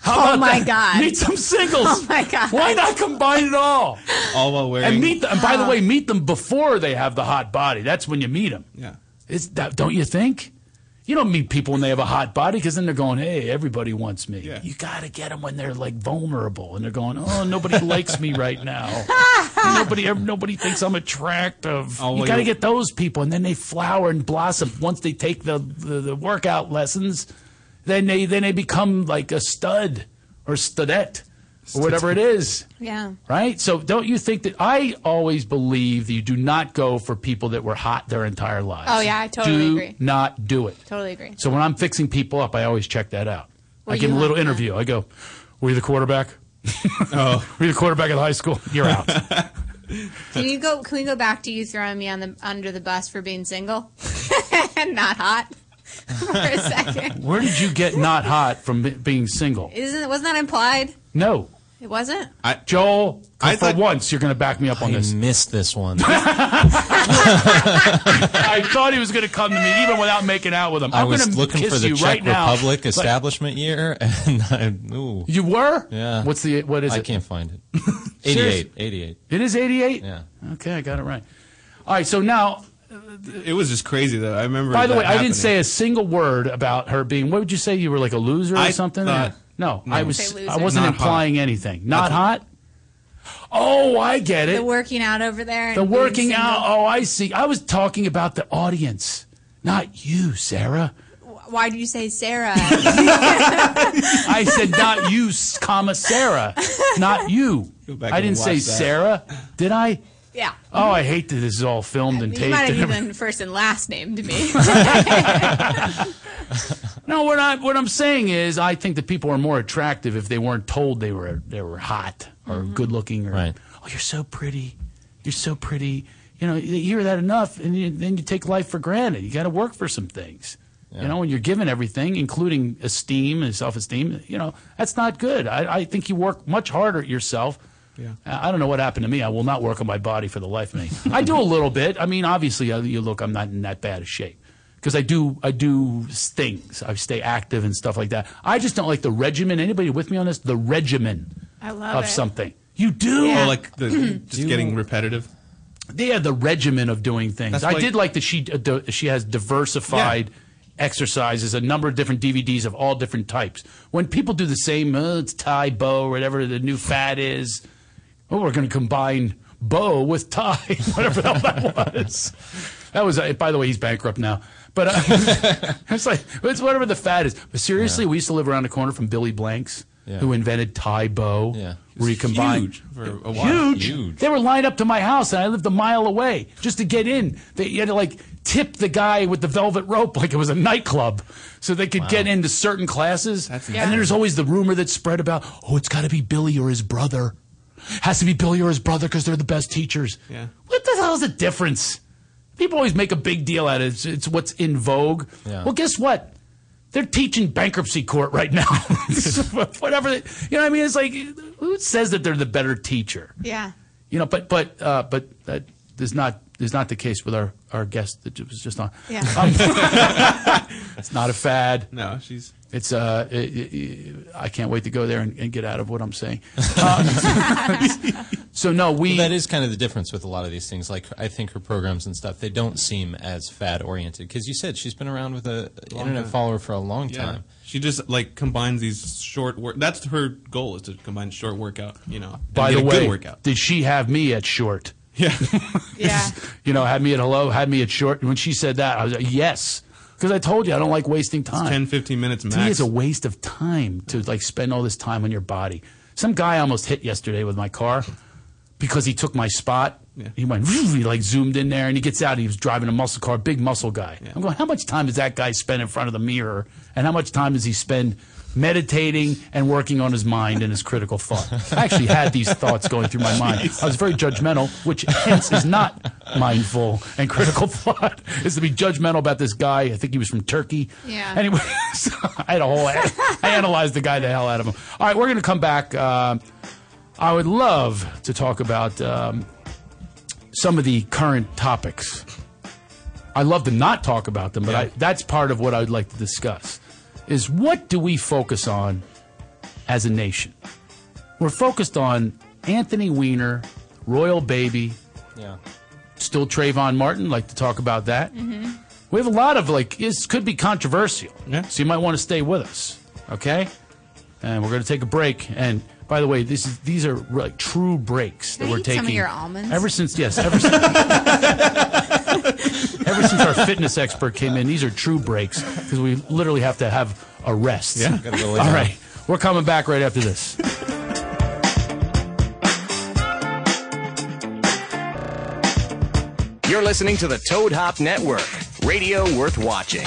E: How
I: Oh
E: about <laughs>
I: my
E: that?
I: God.
E: Meet some singles.
I: Oh my God.
E: Why not combine it all?
J: All while wearing.
E: And meet them. And by
I: Oh.
E: the way, meet them before they have the hot body. That's when you meet them.
J: Yeah.
E: It's that, don't you think? You don't meet people when they have a hot body because then they're going, "Hey, everybody wants me." <laughs> You got to get them when they're like vulnerable and they're going, "Oh,
J: <laughs>
E: nobody likes me right now. nobody, ever, nobody thinks I'm attractive."
J: Oh,
E: you
J: well,
E: got to
J: you-
E: get those people, and then they flower and blossom once they take the, the, the workout lessons. Then they then they become like a stud or studette or whatever it is
I: Yeah.
E: right? So don't you think that I always believe that you do not go for people that were hot their entire lives.
I: Oh, yeah, I totally
E: do
I: agree.
E: Not do it.
I: Totally agree.
E: So when I'm fixing people up, I always check that out.
I: Were
E: I give
I: you
E: them a little
I: like that?
E: interview. I go, "Were you the quarterback? oh, <laughs> were you the quarterback at high school? <laughs>
I: <laughs>
E: You're out."
I: Can you go? Can we go back to you throwing me on the under the bus for being single <laughs> and not hot <laughs> for a second?
E: Where did you get not hot from be- being single?
I: Isn't wasn't that implied?
E: No,
I: It wasn't.
E: Joel. for once, you're going to
N: <laughs>
E: back me up on this.
N: missed this one.
E: <laughs> I thought he was going to come to me even without making out with him.
N: I
E: I'm
N: was
E: gonna
N: looking
E: kiss
N: for the
E: you
N: Czech
E: right now.
N: Republic
E: Like,
N: establishment year, <laughs> and I, ooh,
E: you were?
N: yeah.
E: What's the what is
N: I
E: it?
N: can't
E: <laughs>
N: find it.
E: Seriously?
N: 88, 88.
E: It is 88?
N: Yeah.
E: Okay, I got it right. All right, so now,
J: It was just crazy though. I remember.
E: by the
J: that
E: way, I
J: happening.
E: didn't say a single word about her being, what would you say? You were like a loser or
J: I
E: something?
J: thought-
E: no,
J: no.
E: I,
I: Say
E: was,
I: loser.
E: I wasn't
J: Not hot.
E: implying anything. Not hot? Oh, I get
I: The
E: it.
I: working out over there. and
E: The
I: being
E: working
I: single.
E: out. Oh, I see. I was talking about the audience, not you, Sarah.
I: Why do you say Sarah?
E: I
I: <laughs>
E: said not you, s- comma, Sarah. Not you.
J: Go back
E: I
J: and
E: didn't say
J: watch that.
E: Sarah, did I?
I: yeah.
E: Oh, I hate that this is all filmed and
I: You
E: taped.
I: might
E: and
I: have
E: everything.
I: even first and last name to
E: <laughs>
I: me. <laughs>
E: No, what I what I'm saying is I think that people are more attractive if they weren't told they were they were hot or
I: Mm-hmm.
E: good looking or oh you're so pretty, you're so pretty. You know, you hear that enough, and you, then you take life for granted. You got to work for some things. You know, when you're given everything, including esteem and self esteem, you know that's not good. I, I think you work much harder at yourself.
J: Yeah.
E: I I don't know what happened to me. I will not work on my body for the life of me. I do a little bit. I mean, obviously, I- you look, I'm not in that bad of shape because I do I do things. I stay active and stuff like that. I just don't like the regimen. Anybody with me on this? The regimen
I: I love
E: of
I: it.
E: something. You do.
J: Oh,
I: <clears throat>
J: like the, just getting repetitive.
E: They had the regimen of doing things.
J: That's
E: I
J: why-
E: did like that she uh, do- she has diversified exercises, a number of different DVDs of all different types. When people do the same, uh, it's tie bow, whatever the new fad is. Oh, we're going to combine bow with tie, <laughs> whatever the hell that was. That was, uh, by the way, he's bankrupt now. But uh, <laughs> it's like it's whatever the fad is. But seriously, we used to live around the corner from Billy Blanks,
J: Yeah.
E: who invented tie bow, yeah. recombined
J: Huge for a while.
E: huge. They were lined up to my house, and I lived a mile away just to get in. They you had to like tip the guy with the velvet rope like it was a nightclub, so they could get into certain classes. and then there's always the rumor that spread about, oh, it's got to be Billy or his brother. Has to be Billy or his brother because they're the best teachers.
J: Yeah.
E: What the hell's the difference? People always make a big deal out of it. It's, it's what's in vogue.
J: Yeah.
E: Well, guess what? They're teaching bankruptcy court right now. <laughs> Whatever. They, you know what I mean? It's like, who says that they're the better teacher?
I: yeah.
E: You know, but but uh, but that is not is not the case with our our guest that was just on. <laughs> Um,
I: Yeah.
E: it's not a fad.
J: No, she's.
E: It's uh, i i I can't wait to go there and, and get out of what
J: <laughs>
E: I'm saying. Uh, <laughs> so no, we.
N: that is kind of the difference with a lot of these things. Like I think her programs and stuff, they don't seem as fad oriented because you said she's been around with a
J: Long
N: internet
J: time.
N: follower for a long
J: Yeah.
N: time.
J: She just like combines these short work. That's her goal is to combine short workout. You know, and
E: by
J: get
E: the
J: a
E: way,
J: good workout.
E: did she have me
J: <laughs>
E: at short? <laughs>
I: Yeah.
E: You know, had me at hello, had me at short. And when she said that, I was like, yes. Because I told you I don't like wasting time.
J: 10, 15 minutes
E: To me,
J: max.
E: it's a waste of time to like spend all this time on your body. Some guy I almost hit yesterday with my car because he took my spot. He went, he like zoomed in there, and he gets out. And he was driving a muscle car, big muscle guy. I'm going, how much time does that guy spend in front of the mirror, and how much time does he spend meditating and working on his mind and his critical thought? I actually had these thoughts going through my mind. I was very judgmental, which hence is not mindful and critical <laughs> thought. Is to be judgmental about this guy. I think he was from Turkey.
V: Yeah.
E: Anyway, <laughs> so I had a whole. I analyzed the guy the hell out of him. All right, we're Uh, going to come back. Um I would love to talk about um, some of the current topics. I love to not talk about them, but I, that's part of what I would like to discuss. Is what do we focus on as a nation? We're focused on Anthony Weiner, Royal Baby,
N: Yeah.
E: still Trayvon Martin. Like to talk about that.
N: Mm-hmm.
E: We have a lot of like this could be controversial. So you might want to stay with us, okay? And we're going to take a break. And by the way, this is these are like true breaks that
S: I
E: we're
S: eat some
E: taking.
S: of your almonds?
E: Ever since yes, ever
N: <laughs>
E: since. Ever since our fitness expert came in, these are true breaks because we literally have to have a rest.
N: Yeah. Gotta go lay
E: All
N: down.
E: right. We're coming back right after this.
W: You're listening to the Toad Hop Network, radio worth watching.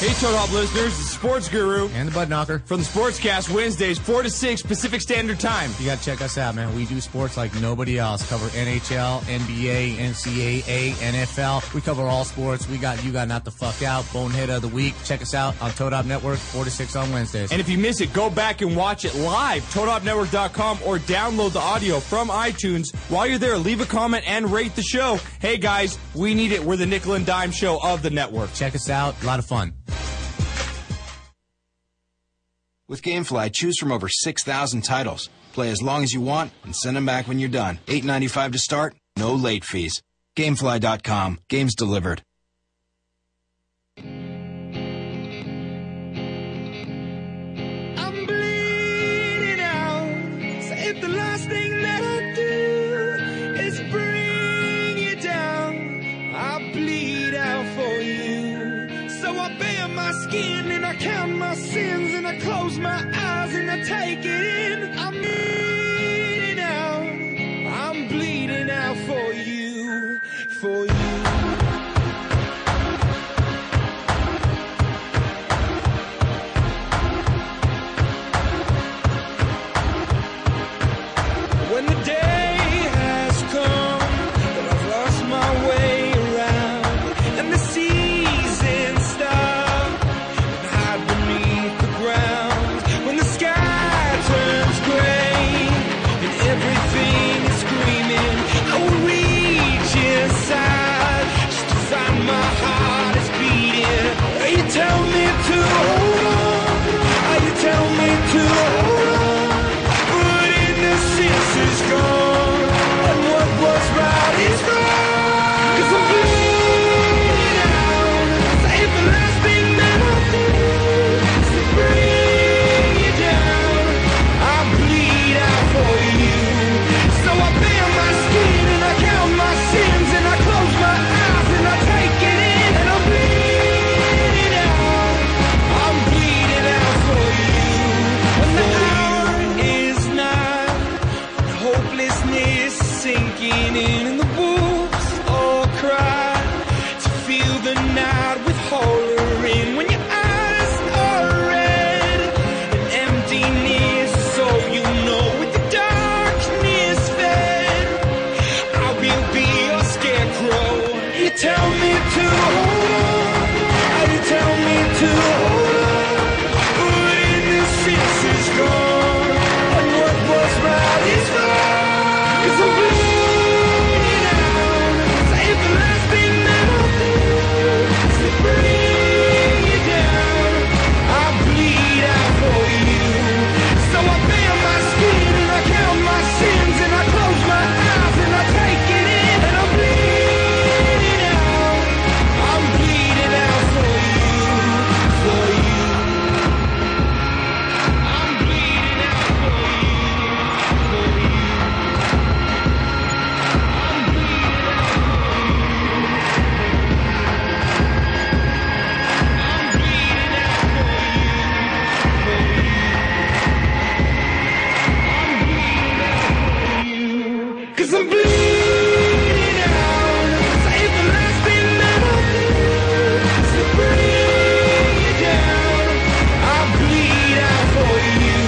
G: Hey, Toad Hop listeners, the sports guru. And the butt knocker. From the Sportscast Wednesdays, 4 to 6 Pacific Standard Time.
A: You got to check us out, man. We do sports like nobody else. Cover NHL, NBA, NCAA, NFL. We cover all sports. We got You Got Not the Fuck Out, Bonehead of the Week. Check us out on Toad Hop Network, 4 to 6 on Wednesdays.
G: And if you miss it, go back and watch it live, toadhopnetwork.com, or download the audio from iTunes. While you're there, leave a comment and rate the show. Hey, guys, we need it. We're the nickel and dime show of the network.
A: Check us out. A lot of fun.
M: With GameFly, choose from over 6,000 titles. Play as long as you want and send them back when you're done. $8.95 to start, no late fees. Gamefly.com, games delivered.
D: I'm bleeding out. So if the last thing that I do is bring you down, I'll bleed out for you. So I bare my skin and I count my sins and I close my eyes and I take it in. I'm bleeding out. I'm bleeding out for you. For you. When the day has come that I've lost my way around and the seasons stop and hide beneath the ground. When the sky turns gray and everything is screaming, I will reach inside just as I, my heart is beating. Oh, you tell me to hold on. Oh, you tell me to hold on. But innocence is gone, and what was right is wrong. 'Cause I'm bleeding out. So if the last thing that I do is to bring you down, I bleed out for you. So I bare my skin and I count my sins and I close my eyes and I take it in and I'm bleeding out. I'm bleeding out for you. When the hour is nigh, and hopelessness is sinking in, and the wolves all cry to feel the night with horror in. When your eyes are red and emptiness, so you know with the darkness fed, I will be your scarecrow. You tell me to hold on. You tell me to hold on. But innocence is gone, and what was right is wrong. 'Cause I'm bleeding Cause I'm bleeding out. So it's the last thing that I do is to bring you down. I bleed out for you.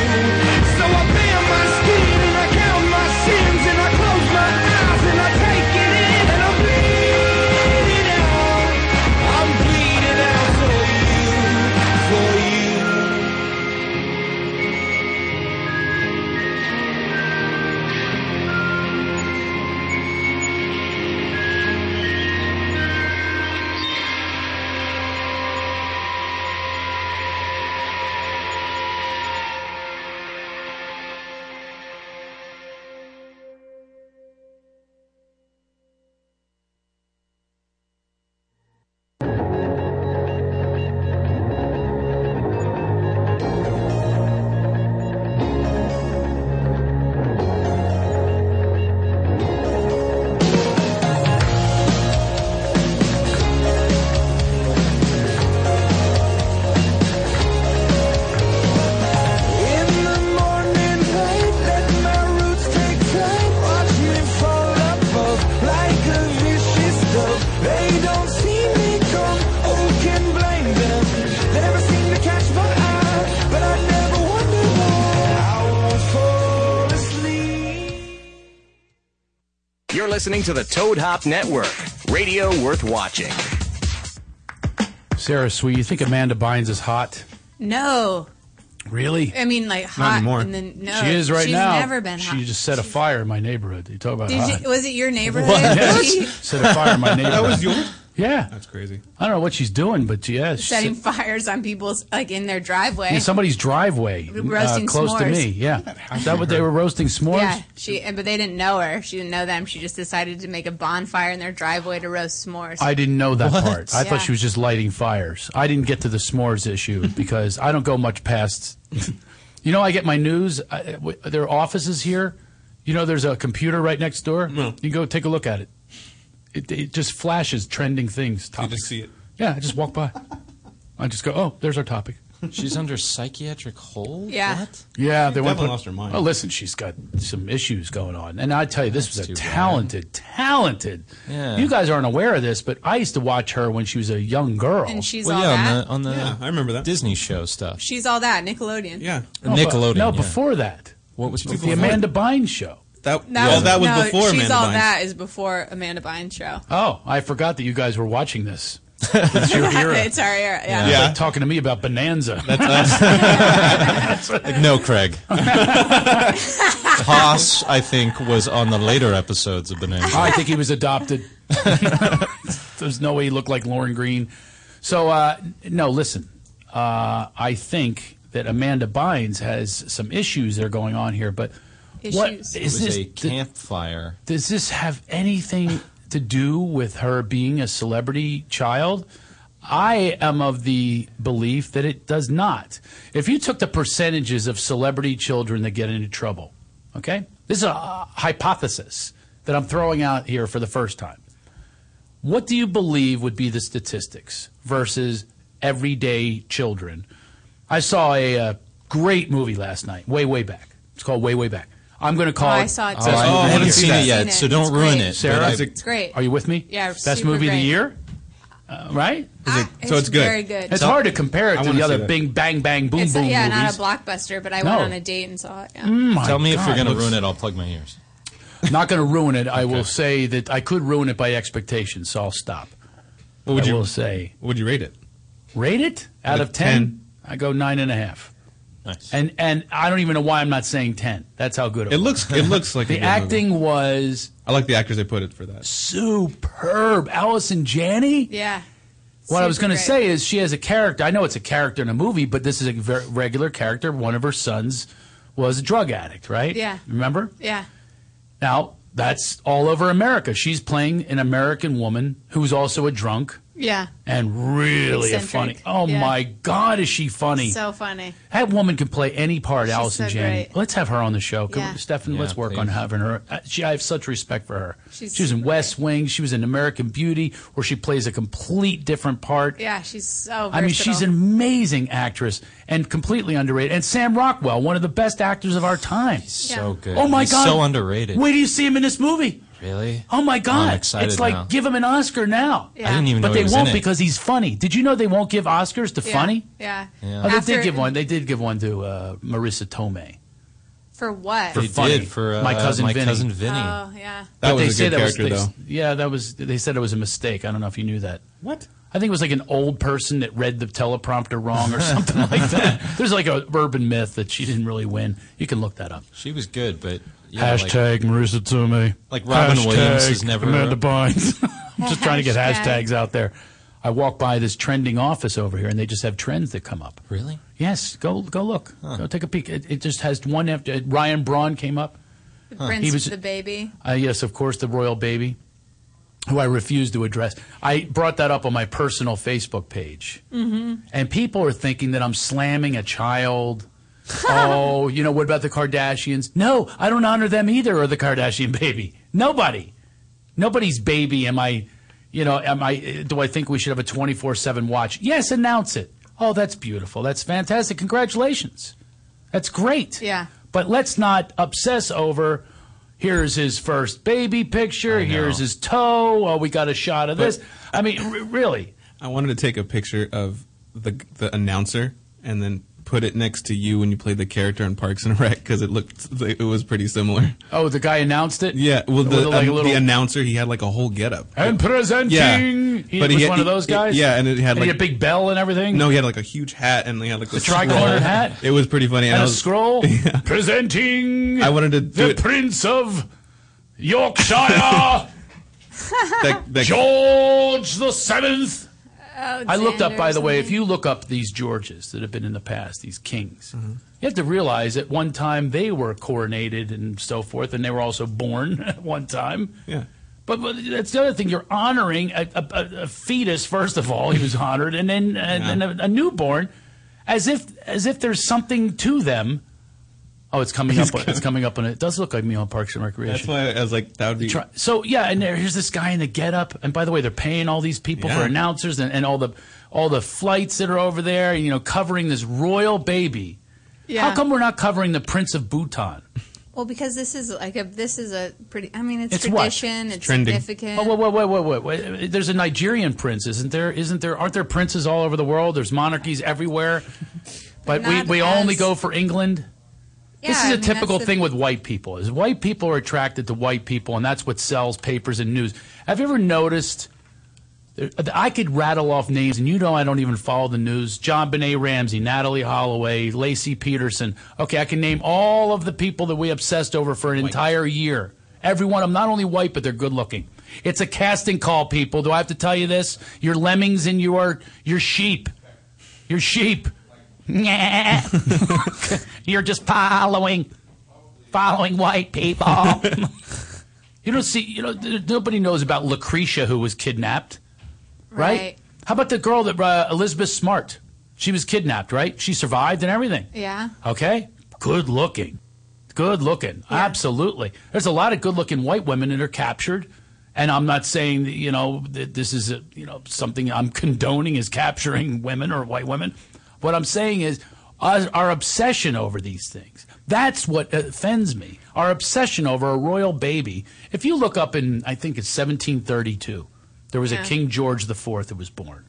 D: So I bare my skin and I count my sins and I close my eyes and I take it in and I'm bleeding out. I'm bleeding out for you, for you. In the morning light, let my roots take time. Watch me fall above like a vicious dove. They don't see me come. Who can blame them? They never seem to catch my eye, but I never wonder why. I won't fall asleep.
A: You're listening to the Toad Hop Network, radio worth watching.
E: Sarah Sweet, you think Amanda Bynes is hot?
I: No,
E: Really?
I: I mean like hot. And then no,
E: she is right
I: she's
E: now.
I: Never been hot.
E: She just set a fire in my neighborhood. You talk about hot.
I: Did
E: <laughs>
I: you, was it your neighborhood? <laughs>
E: Yes. set a fire in my neighborhood.
J: That was yours?
E: Yeah.
J: That's crazy.
E: I don't know what she's doing, but yeah, she's
I: Setting fires on people's like in their driveway.
E: in somebody's driveway
I: R- roasting
E: uh, close to
I: s'mores.
E: me. Yeah. Is that what they were roasting s'mores?
I: Yeah, she. and- But they didn't know her. She didn't know them. She just decided to make a bonfire in their driveway to roast s'mores.
E: I didn't know that
I: What?
E: part. I
I: Yeah.
E: thought she was just lighting fires. I didn't get to the
I: <laughs>
E: s'mores issue because I don't go much past. you know, I get my news. I, w- there are offices here. You know, there's a computer right next door. You go take a look at it. It, it just flashes trending things. Topics. You just see it. Yeah, I just walk by. I just go, oh, there's our topic.
N: She's under psychiatric hold.
I: Yeah.
E: Yeah, they want
N: Devil
E: to put,
N: lost her mind.
E: Oh, listen, she's got some issues going on, and I tell you, this was a talented, talented.
N: Yeah.
E: You guys aren't aware of this, but I used to watch her when she was a young girl.
I: And she's Well, all yeah, on that? the- on the Yeah,
N: I remember that Disney show stuff.
I: She's all that Nickelodeon.
N: Yeah,
E: No, Oh, but-
N: Nickelodeon.
E: no,
N: yeah.
E: before that,
N: what was
E: the Amanda Bynes show.
J: That,
I: That was, no, She's
E: Amanda
I: all
E: Bynes.
I: that is before Amanda Bynes show.
E: Oh, I forgot that you guys were
I: <laughs>
E: watching this. It's your era.
I: it's our era. Yeah.
E: It's like talking to me about Bonanza.
N: Like, no, Craig. Haas, I think, was on the later episodes of Bonanza.
E: <laughs> I think he was adopted. <laughs> There's no way he looked like Lauren Green. So, uh, no, listen. Uh, I think that Amanda Bynes has some issues that are going on here, but what
N: It
E: is
N: was
E: this?
N: a campfire.
E: does this have anything to do with her being a celebrity child? I am of the belief that it does not. If you took the percentages of celebrity children that get into trouble, okay? This is a hypothesis that I'm throwing out here for the first time. What do you believe would be the statistics versus everyday children? I saw a uh, great movie last night, way, way back. It's called Way, Way Back. I'm going to call
I: Oh,
E: it.
I: I saw it
N: too. Oh, I haven't seen it yet, so don't It's ruin great. it,
E: Sarah,
N: but I-
I: It's great.
E: Are you with me?
I: Yeah,
E: Best
I: super
E: movie of
I: great.
E: the year, uh, right?
I: it's so it's good. very good.
E: It's hard to compare it
N: I
E: to
N: wanna
E: the
N: see
E: other
N: that.
E: Bing Bang Bang Boom
I: it's
E: Boom
I: yeah, not
E: movies.
I: a blockbuster, but I
E: No. Mm.
I: went on a date and saw it. Yeah.
E: my
N: Tell me if you're
E: God,
N: going to
E: looks-
N: ruin it. I'll plug my ears.
E: Not going to ruin it. I will say that I could ruin it by expectation, so I'll stop.
J: What would
E: I
J: you-
E: will say?
J: Would you rate it?
E: Rate it out of 10, I go nine and a half.
N: Nice.
E: And and I don't even know why I'm not saying ten. That's how good it,
J: It
E: was.
J: looks- it looks like a
E: <laughs> the
J: good movie.
E: acting was
J: I like the actors they put it for that.
E: superb. Allison Janney.
I: Yeah.
E: What I was
I: Super
E: going
I: great.
E: to say is she has a character. I know it's a character in a movie, but this is a ver- regular character. One of her sons was a drug addict, right?
I: Yeah.
E: Remember?
I: Yeah.
E: Now, that's all over America. She's playing an American woman who's also a drunk
I: Yeah.
E: and really a
I: Eccentric.
E: funny. Oh
I: Yeah.
E: my God, is she funny?
I: So funny.
E: that woman can play any part,
I: She's
E: Allison
I: so
E: Janney.
I: great.
E: Let's have her on the show. Come,
I: Yeah.
E: Stefan,
I: Yeah,
E: let's work
I: please.
E: on having her. Uh, She, I have such respect for her.
I: She's
E: she was in West Wing. She was in American Beauty, where she plays a complete different part.
I: Yeah, she's so.
E: I mean, she's an
I: versatile.
E: amazing actress and completely underrated. And Sam Rockwell, one of the best actors of our time.
N: so good.
E: Oh my
N: He's
E: God,
N: so underrated.
E: Wait do you see him in this movie?
N: Really?
E: Oh my God!
N: excited
E: it's like
N: now.
E: give him an Oscar now.
N: Yeah. I didn't even
E: But
N: know
E: they
N: he was in
E: won't
N: it.
E: because he's funny. Did you know they won't give Oscars to
I: Yeah.
E: funny?
I: Yeah.
E: Oh, they
I: After-
E: did give one. They did give one to uh, Marissa Tomei
I: For what?
E: for
N: They
E: funny
N: did for, uh,
E: my cousin
N: My
E: Vinny.
N: Cousin Vinny.
I: Oh, yeah.
E: But
J: was
E: they
J: a
E: say
J: good
E: was,
J: character,
E: they- Yeah, that was. They said it was a mistake. I don't know if you knew that.
J: What?
E: I think it was like an old person that read the teleprompter wrong or something
N: <laughs>
E: like that. There's like a urban myth that she didn't really win. You can look that up.
N: She was good, but you know, like-
E: Hashtag Marissa Tomei. <laughs>
N: Like Robin Williams is never- <laughs>
E: Amanda Bynes. I'm just trying to get
N: Hashtag.
E: hashtags out there. I walk by this trending office over here, and they just have trends that come up.
N: Really?
E: Yes. Go go look. Go take a peek. It, it just has one after. Ryan Braun came up.
I: The
E: Huh.
I: prince
E: He was-
I: with the baby.
E: Uh, yes, of course, the royal baby, who I refuse to address. I brought that up on my personal Facebook page,
S: Mm-hmm.
E: and people are thinking that I'm slamming a child. oh, you know what about the Kardashians? No, I don't honor them either, or the Kardashian baby. Nobody, nobody's baby. Am I? You know, am I? Do I think we should have a twenty four seven watch? Yes, announce it. Oh, that's beautiful. That's fantastic. Congratulations. That's great.
I: Yeah.
E: But let's not obsess over. Here's his first baby picture. Here's his toe. Oh, we got a shot of
J: But-
E: this. I mean, r- really.
J: I wanted to take a picture of the the announcer and then put it next to you when you played the character in Parks and Rec because it looked it was pretty similar.
E: Oh, the guy announced it.
J: Yeah, well,
E: With,
J: the,
E: like, a
J: um,
E: little-
J: the announcer he had like a whole getup.
E: And presenting,
J: Yeah,
E: he was one of those guys.
J: yeah, and it had like
E: a big bell and everything.
J: No, he had like a huge hat and he had like
E: The
J: a
E: tricornered hat?
J: It was pretty funny.
E: and
J: I
E: a
J: was- <laughs>
E: scroll presenting.
J: I wanted to do
E: the
J: it-
E: Prince of
J: <laughs>
E: Yorkshire, George the Seventh.
I: Oh,
E: I looked up, by the way, if you look up these Georges that have been in the past, these kings, you have to realize at one time they were coronated and so forth, and they were also born <laughs> at one time.
J: Yeah.
E: But, but that's the other thing. You're honoring a, a, a- a fetus, first of all, he was honored, and then and, and a, a newborn, as if as if there's something to them. Oh, it's coming up. It's coming up, and it does look like me on Parks and
J: That's
E: Recreation.
J: why I was like, that would be. <laughs>
E: Try- So yeah, and there, here's this guy in the getup. And by the way, they're paying all these people for
J: Yeah.
E: announcers and, and all the all the flights that are over there. You know, covering this royal baby.
I: Yeah.
E: How come we're not covering the Prince of Bhutan?
I: Well, because this is like a this is a pretty. I mean, it's,
E: It's what?
I: tradition. It's significant.
E: Oh, wait, wait, wait, wait, wait, wait. There's a Nigerian prince, isn't there? Isn't there? Aren't there princes all over the world? There's
I: <laughs>
E: monarchies everywhere. But we,
I: not
E: we only
I: as-
E: go for England.
I: Yeah,
E: this is
I: I
E: a
I: mean, that's
E: typical
I: the-
E: thing with white people. Is white people are attracted to white people, and that's what sells papers and news. Have you ever noticed? there- I could rattle off names, and you know I don't even follow the news. John Benet Ramsey, Natalie Holloway, Lacey Peterson. Okay, I can name all of the people that we obsessed over for an entire year. Every one of them, not only white, but they're good looking. It's a casting call, people. Do I have to tell you this? Your lemmings and you are your sheep. Your sheep. <laughs> You're just following, following white people. you don't see. You know, th- nobody knows about Lucretia who was kidnapped, right?
I: Right.
E: How about the girl that uh, Elizabeth Smart? She was kidnapped, right? She survived and everything.
I: Yeah.
E: Okay, good looking, good looking. Absolutely, there's a lot of good looking white women that are captured. And I'm not saying that, you know that this is a, you know something I'm condoning is capturing <laughs> women or white women. What I'm saying is us, our obsession over these things. That's what offends me. Our obsession over a royal baby. If you look up in I think it's 1732, there was
I: Yeah.
E: a King George IV that was born.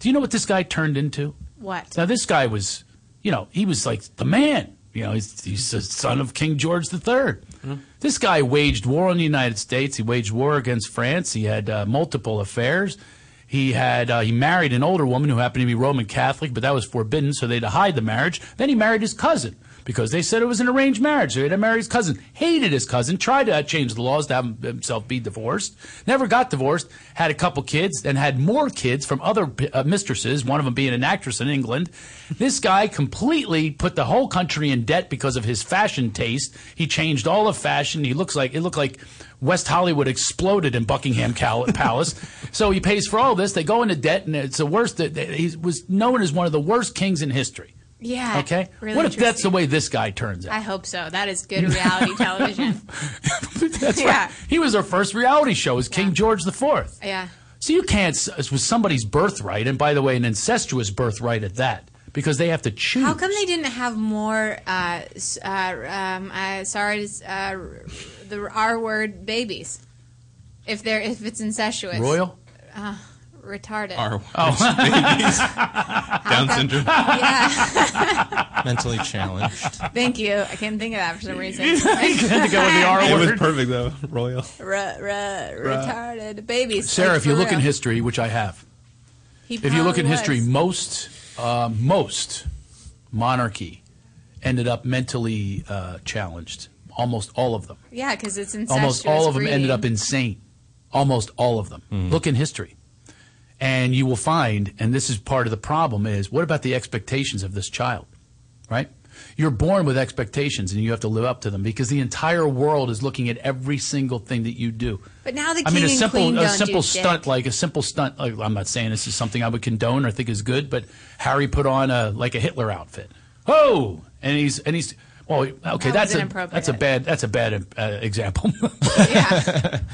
E: Do you know what this guy turned into?
I: What?
E: Now this guy was, you know, he was like the man. You know, he's, he's the son of King George III. This guy waged war on the United States. He waged war against France. He had uh, multiple affairs. He had uh, he married an older woman who happened to be Roman Catholic, but that was forbidden, so they had to hide the marriage. Then he married his cousin because they said it was an arranged marriage. So he had to marry his cousin. Hated his cousin. Tried to uh, change the laws to have him- himself be divorced. Never got divorced. Had a couple kids. Then had more kids from other uh, mistresses. One of them being an actress in England. This guy completely put the whole country in debt because of his fashion taste. He changed all of fashion. He looks like it looked like West Hollywood exploded in Buckingham Cal- <laughs> Palace. So he pays for all this. They go into debt, and it's the worst. that- that- He was known as one of the worst kings in history.
I: Yeah.
E: okay.
I: Really
E: what if that's the
I: interesting.
E: way this
I: <laughs>
E: guy turns out?
I: I hope so. That is good
E: <laughs>
I: reality television.
E: that's
I: Yeah.
E: right. He was our first reality show, was King George IV.
I: Yeah.
E: So you can't. s- It was somebody's birthright, and by the way, an incestuous birthright at that, because they have to choose.
I: <laughs> How come they didn't have more? Uh, s- uh, um, uh, sorry, it's, uh, the R word babies. If they're if it's incestuous,
E: Royal?
I: uh, retarded.
E: <laughs>
J: Our
E: Oh.
J: babies. Down syndrome.
N: Mentally
E: <laughs>
N: challenged.
I: <laughs> Thank you. I can't think of that for some reason. <laughs>
J: It was perfect though. <laughs> Royal.
I: Re- re- retarded babies.
E: Sarah,
I: like,
E: if you
I: for
E: look in
I: real.
E: history, which I have,
I: He
E: if you look
I: probably
E: in history,
I: was.
E: most uh, most monarchy ended up mentally uh, challenged. Almost all of them.
I: yeah, because it's incestuous.
E: Almost all of them
I: breeding.
E: ended up insane. Almost all of them. Look in history. And you will find, and this is part of the problem, is what about the expectations of this child? Right? You're born with expectations and you have to live up to them because the entire world is looking at every single thing that you do.
I: But now the
E: I mean, a
I: king and
E: simple,
I: queen
E: a
I: don't do
E: simple
I: shit.
E: stunt like a simple stunt. Like, I'm not saying this is something I would condone or think is good, but Harry put on a like a Hitler outfit. Oh, and he's and he's. Well, okay,
V: was
E: that's a
V: inappropriate.
E: that's a bad that's a bad uh, example. <laughs>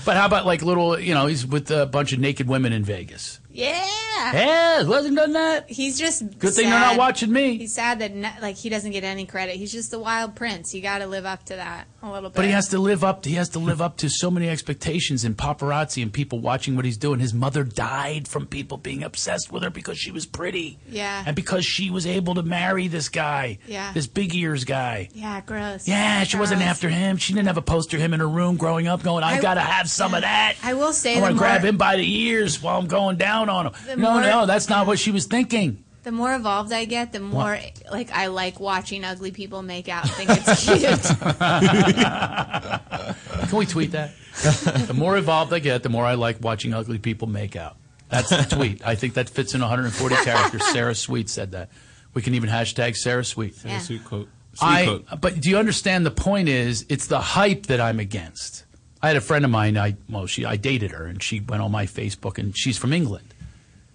E: But how about like little, you know, he's with a bunch of naked women in Vegas.
I: Yeah.
E: Yeah, who hasn't done that?
I: He's just
E: Good thing they're not
I: sad.
E: watching me.
I: He's sad that no, like he doesn't get any credit. He's just the wild prince. You got to live up to that a little bit.
E: But he has to live up. He has to live up to so many expectations and paparazzi and people watching what he's doing. His mother died from people being obsessed with her because she was pretty
I: Yeah.
E: and because she was able to marry this guy,
I: Yeah.
E: this big ears guy.
I: yeah. Gross.
E: Yeah, she wasn't
I: Gross.
E: after him. She didn't have a poster of him in her room growing up, going, "I,
I: I-
E: gotta have some of that."
I: I will say
E: I
I: the
E: want to
I: more,
E: grab him by the ears while I'm going down on him.
I: The
E: No,
I: more-
E: no, that's not what she was thinking.
I: the more evolved I get, the more like I like watching ugly people make out. and think it's
E: <laughs>
I: cute. <laughs>
E: Can we tweet that? <laughs> the more evolved I get, the more I like watching ugly people make out. That's the tweet. I think that fits in 140 characters. Sarah Sweet said that. We can even hashtag Sarah Sweet. Sarah
J: Sweet quote. Sweet
E: I,
J: quote.
E: but do you understand the point is it's the hype that I'm against. I had a friend of mine, I well, she I dated her and she went on my Facebook and she's from England.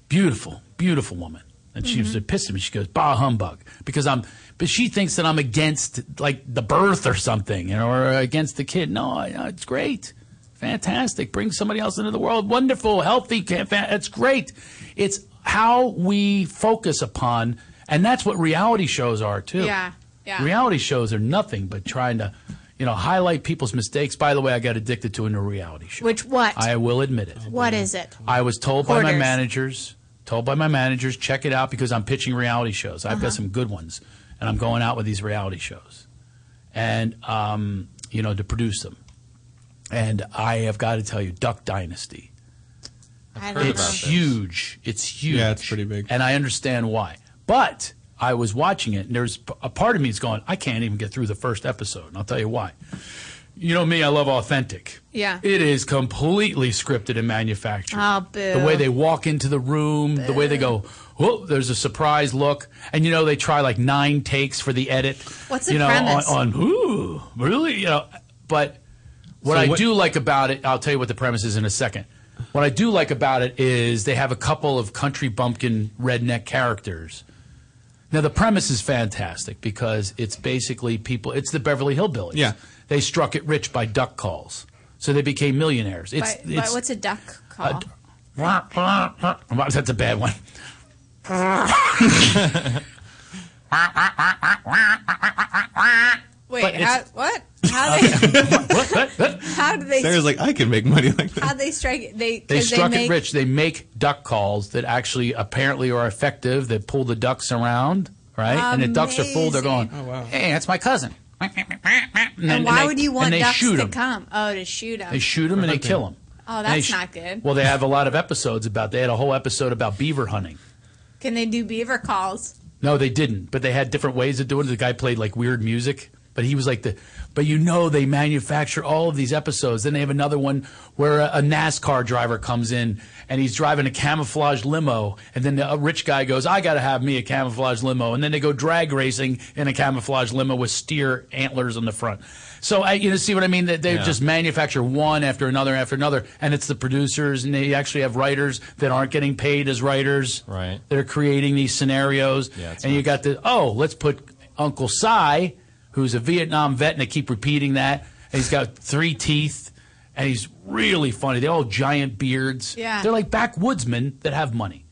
E: Beautiful, beautiful woman. And she was
I: Mm-hmm.
E: pissed at me. She goes, Bah humbug. Because I'm but she thinks that I'm against like the birth or something, you know, or against the kid. No, I, I- it's great. Fantastic. Bring somebody else into the world. Wonderful, healthy. ca- fa- It's great. It's how we focus upon, and that's what reality shows are too.
I: Yeah, yeah.
E: Reality shows are nothing but trying to, you know, highlight people's mistakes. By the way, I got addicted to a new reality show.
I: Which what?
E: I will admit it.
I: what is it?
E: I was told by my
I: Hoarders.
E: managers, told by my managers, check it out because I'm pitching reality shows. I've
I: Uh-huh.
E: got some good ones, and I'm going out with these reality shows, and um, you know, to produce them. And I have got to tell you, Duck Dynasty.
I: I don't know.
E: It's huge. It's huge.
J: Yeah, it's pretty big.
E: And I understand why. But I was watching it, and there's a part of me is going, I can't even get through the first episode. And I'll tell you why. You know me, I love authentic.
I: Yeah.
E: It is completely scripted and manufactured.
I: Oh, boo.
E: The
I: <laughs>
E: way they <laughs> walk into the room, the way they go, whoa, there's a surprise look. And you know, they try like nine takes for the edit.
I: What's the
E: you know,
I: premise?
E: On, on, ooh, really? You know, but what
V: So
E: I
V: what-
E: do like about it, I'll tell you what the premise is in a second. What I do like about it is they have a couple of country bumpkin redneck characters. Now the premise is fantastic because it's basically people. It's the Beverly Hillbillies. Yeah, they struck it rich by duck calls, so they became millionaires. It's,
I: but, but
E: it's
I: what's a duck call?
E: that's a bad one. <laughs>
I: Wait,
E: But
I: how,
E: it's- <laughs>
I: what? How they, how do they?
E: Sarah's
J: like, I can make money like
I: How they strike it? They 'cause
E: They struck
I: make,
E: it rich. They make duck calls that actually apparently are effective. That pull the ducks around, right? And the ducks are full. They're going,
I: Amazing.
J: Oh,
E: "Hey, that's my cousin."
I: And,
E: then-
I: why
E: they-
I: would you
E: and
I: want
E: they
I: ducks
E: shoot
I: to
E: 'em.
I: come? Oh, to shoot them.
E: They shoot them and they kill them.
I: Oh,
E: And they
I: that's
E: sh-
I: not good.
E: Well, they have a lot of episodes about. They had a whole episode about beaver hunting.
I: Can they do beaver calls?
E: No, they didn't. But they had different ways of doing it. The guy played like weird music, but he was like the. But you know, they manufacture all of these episodes. Then they have another one where a, a NASCAR driver comes in and he's driving a camouflage limo, and then the, a rich guy goes, "I got to have me a camouflage limo," and then they go drag racing in a camouflage limo with steer antlers on the front. So I, you know, see what I mean? That they
V: Yeah.
E: just manufacture one after another after another, and it's the producers, and they actually have writers that aren't getting paid as writers. Right. They're creating these scenarios,
N: Yeah, it's
E: and you got the oh, let's put Uncle Cy, who's a Vietnam vet, and I keep repeating that, and he's got three teeth, and he's really funny. They're all giant beards.
D: Yeah.
E: They're like backwoodsmen that have money,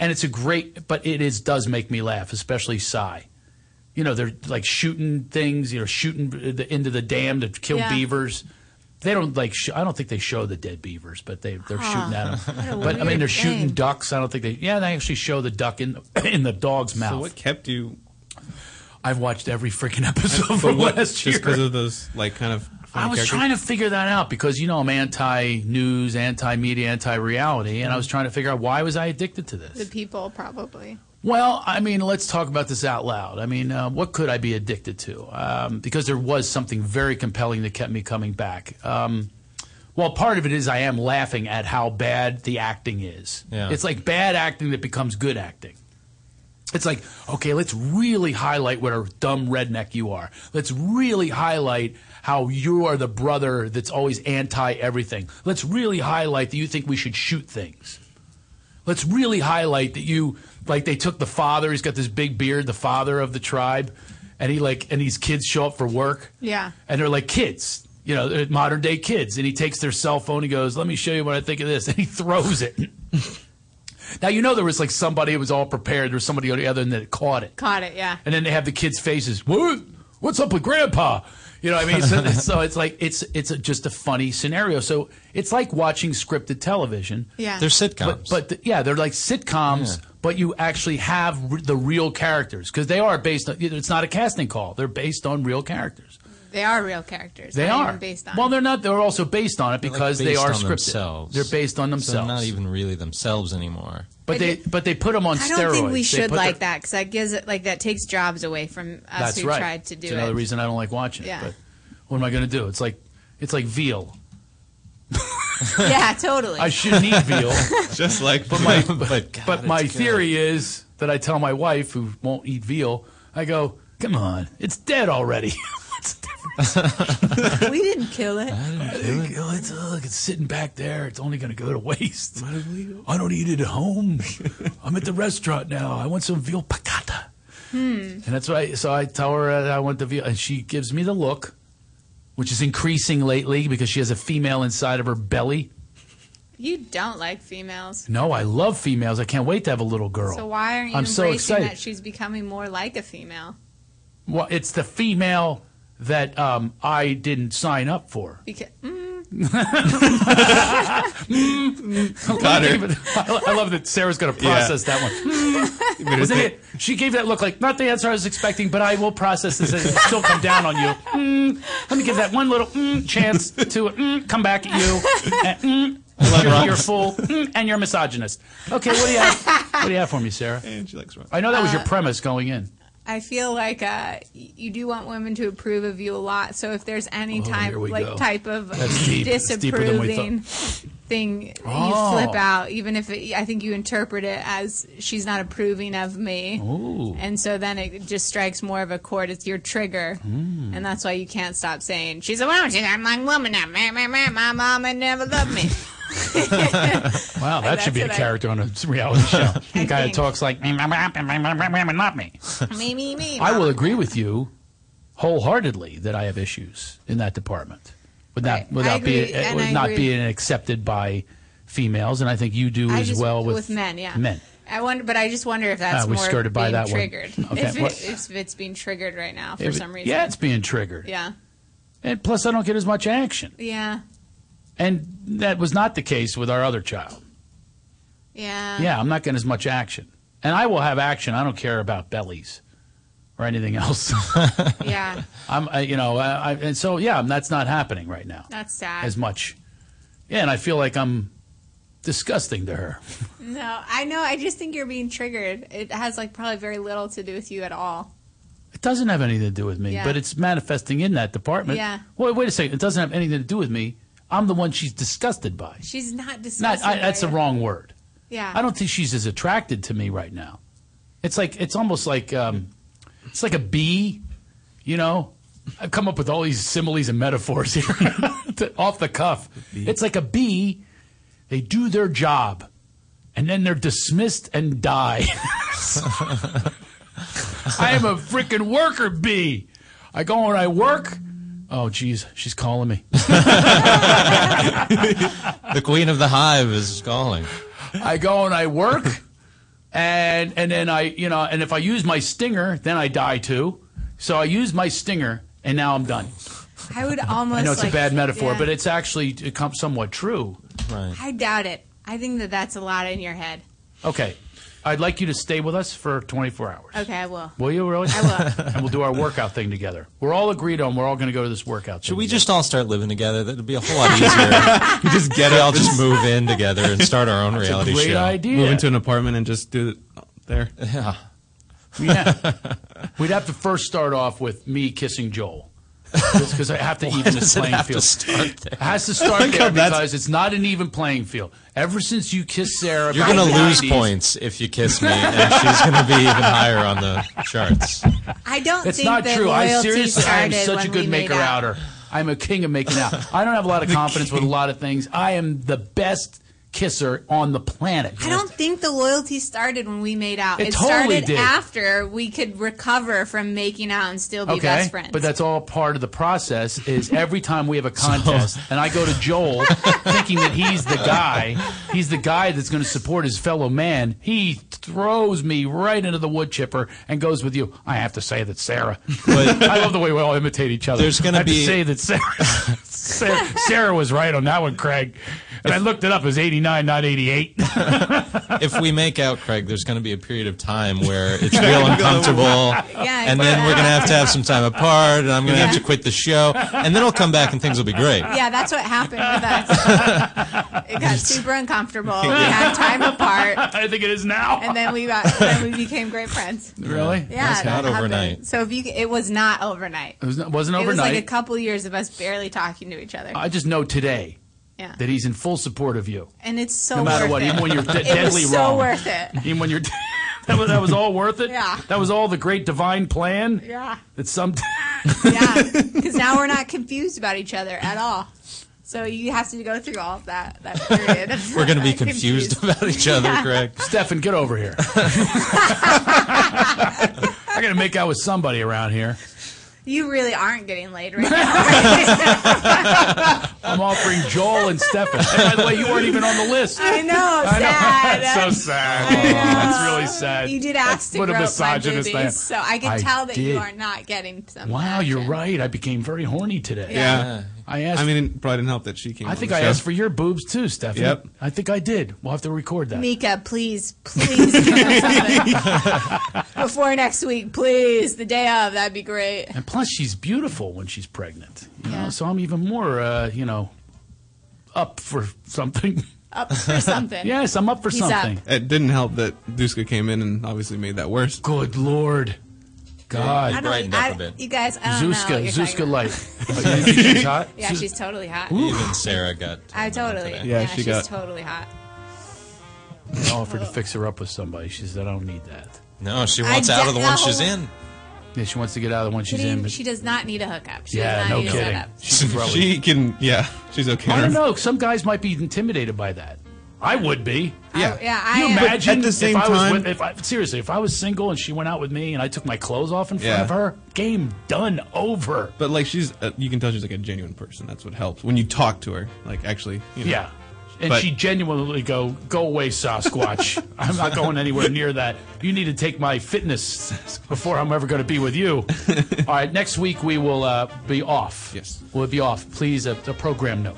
E: and it's a great, but it is does make me laugh, especially Cy you know they're like shooting things you know shooting the, into the dam to kill
D: Yeah.
E: beavers they don't like sh- i don't think they show the dead beavers but they, they're
D: Huh.
E: shooting at
D: What a
E: them but i mean
D: weird
E: they're shooting
D: thing.
E: ducks i don't think they yeah they actually show the duck in <coughs> in the dog's mouth
J: what kept you
E: i've watched
J: <laughs>
E: every freaking episode for
J: what?
E: last year
J: Just because of those, like, kind of.
E: I was trying to figure that out because you know I'm anti-news, anti-media, anti-reality, and I was trying to figure out why was I addicted to this.
I: The people probably.
E: Well, I mean, let's talk about this out loud. I mean, uh, what could I be addicted to? Um, because there was something very compelling that kept me coming back. Um, well, part of it is I am laughing at how bad the acting is.
N: Yeah.
E: It's like bad acting that becomes good acting. It's like, okay, let's really highlight what a dumb redneck you are. Let's really highlight how you are the brother that's always anti everything. Let's really highlight that you think we should shoot things. Let's really highlight that you like they took the father, he's got this big beard, the father of the tribe, and he like and these kids show up for work
I: Yeah.
E: and they're like kids, you know, they're modern day kids. And he takes their cell phone. He goes, "Let me show you what I think of this," <laughs> and he throws it. now you know there was like somebody who was all prepared. There was somebody on the other end that caught it,
I: Caught it, yeah.
E: and then they have the kids' faces. What? What's up with Grandpa? You know, what I
N: <laughs>
E: mean, so, so it's like it's it's a, just a funny scenario. So it's like watching scripted television.
N: Yeah. They're sitcoms.
E: but, but th- yeah, they're like sitcoms. But you actually have r- the real characters because they are based on. It's not a casting call; they're based on real characters.
I: They are real characters.
E: They
I: not
E: are
I: even based on.
E: Well, they're not. They're also based on it
N: They're, like,
E: because they
N: based
E: are
N: on
E: scripted.
N: themselves.
E: They're based on
N: So they're
E: themselves.
N: not even really themselves anymore.
E: but they but they put them on
I: I
E: steroids.
I: don't think we
E: They
I: should
E: put
I: like
E: their-
I: that because that gives it like that takes jobs away from us
E: That's
I: who
E: right.
I: tried to do
E: it's
I: <laughs>
E: another
I: it.
E: reason I don't like watching
I: Yeah.
E: it. But what am I going to do? It's like it's like veal.
I: <laughs> yeah, totally.
E: I shouldn't eat
I: <laughs>
E: veal.
J: <laughs> Just like
E: but my
J: <laughs> but,
E: but my theory is that I tell my wife who won't eat veal, I go, "Come on, it's dead already." <laughs>
I: we didn't kill it.
E: Oh, it's, look, it's sitting back there. It's only going to go to waste. I don't eat it
J: <laughs>
E: at home. I'm at the restaurant now. I want some veal piccata.
D: Hmm.
E: And that's why. So I tell her that I want the veal, and she gives me the look, which is increasing lately because she has a female inside of her belly.
I: You don't like females.
E: No, I love females. I can't wait to have a little girl.
I: So why aren't you
E: I'm so
I: embracing
E: excited.
I: that she's becoming more like a female?
E: Well, it's the female that um, I didn't sign
I: <laughs>
E: up for.
I: Because
E: <laughs> Mm. Got her. <laughs> I I love that Sarah's going to <laughs> process that one.
D: better
E: Wasn't
D: think-
E: it? She gave that look like not the answer I was expecting, but I will process this. and It'll still come down on you. Mm, let me give that one little mm, chance to mm, come back at you. And, mm, you're, you're a fool, mm, and you're a misogynist. Okay, what do you have? What do you have for me, Sarah? And she likes rock. I know that was your
I: Uh,
E: premise going in.
I: I feel like uh, y- you do want women to approve of you a lot. So if there's any type
E: Oh, here we
I: like
E: go.
I: type of
E: That's deep. It's deeper than we
I: disapproving thing,
E: Oh.
I: you flip out. Even if it, I think you interpret it as she's not approving of me,
E: Ooh.
I: and so then it just strikes more of a chord. It's your trigger,
E: Hmm.
I: and that's why you can't stop saying she's a woman. She's a my woman now. Meh, meh, meh. My mama never loved me.
E: <laughs> Wow, that
I: That's
E: should be a
I: what I-
E: character on a reality
I: <laughs>
E: show. The guy that talks like not me.
I: me, me, me.
E: I will agree with you wholeheartedly that I have issues in that department without
I: Right. I
E: without
I: agree,
E: being uh,
I: and
E: with
I: I
E: not
I: agree.
E: being accepted by females, and I think you do
I: I
E: as
I: just-
E: well with,
I: men, yeah,
E: men.
I: I wonder, but I just wonder if that's
E: Ah, we
I: more
E: skirted by
I: being
E: that one.
I: triggered.
E: <laughs> Okay,
I: If,
E: what-
I: it, if it's being triggered right now for
E: It-
I: some reason.
E: Yeah, it's being triggered,
I: Yeah.
E: and plus I don't get as much action,
I: Yeah.
E: and that was not the case with our other child.
I: Yeah.
E: Yeah, I'm not getting as much action, and I will have action. I don't care about bellies or anything else.
I: <laughs> Yeah.
E: I'm, I, you know, I, I, and so yeah, that's not happening right now.
I: That's sad.
E: as much. Yeah, and I feel like I'm disgusting to her. <laughs>
I: No, I know. I just think you're being triggered. It has like probably very little to do with you at all.
E: It doesn't have anything to do with me,
I: Yeah.
E: but it's manifesting in that department.
I: Yeah.
E: Wait, wait a second. It doesn't have anything to do with me. I'm the one she's disgusted by.
I: She's not
E: Not,
I: disgusted.
E: I, that's
I: by
E: the
I: it.
E: wrong word.
I: Yeah.
E: I don't think she's as attracted to me right now. It's like it's almost like um, it's like a bee, you know, I've come up with all these similes and metaphors here <laughs> to- off the cuff. It's like a bee. They do their job, and then they're dismissed and die. <laughs> I am a freaking worker bee. I go and I work. Oh, geez, she's
I: <laughs>
E: calling me.
N: <laughs> the queen of the hive is calling.
E: I go and I work, and and then I you know, and if I use my stinger, then I die too. So I use my stinger, and now I'm done.
I: I would almost.
E: I know it's
I: like,
E: a bad metaphor,
I: yeah.
E: but it's actually it comes somewhat true.
N: Right.
I: I doubt it. I think that that's a lot in your head.
E: Okay, I'd like you to stay with us for 24 hours.
I: Okay, I will.
E: Will you really? I will. and we'll do our workout thing together. We're all agreed on. We're all going to go to this workout.
N: Should we just all start living together? That'd be a whole lot easier. you just get it. all just move in together and start
E: <laughs>
N: our own
J: That's a
N: reality
J: great
N: show.
J: idea. Move into
N: an apartment and just do it there. Yeah.
E: Yeah. We'd have to first start off with me kissing Joel. Because I have to
N: Why
E: even the
N: does it
E: playing
N: have to
E: field.
N: start there? <laughs>
E: It has to start
N: Like,
E: there
N: that's-
E: because it's not an even playing field. Ever since you kissed Sarah,
N: You're
E: back
N: gonna
E: in the
N: lose
E: 90s,
N: points if you kiss <laughs> me, and she's gonna be even higher on the charts.
I: I don't
E: It's
I: think
E: not
I: that
E: true. I
I: loyalty
E: seriously, I am
I: started
E: such a
I: when
E: good
I: we made
E: maker
I: out.
E: outer. I'm a king of making out. I don't have a
N: <laughs>
E: lot of confidence with a lot of things. I am the best kisser on the planet.
I: I don't think the loyalty started when we made out.
E: It
I: It,
E: totally
I: started
E: did.
I: after we could recover from making out and still be
E: okay,
I: best friends.
E: but that's all part of the
I: <laughs>
E: process. Is every time we have a contest, and I go to Joel thinking that he's the guy, he's the guy that's going to support his fellow man. He throws me right into the wood chipper and goes with you. I have to say that Sarah. <laughs> I love the way we all imitate each other.
N: There's gonna
E: I have
N: be-
E: to say that Sarah, <laughs> Sarah, Sarah was right on that one, Craig. And I looked it up. It was 89, not 88.
N: if we make out, Craig, there's going to be a period of time where <laughs> it's real uncomfortable, and then we're going to have to have some time apart, and I'm going to have to quit the show, and then I'll come back and things will be great.
I: yeah, that's what happened with us.
E: <laughs>
I: it got super uncomfortable. We had time apart,
E: I think it is now.
I: and then we got then we became great friends.
E: Really?
I: Yeah,
E: That's
I: that
E: not
I: happened.
E: overnight.
I: So if you, it was not overnight.
E: It was not, wasn't
I: It was
E: overnight.
I: like a couple years of us barely talking to each other.
E: I just know today
I: yeah,
E: that he's in full support of you.
I: and it's so
E: no matter
I: worth
E: what,
I: it.
E: even when you're de-
I: it
E: deadly
I: was
E: wrong.
I: so worth it.
E: Even when you're <laughs> that, was, that was all worth it.
I: Yeah.
E: That was all the great divine plan.
I: Yeah,
E: That some <laughs>
I: because now we're not confused about each other at all. So you have to go through all of that that period. of- <laughs>
N: We're going to be confused about each other,
I: Yeah.
N: Craig.
E: Stefan, get
N: <laughs>
E: over here. I gotta make out with somebody around here.
I: You really aren't getting laid right now.
E: I'm offering Joel and Stefan. And by the way, you weren't even on the list.
I: I know,
E: I know.
I: sad.
E: That's <laughs> so
I: I
E: sad.
I: know.
E: That's really sad.
I: <laughs> You did
E: That's
I: ask to
E: what a
I: grow up my
E: misogynist I am.
I: boobies, so I can
E: I
I: tell that
E: did.
I: you are not getting some.
E: Wow, you're right. I became very horny today.
J: Yeah. Yeah.
E: I asked.
J: I mean, it probably didn't help that she came.
E: I
J: on
E: think
J: the
E: I
J: show.
E: asked for your boobs too, Stephanie.
J: Yep.
E: I think I did. We'll have to record that.
I: Mika, please, please do something
E: <laughs>
I: before next week, please. The day of, that'd be great.
E: And plus, she's beautiful when she's pregnant. You know, so I'm even more, uh, you know, up for something.
J: <laughs>
I: Up
E: <laughs>
I: for something.
E: yes, I'm up for
I: He's
E: something.
J: It didn't help that Duska came in and obviously made that worse.
E: Good lord, God.
I: I don't, I, you guys, I don't know. what
E: Zuska,
I: you're
E: Zuska
I: talking
E: light.
I: <laughs>
E: Oh, you think she's hot?
I: about. Yeah, she's totally hot.
N: Even Sarah got.
I: I totally. Yeah,
E: today. Yeah, she
I: she's
E: got-
I: totally hot.
E: I offered to fix her up with somebody. She said, "I don't need that."
N: No, she wants out of the one she's in.
E: Yeah, she wants to get out of the one she's
I: She-
E: in. But
I: she does not need a hookup. She
E: Yeah,
I: does not
E: no
I: need a
E: kidding.
I: setup.
E: She's
J: <laughs>
E: probably-
J: she can, yeah, <laughs> she's okay.
E: I don't know. Some guys might be intimidated by that. I would be.
J: Yeah.
I: Oh, Yeah,
E: Can
I: I
E: you
I: am.
E: imagine
J: But at the same
E: if I was
J: time-
E: with, if I, seriously, if I was single and she went out with me and I took my clothes off in front
J: Yeah.
E: of her, game done over.
J: But like, she's uh, you can tell she's like a genuine person. That's what helps when you talk to her. Like, actually, you know.
E: Yeah. And
J: But-
E: she genuinely go, go
J: <laughs>
E: away, Sasquatch. I'm not going anywhere near that. You need to take my fitness before I'm ever going to be
J: <laughs>
E: with you. All right, next week we will uh, be off. Yes. We'll be off. Please, uh, a, a program note.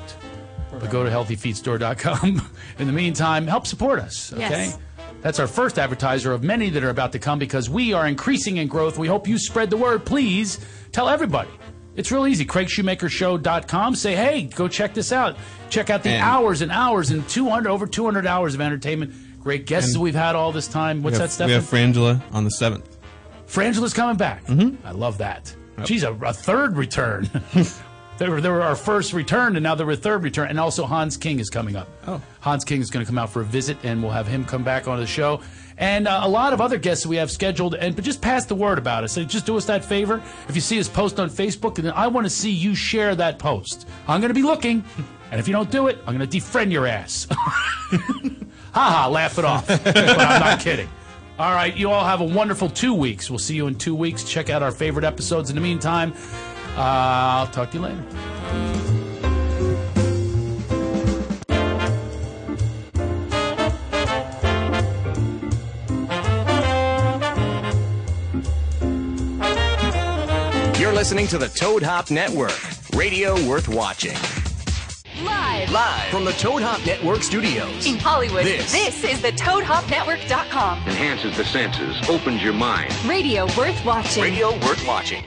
E: But go to healthyfeedstore.com. <laughs> In the meantime, help support us, okay?
F: Yes.
E: That's our first advertiser of many that are about to come because we are increasing in growth. We hope you spread the word. Please tell everybody. It's real easy. CraigShoemakerShow.com. Say, hey, go check this out. Check out the
J: And-
E: hours and hours and 200 over 200 hours of entertainment. Great guests
J: And-
E: we've had all this time. What's
J: we
E: that,
J: have,
E: Steph?
J: We have Frangela on the seventh.
E: Frangela's coming back. I love that. She's a, a third return. There were, there were our first return, and now there were third return, and also Hans King is coming up.
X: Oh.
E: Hans King is going to come out for a visit, and we'll have him come back onto the show, and uh, a lot of other guests that we have scheduled. And but just pass the word about us. So just do us that favor. If you see us post on Facebook, and then I want to see you share that post. I'm going to be looking, and if you don't do it, I'm going to defriend your ass. <laughs> ha ha, laugh it off. but I'm not kidding. All right, you all have a wonderful two weeks. We'll see you in two weeks. Check out our favorite episodes. In the meantime, uh, I'll talk to you later.
A: You're listening to the Toad Hop Network, radio worth watching.
R: Live.
A: Live from the Toad Hop Network studios.
R: In Hollywood.
A: This.
R: is the ToadHopNetwork.com.
Y: Enhances the senses, opens your mind.
R: Radio worth watching.
A: Radio worth watching.